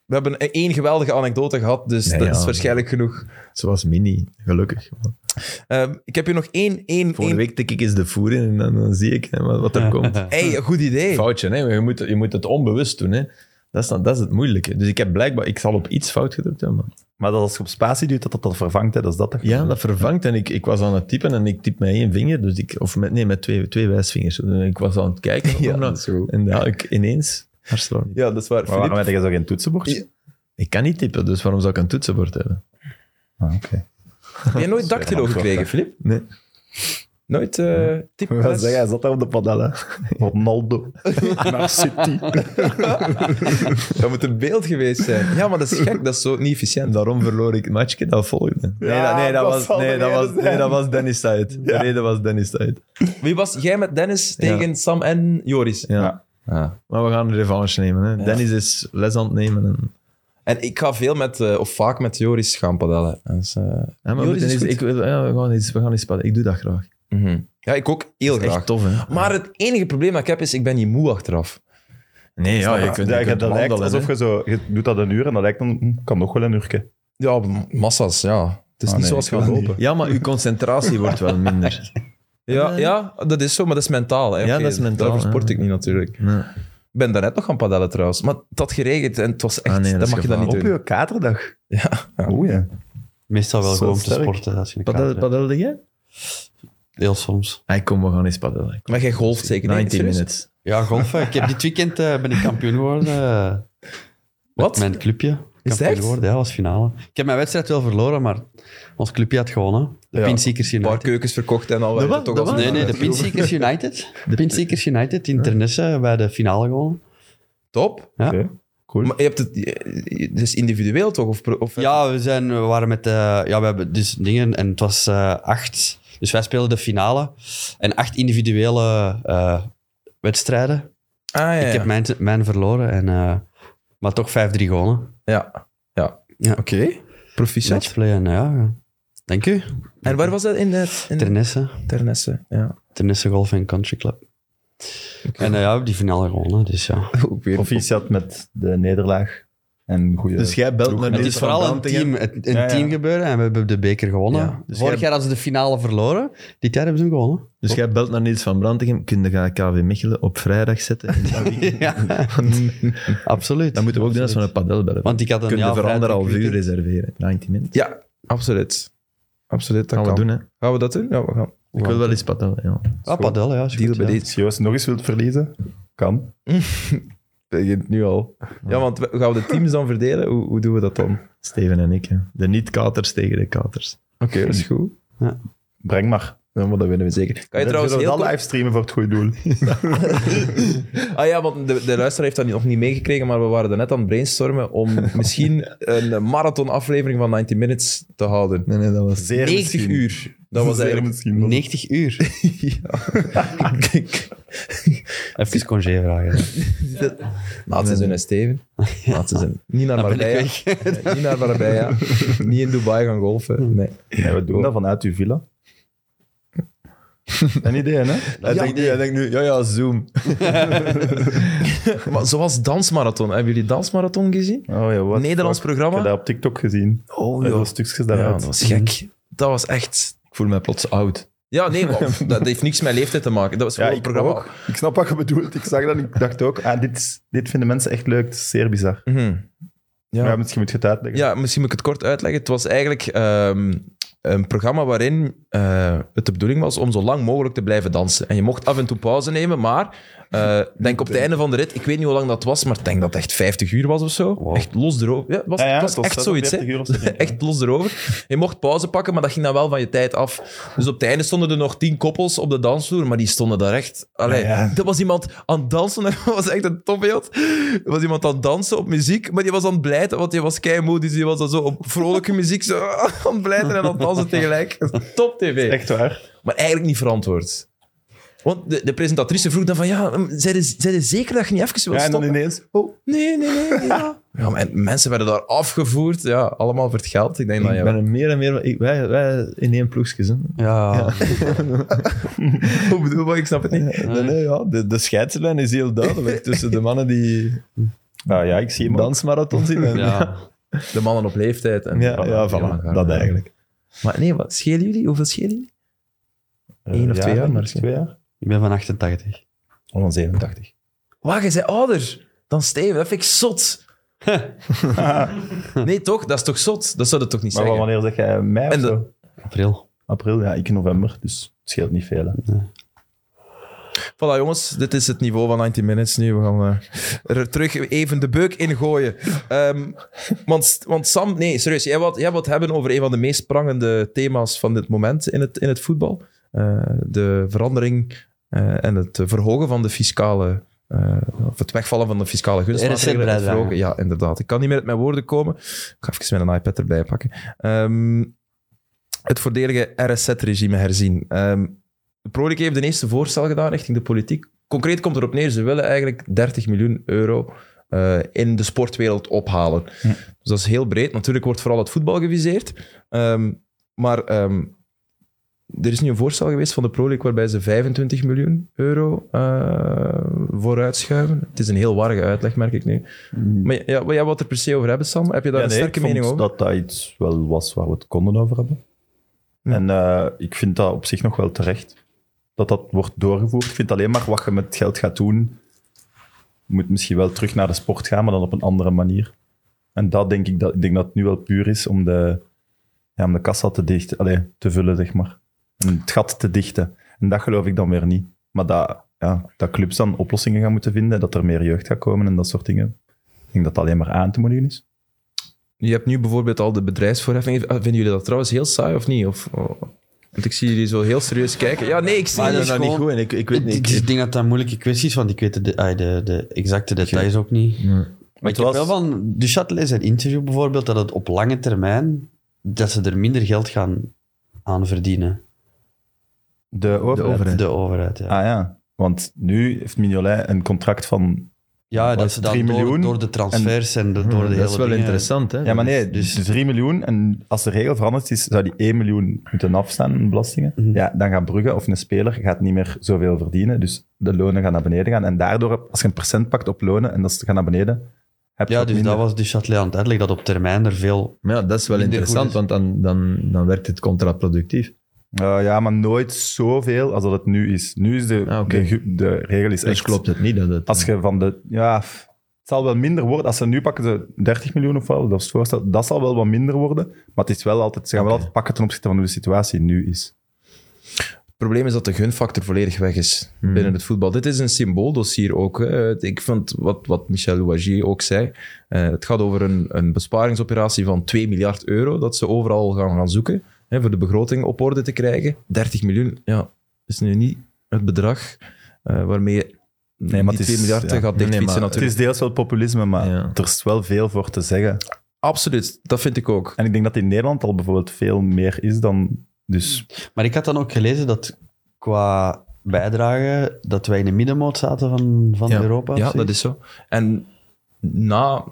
A: We hebben één geweldige anekdote gehad, dus
D: Nee,
A: dat
D: ja.
A: is waarschijnlijk genoeg.
D: Zoals Mini, gelukkig.
A: Ehm, ik heb hier nog één... één,
D: Volgende
A: één...
D: week tik ik eens de voer in en dan, dan zie ik hè, wat, wat <laughs> er komt.
A: Hey, goed idee.
D: Foutje, hè? maar Je, moet, je moet het onbewust doen. Hè? Dat, is dan, dat is het moeilijke. Dus ik heb blijkbaar, ik zal op iets fout gedrukt hebben. maar-
C: Maar dat als je op spatie duwt, dat dat dan vervangt, hè, dat is dat. toch?
D: Ja, dat vervangt. En ik, ik was aan het typen en ik typ met één vinger. Dus ik, of met, nee, met twee, twee wijsvingers. Dus Ik was aan het kijken.
A: Ja,
D: Omdat-
A: dat is goed.
D: En dan had ik ineens... Barcelona.
A: Ja, dat is waar.
C: Maar waarom
A: Filip,
C: heb je zo geen toetsenbord?
A: Ja.
D: Ik kan niet typen, dus waarom zou ik een toetsenbord hebben?
C: Ah, Oké.
A: heb jij nooit dactylo gekregen, Filip?
D: Nee.
A: Nooit eh
C: Wat zeg,
A: typen?
C: hij zat daar op de padellen. <laughs> Ronaldo. Naar City.
A: Dat moet een beeld geweest zijn. Ja, maar dat is gek. Dat is zo niet
D: En
A: efficiënt.
D: daarom verloor ik het matchje dat volgde. Nee,
C: Ja,
D: dat, nee, dat,
C: dat
D: was,
C: zal
D: nee,
C: de
D: dat,
C: reden
D: was, nee
C: zijn.
D: dat was Dennis Tijd. De
C: Ja.
D: reden was Dennis Tijd.
A: Wie was jij met Dennis tegen Sam en Joris?
D: Ja.
C: Ja.
A: Ah.
D: Maar we gaan de revanche nemen. Hè. Dennis is les aan het nemen. En,
A: En ik ga veel met, eh, of vaak met Joris gaan padellen. Dus, eh,
D: ja, maar
A: Joris
D: we, moeten
A: is
D: eens-
A: goed.
D: ik, wil- ja, we gaan eens, we gaan eens padden. Ik doe dat graag.
A: mhm. Ja, ik ook heel
D: Dat is
A: graag.
D: echt tof, hè?
A: Maar het enige probleem dat ik heb is, ik ben niet moe achteraf.
D: Nee, ja, je
C: Ja,
D: kunt,
C: ja,
D: je
C: je-
D: kunt
C: dat lijkt
D: wandelen, hè.
C: alsof je zo... Je doet dat een uur en dat lijkt dan... hm, kan nog wel een uurke.
A: Ja, massa's, ja. Het is
C: Ah,
A: niet
C: nee,
A: zoals
C: ik
A: gaan
C: wil dat
A: lopen.
D: Ja, maar uw concentratie wordt wel <laughs> minder.
A: Ja, ja, dat is zo, maar dat is mentaal. Hè.
D: Ja,
A: Oké,
D: dat is mentaal,
A: Daarvoor sport
D: ja.
A: ik niet natuurlijk.
D: Nee.
A: Ik ben daarnet nog gaan padellen trouwens, maar het had geregend en het was echt...
D: Ah, nee, dat
A: dat
D: is
A: mag je dan niet
C: Op
A: doen.
C: je katerdag. Ah,
A: Ja.
C: Oei. hè.
B: Meestal wel
C: Zo
B: gewoon om te
C: sterk.
B: sporten. Als je een kater
D: Padel-
B: hebt.
D: Padelde jij?
B: Heel soms.
D: Hey, Ah, kom, we gaan eens padellen.
A: Maar jij golft zeker niet?
D: 19
A: serieus?
D: minutes.
B: Ja, golfen. Ik heb dit weekend eh, ben ik kampioen geworden. eh, met
A: Wat?
B: Mijn clubje.
A: echt?
B: Kampioen geworden, ja, was finale. Ik heb mijn wedstrijd wel verloren, maar ons clubje had gewonnen. De
A: Ja.
B: Pinseekers
A: Een paar
B: United.
A: keukens verkocht en al.
D: Dat
A: werd
D: wa-
A: het toch
D: dat
A: als
D: wa-
A: een-
B: Nee, nee,
C: Ah,
B: de
A: eh,
B: Pinseekers United. De Pinseekers United in Ternesse bij de finale gewonnen.
A: Top.
B: Ja.
C: Oké. Cool.
A: Maar je hebt het... je- je- Het is individueel toch? Of, pro- of
B: Ja, we, zijn, we waren met... eh, ja, we hebben dus dingen en het was eh, acht. Dus wij speelden de finale. En acht individuele eh, wedstrijden.
A: Ah, ja,
B: Ik heb
A: ja.
B: mijn, mijn verloren, en, eh, maar toch 5-3 gewonnen.
A: Ja. ja.
B: Ja.
A: Oké. Proficiat.
B: Matchplay en eh, ja, ja. Dank u.
A: En waar was dat in het... In
B: Ternesse.
A: Ternesse, ja.
B: Ternesse Golf en Country Club. En eh, ja, we hebben die finale gewonnen, dus ja.
A: <laughs> Ook weer.
C: Proficiat met de nederlaag. En goede...
D: Dus jij belt me
B: Het is vooral een team, het- een
C: Ja, ja.
B: team gebeuren en we hebben de beker gewonnen.
A: Ja,
D: dus
B: Vorig
D: jij-
B: jaar hadden ze de finale verloren, dit jaar hebben ze hem gewonnen.
D: Dus jij belt naar Niels van Brantegem. Kun je KV Mechelen op vrijdag zetten?
B: <laughs>
D: <laughs>
B: ja, absoluut.
D: Dan moeten we ook doen als we een padel bellen.
B: Want ik had een
D: Kun je
B: ja,
D: voor anderhalf
B: vrijdag
D: uur
B: weekend.
D: reserveren. 19 minuten.
A: Ja, absoluut. Absoluut, dat
D: Gaan we
A: kan.
D: doen, hè?
A: Gaan we dat doen? Ja, we gaan.
D: Ik wil wel eens padellen, ja.
B: Ah, padel, ja. is
A: Deal
B: goed,
A: bij
B: ja.
A: deze.
C: Als Joost nog eens wilt verliezen,
A: <laughs>
C: kan.
A: begint nu al. Ja, want we- gaan we de teams dan verdelen? Hoe, hoe doen we dat dan? Oké,
D: Steven en ik, hè. De niet-katers tegen de katers.
A: <laughs> dat is goed.
C: Breng maar.
A: Ja, maar dat winnen we zeker. Kan je
C: Dan
A: trouwens
C: zullen we
A: heel
C: dat
A: kort...
C: live streamen voor het goede doel.
A: Ah ja, want de, de luisteraar heeft dat nog niet meegekregen, maar we waren daarnet aan het brainstormen <laughs> om misschien een marathonaflevering van 90 Minutes te houden.
D: Nee, nee, dat was...
C: Zeer
A: 90
C: misschien.
A: uur. Dat was
C: Zeer
A: eigenlijk...
C: misschien wel.
B: 90
D: <laughs>
B: uur.
A: Kijk.
B: <laughs> Even congé vragen. hè.
A: Laat ze zijn
C: <laughs>
A: Steven. Laat ze zijn. Niet naar
B: Dan ben
A: Marbella.
B: ik
A: <laughs>
B: weg.
A: Niet naar Marbella. Niet in Dubai gaan
C: Hmm.
A: golfen. Nee.
C: Ja, we doen dat vanuit uw villa. <laughs> Een idee, hè?
D: Hij, denkt nu, hij denkt nu, ja, ja, Zoom.
A: Maar zoals dansmarathon. Hebben jullie dansmarathon gezien?
C: Oh, ja, wat
A: Nederlands
C: fuck. Ik heb
A: programma?
C: dat op TikTok gezien.
A: Oh
C: Er was stukjes
A: Ja,
C: daaruit.
A: dat was gek. Dat was echt...
D: Ik voel me plots oud.
A: Ja, nee,
C: <laughs>
A: maar dat heeft niks met leeftijd te maken. Dat was
C: Ja,
A: gewoon
C: ik
A: een programma.
C: ook. Ik snap wat je bedoelt. Ik zag dat en ik dacht ook, ah, dit, is- dit vinden mensen echt leuk. Het is zeer bizar.
A: Mhm. Ja.
C: Ja. misschien moet je het uitleggen.
A: Ja, misschien moet ik het kort uitleggen. Het was eigenlijk ehm, een programma waarin eh, het de bedoeling was om zo lang mogelijk te blijven dansen. En je mocht af en toe pauze nemen, maar
C: <laughs>
A: eh, denk op het einde van de rit, ik weet niet hoe lang dat was, maar ik denk dat het echt 50 uur was of zo. Echt los erover. Ja, het was,
C: Ja, ja,
A: het was
C: het was
A: echt zoiets, hè.
C: 46 uur of zo, denk ik.
A: echt los erover. Je mocht pauze pakken, maar dat ging dan wel van je tijd af. Dus op het einde stonden er nog tien koppels op de dansvloer, maar die stonden daar echt... Allee,
C: Ja, ja.
A: er was iemand aan het dansen, <laughs> dat was echt een topbeeld. Er was iemand aan het dansen op muziek, maar die was aan het blijten, want die was keimoe, dus die was dan zo op vrolijke muziek zo <laughs> aan het blijten en aan het dansen
C: <laughs>
A: tegelijk. Top tv.
C: Echt waar.
A: Maar eigenlijk niet verantwoord. Want de, de presentatrice vroeg dan van, ja, ehm, zijn je- zijn je zeker dat je niet even wilt
C: Ja, en dan
A: stoppen?
C: ineens, oh,
A: Nee, nee, nee, nee, ja. <laughs> ja maar en mensen werden daar afgevoerd, ja, allemaal voor het geld. Ik denk dat,
D: Ik
A: ja, <laughs>
D: ben er meer en meer... Ik, wij, wij in één ploegjes, hè.
B: <laughs> Ja,
A: hoe bedoel je, ik snap het niet.
D: <laughs> Nee, nee, ja, de, de scheidslijn is heel duidelijk tussen de mannen die...
C: Ah, ja, ik zie hem. Dan,
D: dansmarathon zien. En, ja,
B: Ja.
A: De mannen op leeftijd. En
D: ja,
A: Ja,
D: voilà,
A: maar-
D: dat eigenlijk.
A: Maar nee, wat schelen jullie? Hoeveel schelen jullie?
C: Eh,
A: Eén of twee jaar, maar-
C: Twee jaar?
B: Ik ben van 88.
C: Oh, dan 87.
A: Wacht, je bent ouder dan Steven. Dat vind ik
D: <laughs>
A: zot. nee, toch? Dat is toch zot? Dat zou dat toch niet
C: Maar
A: zeggen?
C: wanneer zeg jij mei of
A: En de-
C: zo?
B: April.
C: April, ja, ik in november, dus het scheelt niet veel. Hè.
A: Voilà, jongens. Dit is het niveau van 90 Minutes nu. We gaan eh, er terug even de beuk in gooien. Ehm, want, want Sam, nee, serieus. Jij wilt, jij wilt hebben over een van de meest prangende thema's van dit moment in het, in het voetbal. Eh, de verandering eh, en het verhogen van de fiscale... eh, of het wegvallen van de fiscale gunstmaatregelen.
B: RSZ bijdrage.
A: Verhogen. Ja, inderdaad. Ik kan niet meer met mijn woorden komen. Ik ga even mijn iPad erbij pakken. Ehm, het voordelige RSZ-regime herzien. Ehm, de Pro League heeft een eerste voorstel gedaan richting de politiek. Concreet komt erop neer, ze willen eigenlijk 30 miljoen euro eh, in de sportwereld ophalen. Dus dat is heel breed. Natuurlijk wordt vooral het voetbal geviseerd. Ehm, maar ehm, er is nu een voorstel geweest van de Pro League waarbij ze 25 miljoen euro eh vooruitschuiven. Het is een heel warrige uitleg, merk ik nu. Maar ja, ja, wat er per se over hebben, Sam? Heb je daar
C: Mhm. Ja,
A: een
C: nee,
A: sterke
C: ik vond
A: mening over?
C: dat dat iets wel was waar we het konden over hebben. En eh, ik vind dat op zich nog wel terecht. Dat dat wordt doorgevoerd. Ik vind alleen maar wat je met het geld gaat doen, moet misschien wel terug naar de sport gaan, maar dan op een andere manier. En dat denk ik dat, ik denk dat het nu wel puur is om de, ja, om de kassa te, dichten, allee, te vullen, zeg maar. Om het gat te dichten. En dat geloof ik dan weer niet. Maar dat, ja, dat clubs dan oplossingen gaan moeten vinden, dat er meer jeugd gaat komen en dat soort dingen. Ik denk dat dat alleen maar aan te moedigen is.
A: Je hebt nu bijvoorbeeld al de bedrijfsvoorheffing. Ah, Vinden jullie dat trouwens heel saai of niet? Of, oh, Want ik zie jullie zo heel serieus kijken. Ja, nee, ik zie jullie.
B: Maar
D: Ik ben
B: dat is
D: daar niet
B: gewoon-
D: goed en ik, ik weet
B: Ik,
D: niet.
B: ik denk dat dat een moeilijke kwestie is, want ik weet de, de, ah, de, de exacte details ook niet. Maar ik
C: Het
B: heb
C: was-
B: wel van Duchatelet zijn interview bijvoorbeeld, dat het op lange termijn, dat ze er minder geld gaan aan verdienen.
C: De overheid.
B: De overheid, ja.
C: Ah ja, want nu heeft Mignolet een contract van...
B: ja,
C: wat
B: dat
C: is
B: ze
C: het,
B: dan
C: 3
B: door,
C: miljoen?
B: door de transfers en, de- door de hele
D: dat is wel
B: dingen-
D: interessant, hè?
C: Ja, maar nee,
B: Dus-
C: dus 3 miljoen. En als de regel veranderd is, zou die 1 miljoen moeten afstaan in belastingen.
B: Mhm.
C: Ja, dan gaat Brugge of een speler gaat niet meer zoveel verdienen. Dus de lonen gaan naar beneden gaan. En daardoor, als je een procent pakt op lonen en dat gaat naar beneden, heb je
B: Ja,
C: wat
B: dus
C: minder.
B: dat was Duchatelet aan het uitleggen, dat op termijn er veel...
D: Maar ja, dat is wel
B: Minder
D: interessant,
B: goed
D: want dan, dan, dan werkt het contraproductief.
C: Eh, ja, maar nooit zoveel als dat het nu is. Nu is de,
D: Ah, oké.
C: de, gu- de regel is
D: Dus
C: echt...
D: klopt het niet dat het...
C: Als je van de... Ja, f- het zal wel minder worden. Als ze nu pakken ze 30 miljoen of wel, dat is het voorstel. Dat zal wel wat minder worden. Maar het is wel altijd... Ze gaan wel altijd pakken ten opzichte van hoe de situatie nu is.
A: Het probleem is dat de gunfactor volledig weg is binnen het voetbal. Dit is een symbooldossier ook. Hè. Ik vind wat, wat Michel Louagie ook zei. eh, het gaat over een, een besparingsoperatie van 2 miljard euro dat ze overal gaan, gaan zoeken hè, voor de begroting op orde te krijgen. 30 miljoen, ja, is nu niet het bedrag eh, waarmee je
C: maar
A: die
C: het
A: 2
C: is-
A: miljard
C: ja.
A: gaat
D: Nee, nee,
A: dichtfietsen
D: maar
A: natuurlijk.
C: Het is deels wel populisme, maar
D: Ja.
C: er is wel veel voor te zeggen.
A: Absoluut, dat vind ik ook.
C: En ik denk dat in Nederland al bijvoorbeeld veel meer is dan... Dus
B: Maar ik had dan ook gelezen dat qua bijdrage, dat wij in de middenmoot zaten van, van
D: Ja.
B: Europa. of
A: Ja, dat
B: zoiets.
A: is zo. En na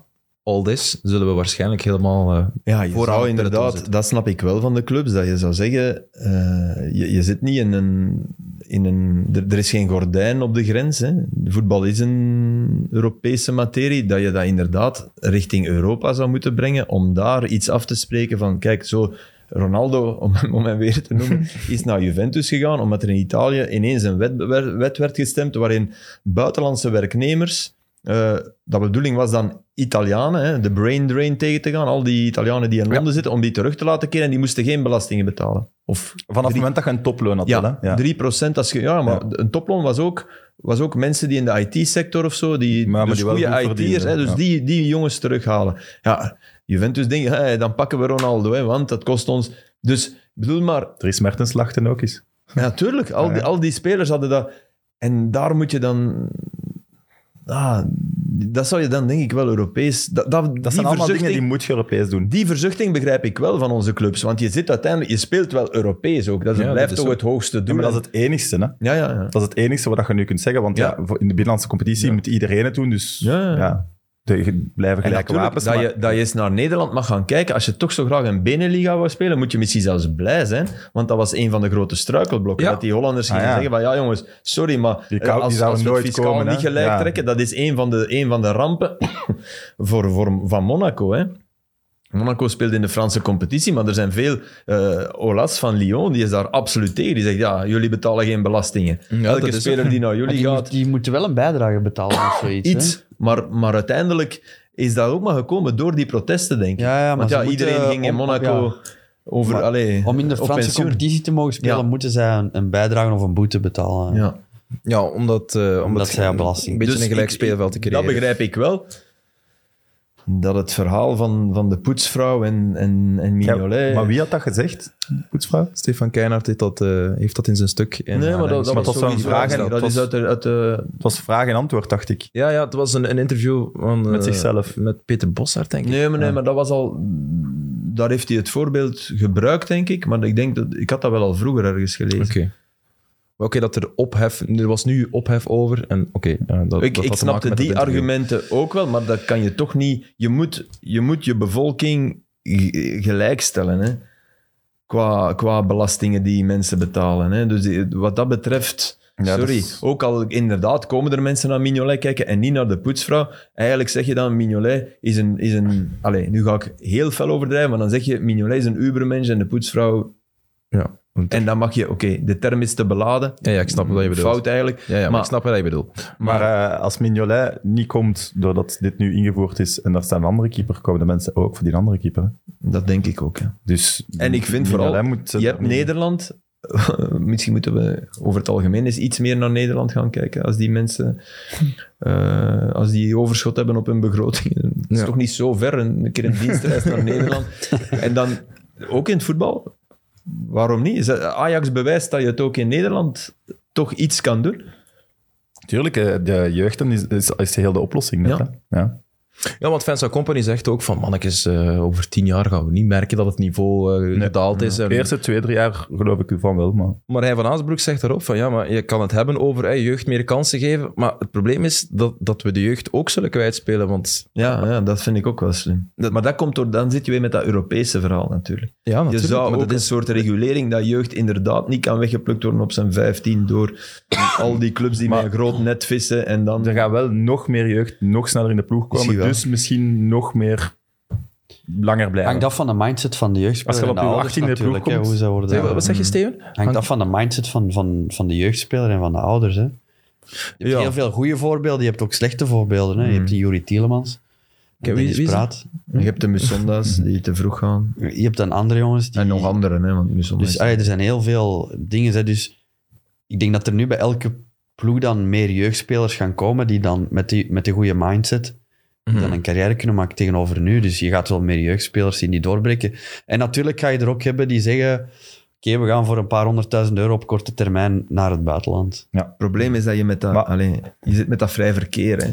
A: all this zullen we waarschijnlijk helemaal... eh,
D: Ja, je
A: vooraan
D: zou
A: op de peloton
D: inderdaad,
A: zitten.
D: dat snap ik wel van de clubs, dat je zou zeggen, eh, je, je zit niet in een... In een er, er is geen gordijn op de grens. Hè. Voetbal is een Europese materie, dat je dat inderdaad richting Europa zou moeten brengen, om daar iets af te spreken van, kijk, zo... Ronaldo, <laughs> om, hem- om hem weer te noemen, is naar Juventus gegaan omdat er in Italië ineens een wet, wer- wet werd gestemd waarin buitenlandse werknemers eh dat bedoeling was dan Italianen, hè, de brain drain tegen te gaan. Al die Italianen die in Londen zitten, om die terug te laten keren. En die moesten geen belastingen betalen. Of
C: vanaf het
D: drie-
C: moment dat je een toploon had, wel,
D: ja,
C: hè? Ja.
D: 3% als je... Ja, maar een toploon was ook, was ook mensen die in de IT-sector of zo, die,
C: Maar- maar
D: dus
C: die wel goed
D: goede IT'ers,
C: verdienden,
D: hè, dus
C: ja.
D: die, die jongens terughalen. Ja, Juventus denkt, hey, dan pakken we Ronaldo, hè, want dat kost ons... Dus ik bedoel maar,
C: Er is Mertens lachten ook eens.
D: ja, natuurlijk. Al,
C: Ja,
D: die,
C: ja.
D: al die spelers hadden dat. En daar moet je dan. Ah, dat zou je dan denk ik wel Europees. Dat, dat,
C: Dat zijn allemaal dingen die
D: verzuchting-
C: moet je Europees doen.
D: die verzuchting begrijp ik wel van onze clubs. Want je zit uiteindelijk, je speelt wel Europees ook. Dat is-
A: Ja, dat
D: blijft
A: is
D: toch
A: zo.
D: het hoogste
C: Ja,
D: doel.
C: maar dat is het enigste, hè?
D: ja, ja, ja.
C: Dat is het enige wat je nu kunt zeggen, want ja.
D: Ja.
C: voor- in de binnenlandse competitie
D: Ja.
C: moet iedereen het doen, dus
D: Ja,
C: ja,
D: ja, ja.
C: de te blijven
D: En
C: gelijke
D: natuurlijk,
C: wapens.
D: dat
C: maar-
D: je, dat je eens naar Nederland mag gaan kijken. Als je toch zo graag een Beneliga wou spelen, moet je misschien zelfs blij zijn. Want dat was een van de grote struikelblokken.
A: Ja.
D: Dat die Hollanders gingen
C: Ah, ja.
D: zeggen van, ja jongens, sorry, maar
C: Die
D: eh,
C: kou- die
D: als,
C: zouden
D: als we het
C: nooit
D: fiscaal
C: komen, hè?
D: niet gelijk
C: Ja.
D: trekken, dat is een van de, een van de rampen <coughs> voor, voor, van Monaco. Hè. Monaco speelt in de Franse competitie, maar er zijn veel eh Olas van Lyon, die is daar absoluut tegen. Die zegt, ja, jullie betalen geen belastingen.
A: Ja, dat
D: Elke
A: is
D: speler
A: ook-
D: die naar
C: <laughs>
B: Maar
D: jullie
B: die,
D: gaat, Ah,
B: moet- die moeten wel een bijdrage betalen of zoiets. hè?
D: iets. Maar, maar uiteindelijk is dat ook maar gekomen door die protesten, denk ik.
B: Ja, ja, maar
D: Want
B: ze
D: ja,
B: moeten,
D: iedereen ging in
B: om-
D: Monaco
B: ja.
D: over...
B: Maar
D: allee,
B: Om in de
D: op
B: Franse
D: pensioen.
B: competitie te mogen spelen,
D: Ja.
B: moeten zij een, een bijdrage of een boete betalen.
D: Ja.
A: Ja, omdat, eh, omdat,
B: zij aan belasting-
A: Een beetje
D: Dus
A: een gelijk
D: ik-
A: speelveld te
D: ik-
A: creëren.
D: Dat begrijp ik wel. Dat het verhaal van, van de poetsvrouw en, en, en
C: Ja,
D: Mignolet...
C: maar wie had dat gezegd? Poetsvrouw?
A: Stefan Keijnaert heeft dat, eh, heeft dat in zijn stuk. eh, In
D: Nee, maar dat,
A: Haarlemmerse-
D: dat
C: Maar
D: was
C: tot zo'n
D: sowieso-
C: vraag, hè,
D: Dat
C: tot-
D: is uit de... Uit de
C: Het was vraag en antwoord, dacht ik.
A: Ja, ja, het was een, een interview van,
C: Met
A: eh,
C: zichzelf.
A: Met Peter Bossart, denk ik.
D: nee, maar, nee, maar dat was al... Daar heeft hij het voorbeeld gebruikt, denk ik. Maar ik denk dat... Ik had dat wel al vroeger ergens gelezen.
A: Oké. Maar Oké, dat er ophef... Er was nu ophef over en oké. ja, dat,
D: Ik,
A: dat
D: ik
A: had te maken
D: snapte
A: met
D: die
A: het interview.
D: argumenten ook wel, maar dat kan je toch niet. Je moet je, moet je bevolking g- gelijkstellen hè? Qua, qua belastingen die mensen betalen. Hè? Dus die- wat dat betreft.
C: Ja,
D: sorry,
C: dat is-
D: ook al inderdaad komen er mensen naar Mignolet kijken en niet naar de poetsvrouw. Eigenlijk zeg je dan, Mignolet is een... Is een allez, nu ga ik heel fel overdrijven, maar dan zeg je, Mignolet is een ubermensch en de poetsvrouw...
A: Ja, want-
D: En dan mag je, oké, de term is te beladen.
A: Ja, ja, ik snap wat je bedoelt.
D: Fout eigenlijk.
A: Ja, ja, maar,
D: Maar-
A: ik snap wat je bedoelt.
C: Maar eh, als Mignolet niet komt doordat dit nu ingevoerd is en daar staat een andere keeper, komen de mensen ook voor die andere keeper. hè.
D: Dat denk ik ook, ja.
C: Dus
D: En ik vind
C: Mignolet
D: vooral,
C: moet, eh,
D: Je hebt
C: niet-
D: Nederland. <laughs> Misschien moeten we over het algemeen eens iets meer naar Nederland gaan kijken. Als die mensen. eh, als die overschot hebben op hun begroting. Het is
A: Ja.
D: toch niet zo ver. Een een keer een dienstreis naar Nederland. En dan ook in het voetbal. Waarom niet? Is dat- Ajax bewijst dat je het ook in Nederland toch iets kan doen.
C: Tuurlijk, eh, de jeugd is, is, is heel de oplossing.
D: Ja.
C: Net, hè? Ja.
A: Ja, want Fans Company zegt ook van... Mannetjes, eh, over tien jaar gaan we niet merken dat het niveau eh, gedaald is.
D: Mhm.
C: De
A: En-
C: eerste twee, drie jaar geloof ik u van wel, maar
A: Maar hij van Aasbroek zegt daarop van ja, maar je kan het hebben over hey, jeugd meer kansen geven. Maar het probleem is dat, dat we de jeugd ook zullen kwijtspelen. Want
D: Ja, ja, dat vind ik ook wel slim. maar dat komt door, dan zit je weer met dat Europese verhaal natuurlijk.
A: ja, natuurlijk,
D: je zou
A: maar
D: ook
A: dat
D: een
A: is,
D: soort regulering dat jeugd inderdaad niet kan weggeplukt worden op zijn 15 <coughs> door al die clubs die met een groot net vissen en dan...
C: er gaat wel nog meer jeugd nog sneller in de ploeg komen.
D: Misschien wel.
C: dus misschien nog meer langer blijven.
B: Hangt af van de mindset van de jeugdspeler.
C: Als je op
B: en de
C: je
B: ouders
C: 18e ploeg
B: natuurlijk, hè,
C: komt.
B: Hoe ze worden,
A: Zeg, wat- wat zeg je, Steven?
B: Hangt af van de mindset van, van, van de jeugdspeler en van de ouders. Hè. Je hebt
A: Ja. Hmm.
B: heel veel goede voorbeelden, je hebt ook slechte voorbeelden. Hè. Je hebt die Juri Tielemans,
A: wie-
B: Dennis
A: wie is
B: Praat.
D: Je hebt de <coughs> Musonda's die te vroeg gaan.
B: Je hebt dan andere jongens die...
D: En nog anderen, hè, want Musonda
B: Dus
D: is-
B: allee, er zijn heel veel dingen. Hè. Dus ik denk dat er nu bij elke ploeg dan meer jeugdspelers gaan komen die dan met die, met die goede mindset die
A: Hmm.
B: dan een carrière kunnen maken tegenover nu. Dus je gaat wel meer jeugdspelers zien die doorbreken. En natuurlijk ga je er ook hebben die zeggen... Oké, we gaan voor een paar honderdduizend euro op korte termijn naar het buitenland.
D: Het probleem is dat je met dat,
C: Maar-
D: allee, je zit met dat vrij verkeer. Hè.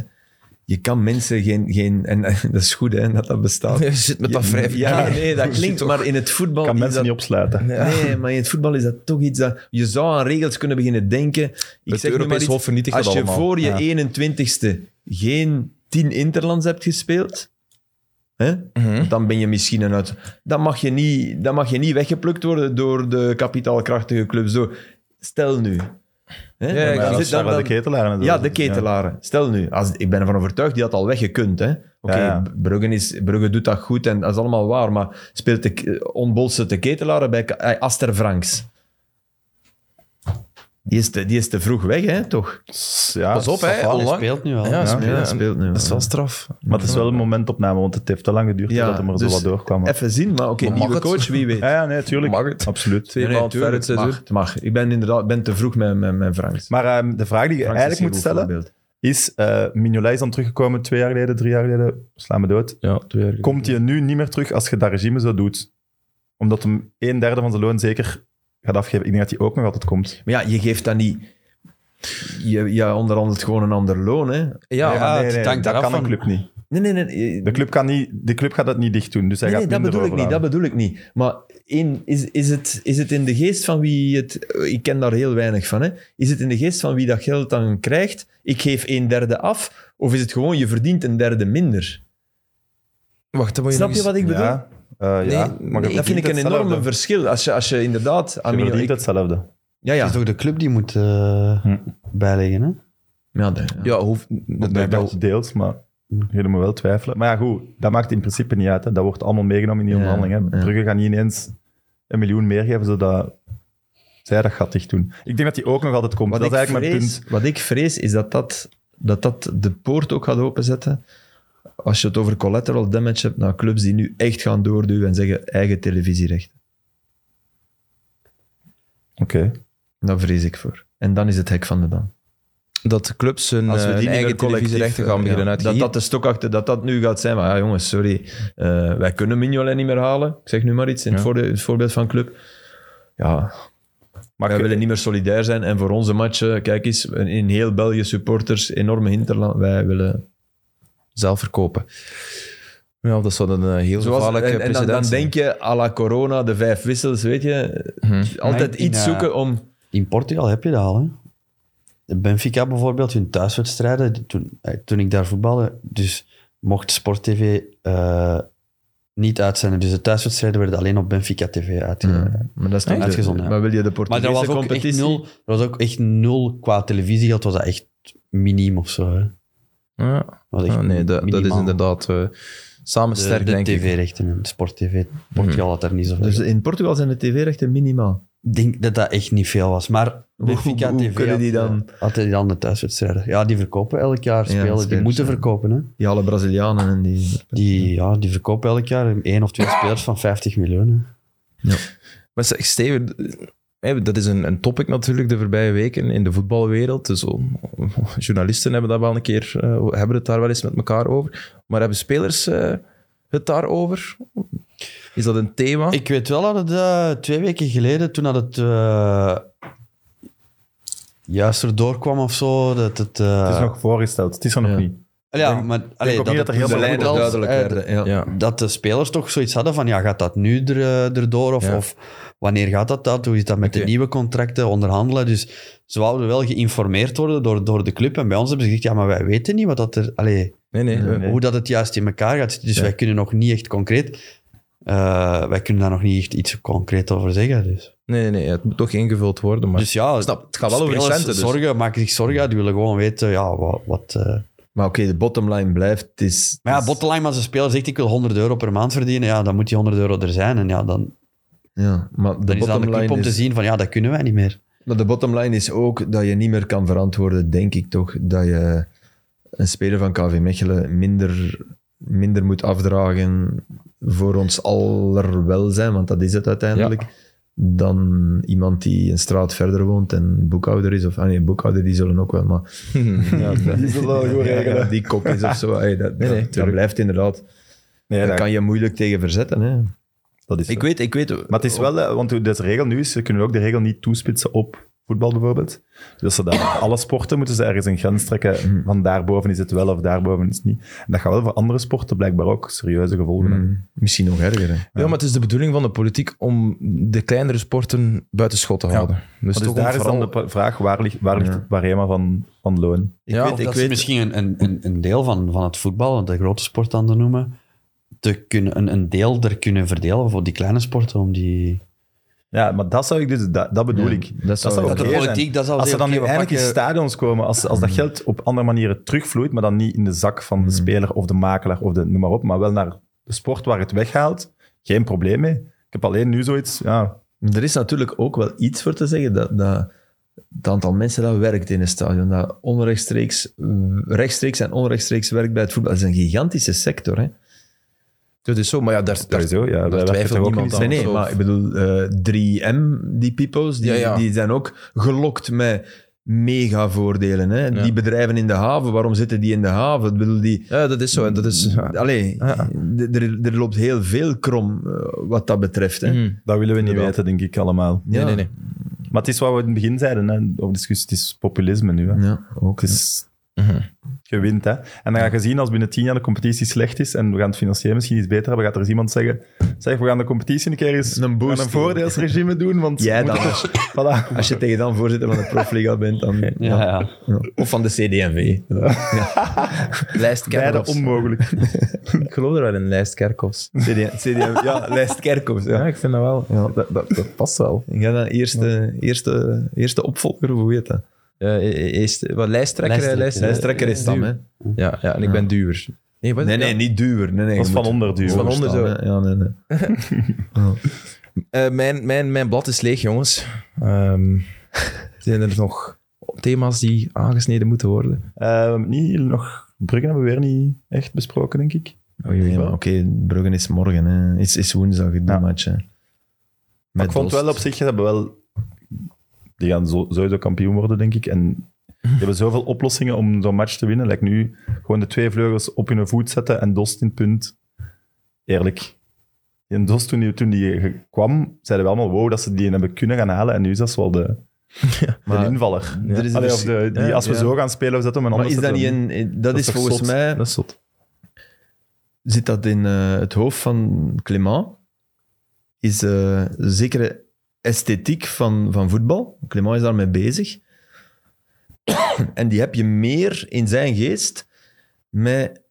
D: Je kan mensen geen, geen en <laughs> dat is goed hè, dat <laughs> dat bestaat.
A: <laughs> Je zit met dat
D: Je-
A: vrij
D: Ja, nee,
A: <laughs>
D: <laughs> dat klinkt, maar in het voetbal
C: kan
D: is
C: mensen
D: dat-
C: niet opsluiten.
D: Nee, maar in het voetbal is dat toch iets dat... Je zou aan regels kunnen beginnen denken. Ik
A: Het
D: zeg nu maar
A: Europees
D: iets,
A: Hof vernietigt
D: Als
A: dat
D: je
A: allemaal.
D: voor je
C: Ja.
D: 21ste geen 10 interlands hebt gespeeld... Hè?
A: Mhm.
D: Dan ben je misschien een uit... Dan mag je niet, dan mag je niet weggeplukt worden door de kapitaalkrachtige clubs. Zo, stel nu... Hè?
A: Ja, ja, ja,
D: Dan
C: Maar
A: dat
C: dat
D: zit-
C: is
D: dan-
C: wel de
D: dan-
C: ketelaren. en zo.
D: ja, de ketelaren. Stel nu, als, ik ben ervan overtuigd, die had al weggekund. Hè? Oké,
C: Ja, ja.
D: Brugge, is- Brugge doet dat goed en dat is allemaal waar, maar speelt de, eh, ontbolstert de ketelaren bij Ka- eh, Aster Franks. Die is, te, die is te vroeg weg, hè, toch?
C: Ja,
A: Pas op, hè.
C: ça va.
B: Hij
A: Onlang-
B: speelt nu al.
A: Ja,
C: Ja,
A: speelt-
D: ja,
A: ja,
D: speelt nu,
A: Dat is
D: ja.
A: wel straf.
C: Maar het is wel een momentopname, want het heeft te lang geduurd
D: Ja,
C: voordat hem er
D: dus
C: zo wat doorkwam.
D: Even zien, maar oké,
A: Maar mag
D: nieuwe
A: het?
D: coach,
A: <laughs>
D: wie weet.
C: Ja, ja, nee, tuurlijk.
A: Mag het?
C: Absoluut.
A: Twee maanden
D: tuurlijk,
A: verder het seizoen.
D: mag, het mag. Ik ben inderdaad ben te vroeg met, met, met Franks.
C: Maar ehm, de vraag die je
D: Franks is
C: eigenlijk
D: een
C: moet
D: goed
C: stellen
D: voorbeeld.
C: is, eh Mignolet is dan teruggekomen twee jaar geleden, drie jaar geleden, sla me dood.
A: Ja, twee jaar.
C: Komt hij nu niet meer terug als je dat regime zo doet? Omdat hem een derde van zijn loon zeker gaat afgeven. Ik denk dat hij ook nog altijd komt.
D: Maar ja, je geeft dat niet... Je, je onderhandelt gewoon een ander loon, hè.
A: Ja,
C: Nee, maar
A: maar-
C: nee,
B: het
C: nee,
D: ah,
B: hangt
C: dat
B: eraf
C: kan een
B: van-
C: club niet.
D: Nee, nee, nee.
C: De club, kan niet, de club gaat dat niet dicht doen, dus hij
D: Nee, nee,
C: gaat
D: dat
C: minder
D: bedoel ik niet. Dat
C: overhouden.
D: bedoel ik niet. Maar één, is, is, het, is het in de geest van wie het... Ik ken daar heel weinig van. Hè? Is het in de geest van wie dat geld dan krijgt? Ik geef een derde af. Of is het gewoon je verdient een derde minder?
A: Wacht, dan moet je
D: Snap
A: nog
D: je
A: eens-
D: wat ik bedoel?
C: Ja, eh, ja.
A: Nee,
C: maar je
A: nee,
D: dat vind
C: verdient
D: ik een
C: hetzelfde.
D: enorme verschil. Als je, als je inderdaad...
C: Je
D: Amino,
C: verdient
D: ik-
C: hetzelfde.
D: ja,
B: Het
D: ja.
B: is toch de club die moet eh,
C: Hm.
B: bijleggen, hè?
D: ja, dat- ja.
A: Ja, hoeft...
C: Dat
A: Dat,
C: ik
A: dat,
C: dacht deels, maar
D: Hm.
C: je moet wel twijfelen. Maar ja, goed, dat maakt in principe niet uit. Hè. Dat wordt allemaal meegenomen in die
D: Ja,
C: onderhandeling. Hè.
D: ja.
C: Brugge gaat niet ineens een miljoen meer geven, zodat zij dat gaat dicht doen. Ik denk dat die ook nog altijd komt.
D: Wat,
C: dat
D: ik
C: is eigenlijk mijn
D: vrees,
C: punt.
D: wat ik vrees is dat dat, dat dat de poort ook gaat openzetten. Als je het over collateral damage hebt naar clubs die nu echt gaan doorduwen en zeggen eigen televisierechten.
C: Oké.
D: Daar vrees ik voor. En dan is het hek van de dam.
A: dat clubs hun,
C: Als we
A: eh,
C: die
A: hun
C: minder
A: eigen
C: collectief,
A: televisierechten gaan
C: eh,
A: beginnen
D: Ja,
A: uit.
D: dat dat de stok achter, dat dat nu gaat zijn. Maar ja, jongens, sorry. eh, wij kunnen Mignolet niet meer halen. Ik zeg nu maar iets in het
C: Ja.
D: voorde- het voorbeeld van club. Ja,
C: Maar
D: wij
C: ik-
D: willen niet meer solidair zijn. En voor onze matchen, kijk eens, in heel België supporters, enorme hinterland. Wij willen
A: zelf verkopen. Ja, dat zou een eh, heel
D: Zoals-
A: gevaarlijk
D: en, en dan,
A: precedent
D: dan
A: zijn.
D: denk je à la corona, de vijf wissels, weet je. Altijd
B: Maar in,
D: iets
B: eh,
D: zoeken om...
B: In Portugal heb je dat al, hè? Benfica bijvoorbeeld, hun thuiswedstrijden, toen, eh, toen ik daar voetbalde, dus mocht Sport TV eh, niet uitzenden. Dus de thuiswedstrijden werden alleen op Benfica
A: Hm.
B: TV uitgezonden.
D: Maar dat is
B: Ja,
D: toch
B: uitgezonden, ja.
D: Maar wil je de
B: Maar
D: Portugese
B: er was, ook echt
D: competitie...
B: nul, er was ook echt nul qua televisiegeld, was dat echt miniem of zo. Hè? Dat
A: Ja.
B: was echt
A: Ah, nee, dat, dat is
B: minimaal.
A: inderdaad eh, samen
B: De-
A: sterk,
B: de,
A: denk ik. Hm.
B: tv-rechten en Sport TV. Portugal had daar niet zoveel.
D: Dus in Portugal zijn de tv-rechten minimaal.
B: Ik denk dat dat echt niet veel was. Maar Benfica
D: hoe
B: TV
D: kunnen
B: had,
D: die dan-
B: eh, hadden die dan de thuiswedstrijden. Ja, die verkopen elk jaar spelen. die
D: spelers,
B: moeten
D: ja.
B: verkopen. Hè.
D: Die alle Brazilianen en die...
B: Die, ja, die verkopen elk jaar één of twee
C: <coughs>
B: spelers van 50 miljoen. hè.
A: Maar zeg, Steven, eh, dat is een, een topic natuurlijk de voorbije weken in de voetbalwereld. Dus om- <laughs> journalisten hebben, dat wel een keer, eh, hebben het daar wel eens met elkaar over. Maar hebben spelers eh, het daarover? Is dat een thema?
B: Ik weet wel dat het eh, twee weken geleden, toen dat het eh, juist erdoor kwam of zo, dat het... eh,
C: het is nog voorgesteld. Het is er nog
D: Ja.
C: niet.
B: ja,
C: denk-
B: maar allee,
C: ook niet
B: het
C: dat er heel
B: toen
C: veel
B: zelfs,
C: voetballers
B: eh,
D: duidelijk werden, ja.
A: ja.
B: dat de spelers toch zoiets hadden van, ja, gaat dat nu er, eh, erdoor? Of,
A: Ja.
B: of wanneer gaat dat dat? Hoe is dat met
A: Oké.
B: de nieuwe contracten onderhandelen? Dus ze wouden wel geïnformeerd worden door, door de club. En bij ons hebben ze gezegd, ja, maar wij weten niet wat dat er... Allee,
A: Nee, nee.
C: Nee,
A: eh,
C: nee.
B: hoe dat het juist in elkaar gaat zitten. Dus wij kunnen nog niet echt concreet... eh, wij kunnen daar nog niet echt iets concreet over zeggen. Dus,
A: Nee, nee, nee, het moet toch ingevuld worden. Maar...
B: dus ja,
A: Snap, het gaat wel over de
B: spelers
A: centen, dus.
B: zorgen, maken zich zorgen. uit. Die willen gewoon weten ja, wat... wat eh.
D: Maar oké, de bottomline blijft... Het is,
B: Maar ja,
D: het is-
B: bottomline, als een speler zegt ik wil 100 euro per maand verdienen, ja, dan moet die 100 euro er zijn. En ja, dan,
D: ja, maar de
B: dan is het aan de
D: bottomline
B: club om
D: is-
B: te zien van ja, dat kunnen wij niet meer.
D: Maar de bottomline is ook dat je niet meer kan verantwoorden, denk ik toch, dat je een speler van KV Mechelen minder, minder moet afdragen voor ons aller welzijn, want dat is het uiteindelijk, dan iemand die een straat verder woont en boekhouder is. Of, ah nee, boekhouder die zullen ook wel, maar
C: Ja, <laughs> die zullen wel goed regelen.
D: Ja, die kok is of zo. hey, dat,
A: nee,
D: dat- dat,
A: tuurlijk.
D: blijft inderdaad.
C: Nee,
D: Daar
C: dat,
D: kan je moeilijk tegen verzetten. Hè.
C: dat is zo.
D: Ik weet, ik weet.
C: Maar het is wel, eh, want de regel nu is, ze kunnen ook de regel niet toespitsen op voetbal bijvoorbeeld. Dus als ze dan alle sporten moeten ze ergens een grens
D: Hm.
C: trekken van daarboven is het wel of daarboven is het niet. En dat gaat wel voor andere sporten blijkbaar ook serieuze gevolgen hebben.
D: Mm, misschien nog erger. hè.
A: Ja, maar het is de bedoeling van de politiek om de kleinere sporten buitenschot te houden. Dus,
C: Maar
A: toch
C: Dus daar is
A: vooral...
C: dan de pra- vraag, waar ligt, waar ligt
D: Ja.
C: het barema van, van loon?
B: Ik
A: Ja,
B: weet,
A: of
B: ik
A: dat
B: weet
A: is
B: misschien een- een, een, een deel van, van het voetbal, want de grote sport aan te noemen, te kunnen, een, een deel er kunnen verdelen voor die kleine sporten. Om die...
C: Ja, maar dat zou ik dus, dat, dat bedoel
D: Ja,
C: ik.
D: dat zou-
C: zou
D: Dat de
C: oké zijn.
B: politiek dat zou
C: Als ze
B: zeggen,
C: dan nu
B: oké, we
C: eindelijk in
B: pakken-
C: stadions komen, als, als dat geld op andere manieren terugvloeit, maar dan niet in de zak van de speler of de makelaar of de noem maar op, maar wel naar de sport waar het weghaalt, geen probleem mee. Ik heb alleen nu zoiets, ja,
D: Er is natuurlijk ook wel iets voor te zeggen dat, dat het aantal mensen dat werkt in een stadion, dat onrechtstreeks, rechtstreeks en onrechtstreeks werkt bij het voetbal, dat is een gigantische sector. Hè?
A: Dat is zo, maar ja, daar, daar,
C: sowieso. Ja, wij werken
A: twijfelt
C: toch ook
A: niemand
C: niet
A: aan.
D: Nee, nee,
A: zo.
D: maar ik bedoel, eh, 3M, die people's, die,
A: Ja, ja.
D: die zijn ook gelokt met mega voordelen. Hè?
A: Ja.
D: Die bedrijven in de haven, waarom zitten die in de haven? Ik bedoel, die...
A: ja, dat is zo. En dat is... ja.
D: Allee,
A: Ja.
D: d- er, er loopt heel veel krom eh, wat dat betreft. Hè?
A: Mhm.
C: Dat willen we niet
A: Inderdaad.
C: weten, denk ik allemaal.
A: Nee,
D: Ja.
A: nee, nee.
C: Maar het is wat we in het begin zeiden, hè, over discussie, het is populisme nu. Hè.
D: Ja, ook.
C: Het is,
A: Mhm.
C: je wint. Hè. En dan ga je zien als binnen tien jaar de competitie slecht is en we gaan het financieel misschien iets beter hebben, gaat er eens iemand zeggen, zeg, we gaan de competitie een keer eens
D: Een
C: aan
D: boost
C: een voordelsregime doen, want...
D: Jij
C: we
D: dan.
C: moeten
D: <laughs>
C: toch- Voilà.
D: Als je tegen dan voorzitter van de profliga bent, dan...
B: Ja, ja.
D: Of van de CDMV.
A: Lijst
C: Beide
A: Kerkhoffs.
C: onmogelijk.
A: Ik geloof er wel in, Lijst Kerkhoffs.
D: CDM, ja, lijst Kerkhoffs. Ja.
A: Ja, ik vind dat wel.
D: Ja.
A: Dat, dat, dat past wel.
D: Ik ga dan eerste, eerste, eerste opvolger, hoe heet dat?
A: Eh, eh, eerst, wat, lijsttrekker? eh,
B: Lijsttrekker.
A: lijst-
D: Lijsttrekker is dan, hè?
A: Ja, ja, en ik ben duwer. Nee, wat?
D: Nee,
A: Ja.
D: nee, niet duur. Nee, nee,
C: Dat is
D: je
C: van
D: moet
C: onder duur.
A: Van onder
D: staan,
A: zo.
D: hè. Ja, nee, nee.
A: Eh, mijn, mijn, mijn blad is leeg, jongens. Ehm, <laughs> zijn er nog thema's die aangesneden moeten worden?
C: Ehm, niet nog... Bruggen hebben we weer niet echt besproken, denk ik.
A: Oh,
D: Oei, oei, maar Oké, Bruggen is morgen. Hè. Is, is woensdag die
C: Ja.
D: match. Hè.
C: Maar
D: Met
C: ik vond
D: Dost.
C: wel op zich, ze hebben wel... Die gaan zo, sowieso kampioen worden, denk ik. En die hebben zoveel oplossingen om zo'n match te winnen. Like nu, gewoon de twee vleugels op hun voet zetten en Dost in het punt. Eerlijk. En Dost, toen die, toen die ge- kwam, zeiden we allemaal wow dat ze die hebben kunnen gaan halen. En nu is dat wel de,
D: Maar-
C: de invaller.
D: Er is een
C: Allee, of
D: verschil-
C: de, die,
D: Ja,
C: als we
D: ja.
C: zo gaan spelen, we zetten hem een
D: Maar
C: ander
D: is dat niet
C: zetten.
D: een... Dat,
C: Dat
D: is
C: toch
D: volgens
C: zot?
D: mij...
C: Dat is zot.
D: Zit dat in eh, het hoofd van Clément? Is eh, een zekere esthetiek van, van voetbal. Clément is daarmee bezig. <coughs> en die heb je meer in zijn geest met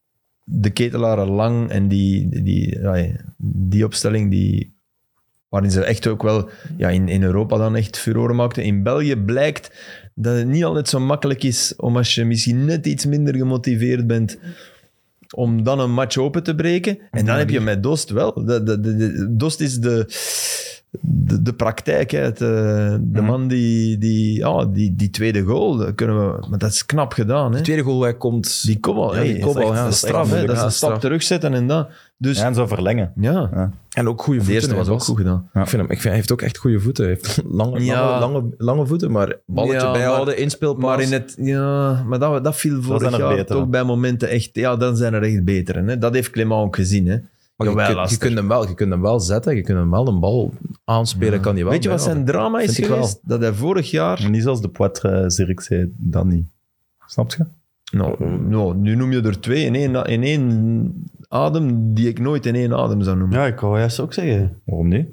D: de ketelaren lang en die, die, die, ja, die opstelling die, waarin ze echt ook wel ja, in, in Europa dan echt furoren maakten. In België blijkt dat het niet altijd zo makkelijk is om als je misschien net iets minder gemotiveerd bent om dan een match open te breken. En dan heb je met Dost wel. De, de, de- de- Dost is de, de, de praktijk. Hè. Het, eh,
A: Mhm.
D: de man die, die, ja, die, die tweede goal, dat kunnen we, maar dat is knap gedaan. Hè.
A: De tweede goal eh, komt...
D: Die kobbel,
A: Ja, die
D: hey,
A: kopbal,
D: dat is echt-
A: ja, dat is
D: dat is straf.
A: echt
D: hè. Dat is
A: moeilijk,
D: een
A: ja,
D: stap
A: straf.
D: terugzetten en dan. Dus
C: Ja,
D: ja,
C: en zo verlengen.
A: En ook goede
D: de
A: voeten.
D: eerste
A: hè,
D: was ook
A: Bas.
D: goed gedaan.
A: Ik vind hem, ik vind, hij heeft ook echt goede voeten. Hij heeft lange,
D: Ja.
A: lange, lange, lange voeten, maar balletje
D: Ja, maar-
A: bijhouden, inspeelpas.
D: Maar, in het, ja, maar dat, dat viel vorig
C: zijn er
D: jaar
C: betere.
D: toch bij momenten echt... Ja, dan zijn er echt betere. Hè. Dat heeft Clément ook gezien. Hè.
A: Maar je,
D: Jawel,
A: kunt- je,
D: Aster.
A: kunt hem wel, je kunt hem wel zetten, je kunt hem wel een bal aanspelen, kan hij wel
D: Weet je wat zijn
A: bijhouden.
D: drama is
A: Vind ik wel.
D: geweest? Dat hij vorig jaar...
C: Maar niet zoals de Poitre Zirkzee, dan niet. Snap je?
D: Nou, nou, nu noem je er twee in één, in één adem die ik nooit in één adem zou noemen.
B: ja, ik wou juist ook zeggen.
C: Waarom niet?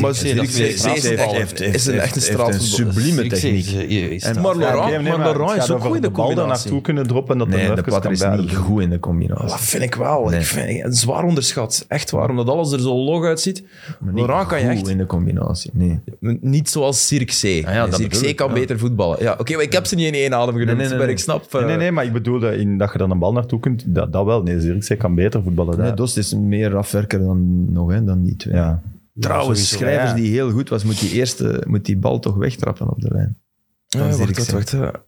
A: Maar
B: Zirkzee,
A: Zirkzee-
B: dat is weer
A: Zirkzee is een
B: strafbal.
A: echt- is een echte
D: heeft een
A: strafvoetbal.
D: sublieme
B: Zirkzee
D: techniek.
B: is, eh, hier is
A: En
B: straf.
A: Marlon- Laurent-
C: oké,
A: maar
C: maar het
A: Laurent is
C: gaat
A: ook
C: over
A: goed in de
C: de bal daar
A: combinatie.
C: naartoe kunnen droppen en dat
D: Nee,
C: er
D: de
C: even
D: Poitre
C: kan
D: is niet
C: bijdragen.
D: goed in de combinatie.
A: Dat vind ik wel.
D: Nee.
A: Ik vind het zwaar onderschat. Echt waar, omdat alles er zo log uitziet.
D: Maar niet
A: Laurent kan je
D: goed
A: echt-
D: in de combinatie, nee.
A: Niet zoals Cirque C.
D: Ah ja, dat bedoel
A: Cirque C
D: ik,
A: kan
D: ja.
A: beter voetballen. Ja, Oké, maar ik heb ze niet in één adem genoemd,
D: Nee, nee, nee,
A: maar
D: nee.
A: ik snap... eh,
C: Nee, nee, nee, maar ik bedoel dat, in, dat je dan een bal naartoe kunt, dat, dat wel. Nee, Zirkzee kan beter voetballen.
D: Nee,
C: daar.
D: Dost is meer afwerker dan, nog, hè, dan die twee.
C: ja.
D: Trouwens,
B: sowieso,
D: Schrijvers
C: ja.
D: die heel goed was, moet die, eerste, moet die bal toch wegtrappen op de lijn.
A: eh,
D: Dan
A: wacht,
D: Zirkzee.
A: wacht, wacht. eh.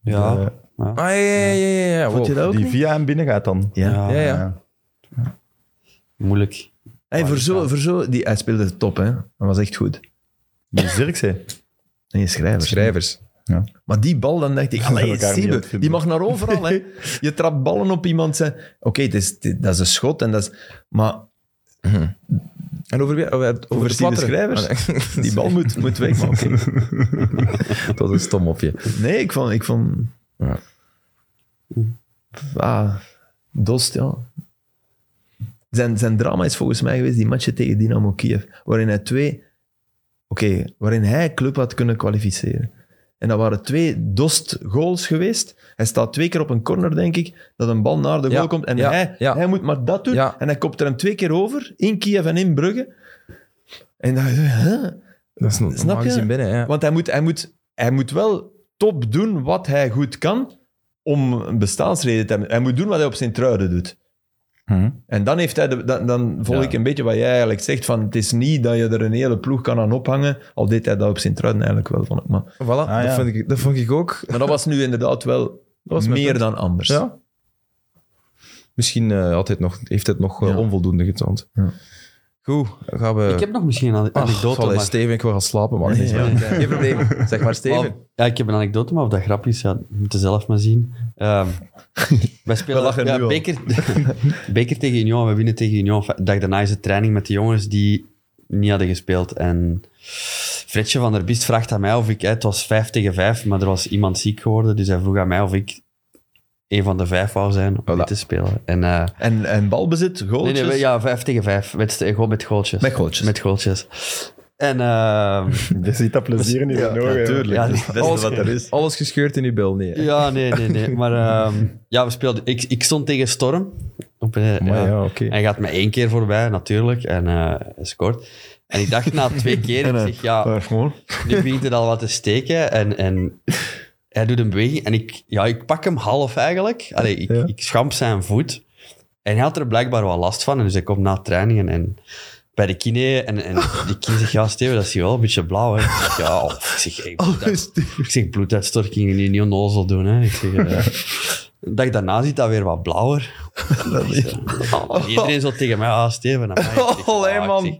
B: Ja,
C: Eh,
B: ja.
A: Ah, ja, ja, ja, ja. ja,
D: Vond je
A: wow.
D: dat ook
C: die
D: niet?
C: via hem binnen gaat dan.
D: Ja.
B: Ja,
A: Ja, ja.
B: moeilijk.
D: Hey, voor zo, voor zo, die, hij speelde top, hè. Dat was echt goed.
C: Die Zirkzee.
D: Nee, Schrijvers.
A: Schrijvers.
D: Maar die bal, dan dacht ik,
C: hebben
D: allee,
C: elkaar niet
D: Sibbe, die
C: uitgevonden.
D: mag naar overal. Hè. Je trapt ballen op iemand. zijn. Oké, het is- het- dat is een schot. En dat is, maar
A: En over wie? Over, over de
D: Steven
A: platter.
D: Schrijvers?
A: Ah, nee. <laughs>
D: die bal moet, moet weg. Maar oké.
A: Dat was een stom op je.
D: Nee, ik vond... Ik vond
A: Ja.
D: ah, Dost, ja. Zijn, zijn drama is volgens mij geweest die match tegen Dynamo Kiev, waarin hij twee... Oké, waarin hij club had kunnen kwalificeren. En dat waren twee Dost-goals geweest. Hij staat twee keer op een corner, denk ik, dat een bal naar de
A: Ja,
D: goal komt. En
A: ja,
D: hij,
A: ja.
D: hij moet maar dat doen.
A: Ja.
D: En hij kopt er hem twee keer over, in Kiev en in Brugge. En dan... <laughs> Huh?
A: Dat is nog
D: Snap je?
A: gezien binnen, ja.
D: Want hij moet, hij, moet, hij moet wel top doen wat hij goed kan om een bestaansreden te hebben. Hij moet doen wat hij op zijn truiden doet. En dan, heeft hij de- dan, dan volg
C: Ja.
D: ik een beetje wat jij eigenlijk zegt. Van, het is niet dat je er een hele ploeg kan aan ophangen. Al deed hij dat op zijn truiden eigenlijk wel. Vond ik. Maar,
A: Voilà,
C: Ah,
A: dat,
C: ja.
A: vond ik, dat vond ik ook.
D: maar dat was nu inderdaad wel
A: was mijn
D: meer
A: punt.
D: dan anders.
A: Ja. Misschien eh, had hij het nog, heeft het nog eh,
D: Ja.
A: onvoldoende getoond.
D: Ja.
A: Goed, dan gaan we...
B: Ik heb nog misschien een
A: Ach,
B: anekdote.
A: vallen,
B: maar-
A: Steven, ik wil gaan slapen, man. Geen
B: Ja.
A: Geen probleem. Zeg maar, Steven.
B: Maar- ja, ik heb een anekdote, maar of dat grappig is, ja, moet je zelf maar zien.
D: <laughs>
B: Ehm, wij spelen
D: We lachen
B: ja,
D: nu al.
B: beker, <laughs> beker tegen Union, we winnen tegen Union. Enfin, Dag daarna is het training met de jongens die niet hadden gespeeld. En Fredje van der Biest vraagt aan mij of ik... hè, Het was 5 tegen 5, maar er was iemand ziek geworden, dus hij vroeg aan mij of ik een van de vijf wou zijn om
A: Voilà.
B: mee te spelen. En, eh,
D: En, en balbezit,
B: nee,
D: goaltjes?
B: nee, we- ja, vijf tegen vijf. wedstrijden gewoon met goaltjes.
D: Met goaltjes.
B: Met goaltjes. En ehm,
C: Je ziet dat
A: <laughs>
C: plezier in eh. je
B: Ja,
C: ogen.
D: Natuurlijk,
B: Ja,
D: dat is het beste
A: alles,
D: wat er is.
A: alles gescheurd in uw bil, nee. hè?
B: ja, nee, nee, nee. Maar ehm, ja, we speelden. Ik, ik stond tegen Storm. Op, eh,
C: Maar
B: ja.
C: ja, oké.
B: Hij gaat me één keer voorbij, natuurlijk. En eh, hij scoort. En ik dacht na twee keer, ik zeg ja,
D: gewoon.
B: nu begint het al wat te steken. En, en hij doet een beweging. En ik, ja, ik pak hem half eigenlijk. Allee, ik,
C: Ja.
B: ik schamp zijn voet. En hij had er blijkbaar wel last van. En dus hij komt na trainingen en bij de kine. En, en die kine zegt, ja Steven, dat is hier wel een beetje blauw. Hè. Ik zeg, ja, oh, ik zeg, hey, bloeduit- ik zeg bloeduitstorking, die niet onnozel doen. Hè. Ik zeg, eh, <laughs> de dag daarna ziet dat weer wat blauwer. Ik zeg, oh, iedereen zo tegen mij, ah Steven. amai. Ik zeg,
A: Oh, hey,
B: ah, ik
A: man.
B: zeg,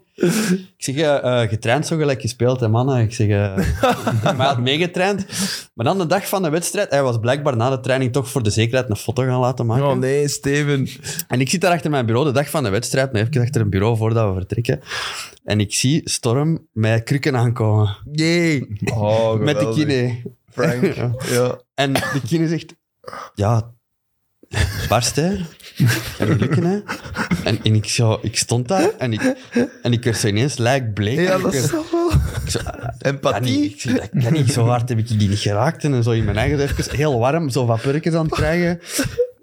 B: ik zeg, eh, eh, getraind zo gelijk gespeeld, hè, mannen. Ik zeg, eh, <laughs> maar hij had meegetraind. Maar dan de dag van de wedstrijd, hij was blijkbaar na de training toch voor de zekerheid een foto gaan laten maken.
A: Oh nee, Steven.
B: En ik zit daar achter mijn bureau, de dag van de wedstrijd, maar even achter een bureau voordat we vertrekken. En ik zie Storm met krukken aankomen.
A: Jee. Oh,
B: Met de
A: geweldig.
B: kine.
A: Frank.
B: <laughs> Ja.
A: Ja.
B: En de kine zegt, ja, barst hè. Gaat niet lukken hè. En, en ik, zo, ik stond daar en ik, en ik werd zo ineens lijkbleek.
A: ja,
B: En ik
A: dat
B: werd-
A: is toch wel...
B: ik zo, kan niet,
A: Empathie.
B: ik zeg, dat kan niet, zo hard heb ik die niet geraakt. En zo in mijn eigen even heel warm, zo wat purkjes aan het krijgen.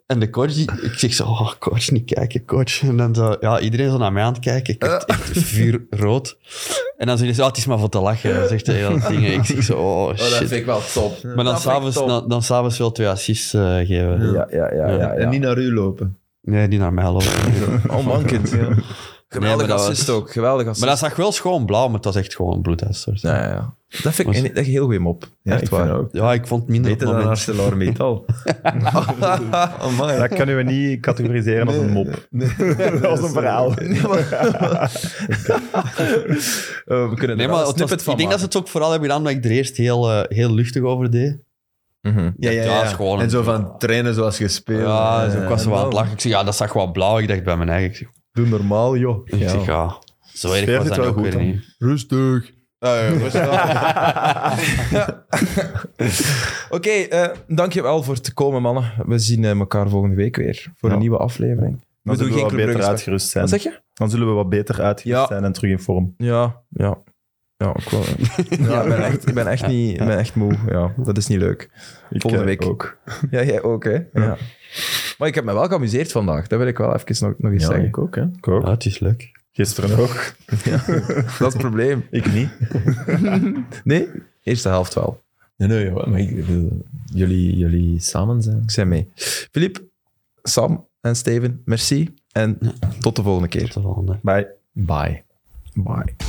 B: En de coach, die- ik zeg zo, oh, coach, niet kijken, coach. En dan zo, ja, iedereen zo naar mij aan het kijken. Ik werd echt vuurrood. En dan zo, ja, het is maar voor te lachen. Dan zegt hij heel dat ding. Ik zeg zo, oh shit.
A: ik wel top.
B: Maar dan s'avonds dan, dan s'avonds wel twee assists eh, geven.
A: Ja, ja, ja. ja,
D: En niet naar u lopen.
B: Nee, die naar mij lopen.
A: <laughs> Oh, man, kind. Geweldig
B: maar dat
A: assist
B: was-
A: ook. Geweldig assist.
B: maar dat zag wel schoon blauw, maar het was echt gewoon bloeduitstort.
A: Ja, ja, ja. Dat vind ik
B: Was-
A: een, echt een heel goede mop. echt
D: ik
A: waar.
D: vind ook.
B: Ja, ik vond het minder op
D: Beter
B: het
D: dan
B: moment.
D: ArcelorMittal. oh man.
C: Dat kunnen we niet categoriseren als een mop. <laughs> als een verhaal.
A: Eh, we kunnen er wel
B: Nee, maar
A: een
B: het was-
A: snippet van
B: ik denk dat ze het ook vooral hebben gedaan omdat ik er eerst heel, eh, heel luchtig over deed.
A: maken. Mhm.
D: Ja, ja,
B: Ja,
D: ja.
B: is gewoon
D: en
B: een-
D: zo van trainen zoals gespeeld.
B: Ja, dus ik was wel aan het
D: lang.
B: lachen. Ik zeg, ja, dat zag wel blauw. Ik dacht bij mijn eigen. Ik zeg,
D: Doe normaal, joh.
B: ik zeg, ja, zo erg
C: Sfeer
B: was
C: zit
B: dat
C: wel
B: ook
C: goed
B: weer
C: dan.
B: niet.
D: Rustig.
A: Oké, eh, dankjewel voor het komen, mannen. We zien eh, elkaar volgende week weer voor
C: Ja.
A: een nieuwe aflevering.
C: Dan
A: we doen
C: zullen we
A: geen
C: wat
A: Club
C: beter
A: Brugge spec-
C: uitgerust zijn.
A: Wat zeg je?
C: Dan zullen we wat beter uitgerust
A: Ja.
C: zijn en terug in vorm.
A: Ja, ja. Ja, ik, wel, ja. Ja, ik ben echt, ik ben echt, niet, ik ben echt moe. Ja, dat is niet leuk.
C: Ik,
A: Volgende
C: eh,
A: week.
C: ook.
A: <laughs> Ja, jij ook, hè? Ja. Maar ik heb me wel geamuseerd vandaag. Dat wil ik wel even nog, nog eens
D: Ja,
A: zeggen.
D: ik ook, hè.
C: Ik ook.
B: Ja, het is leuk.
C: Gisteren ook.
A: Dat is het probleem.
C: Ik niet.
A: <laughs> Nee? Eerste helft wel.
D: Nee, nee, jawel, maar ik wil jullie, jullie samen zijn.
A: Ik zijn mee. Filip, Sam en Steven, merci. En tot de volgende keer.
B: Tot de volgende.
C: Bye.
D: Bye.
A: Bye.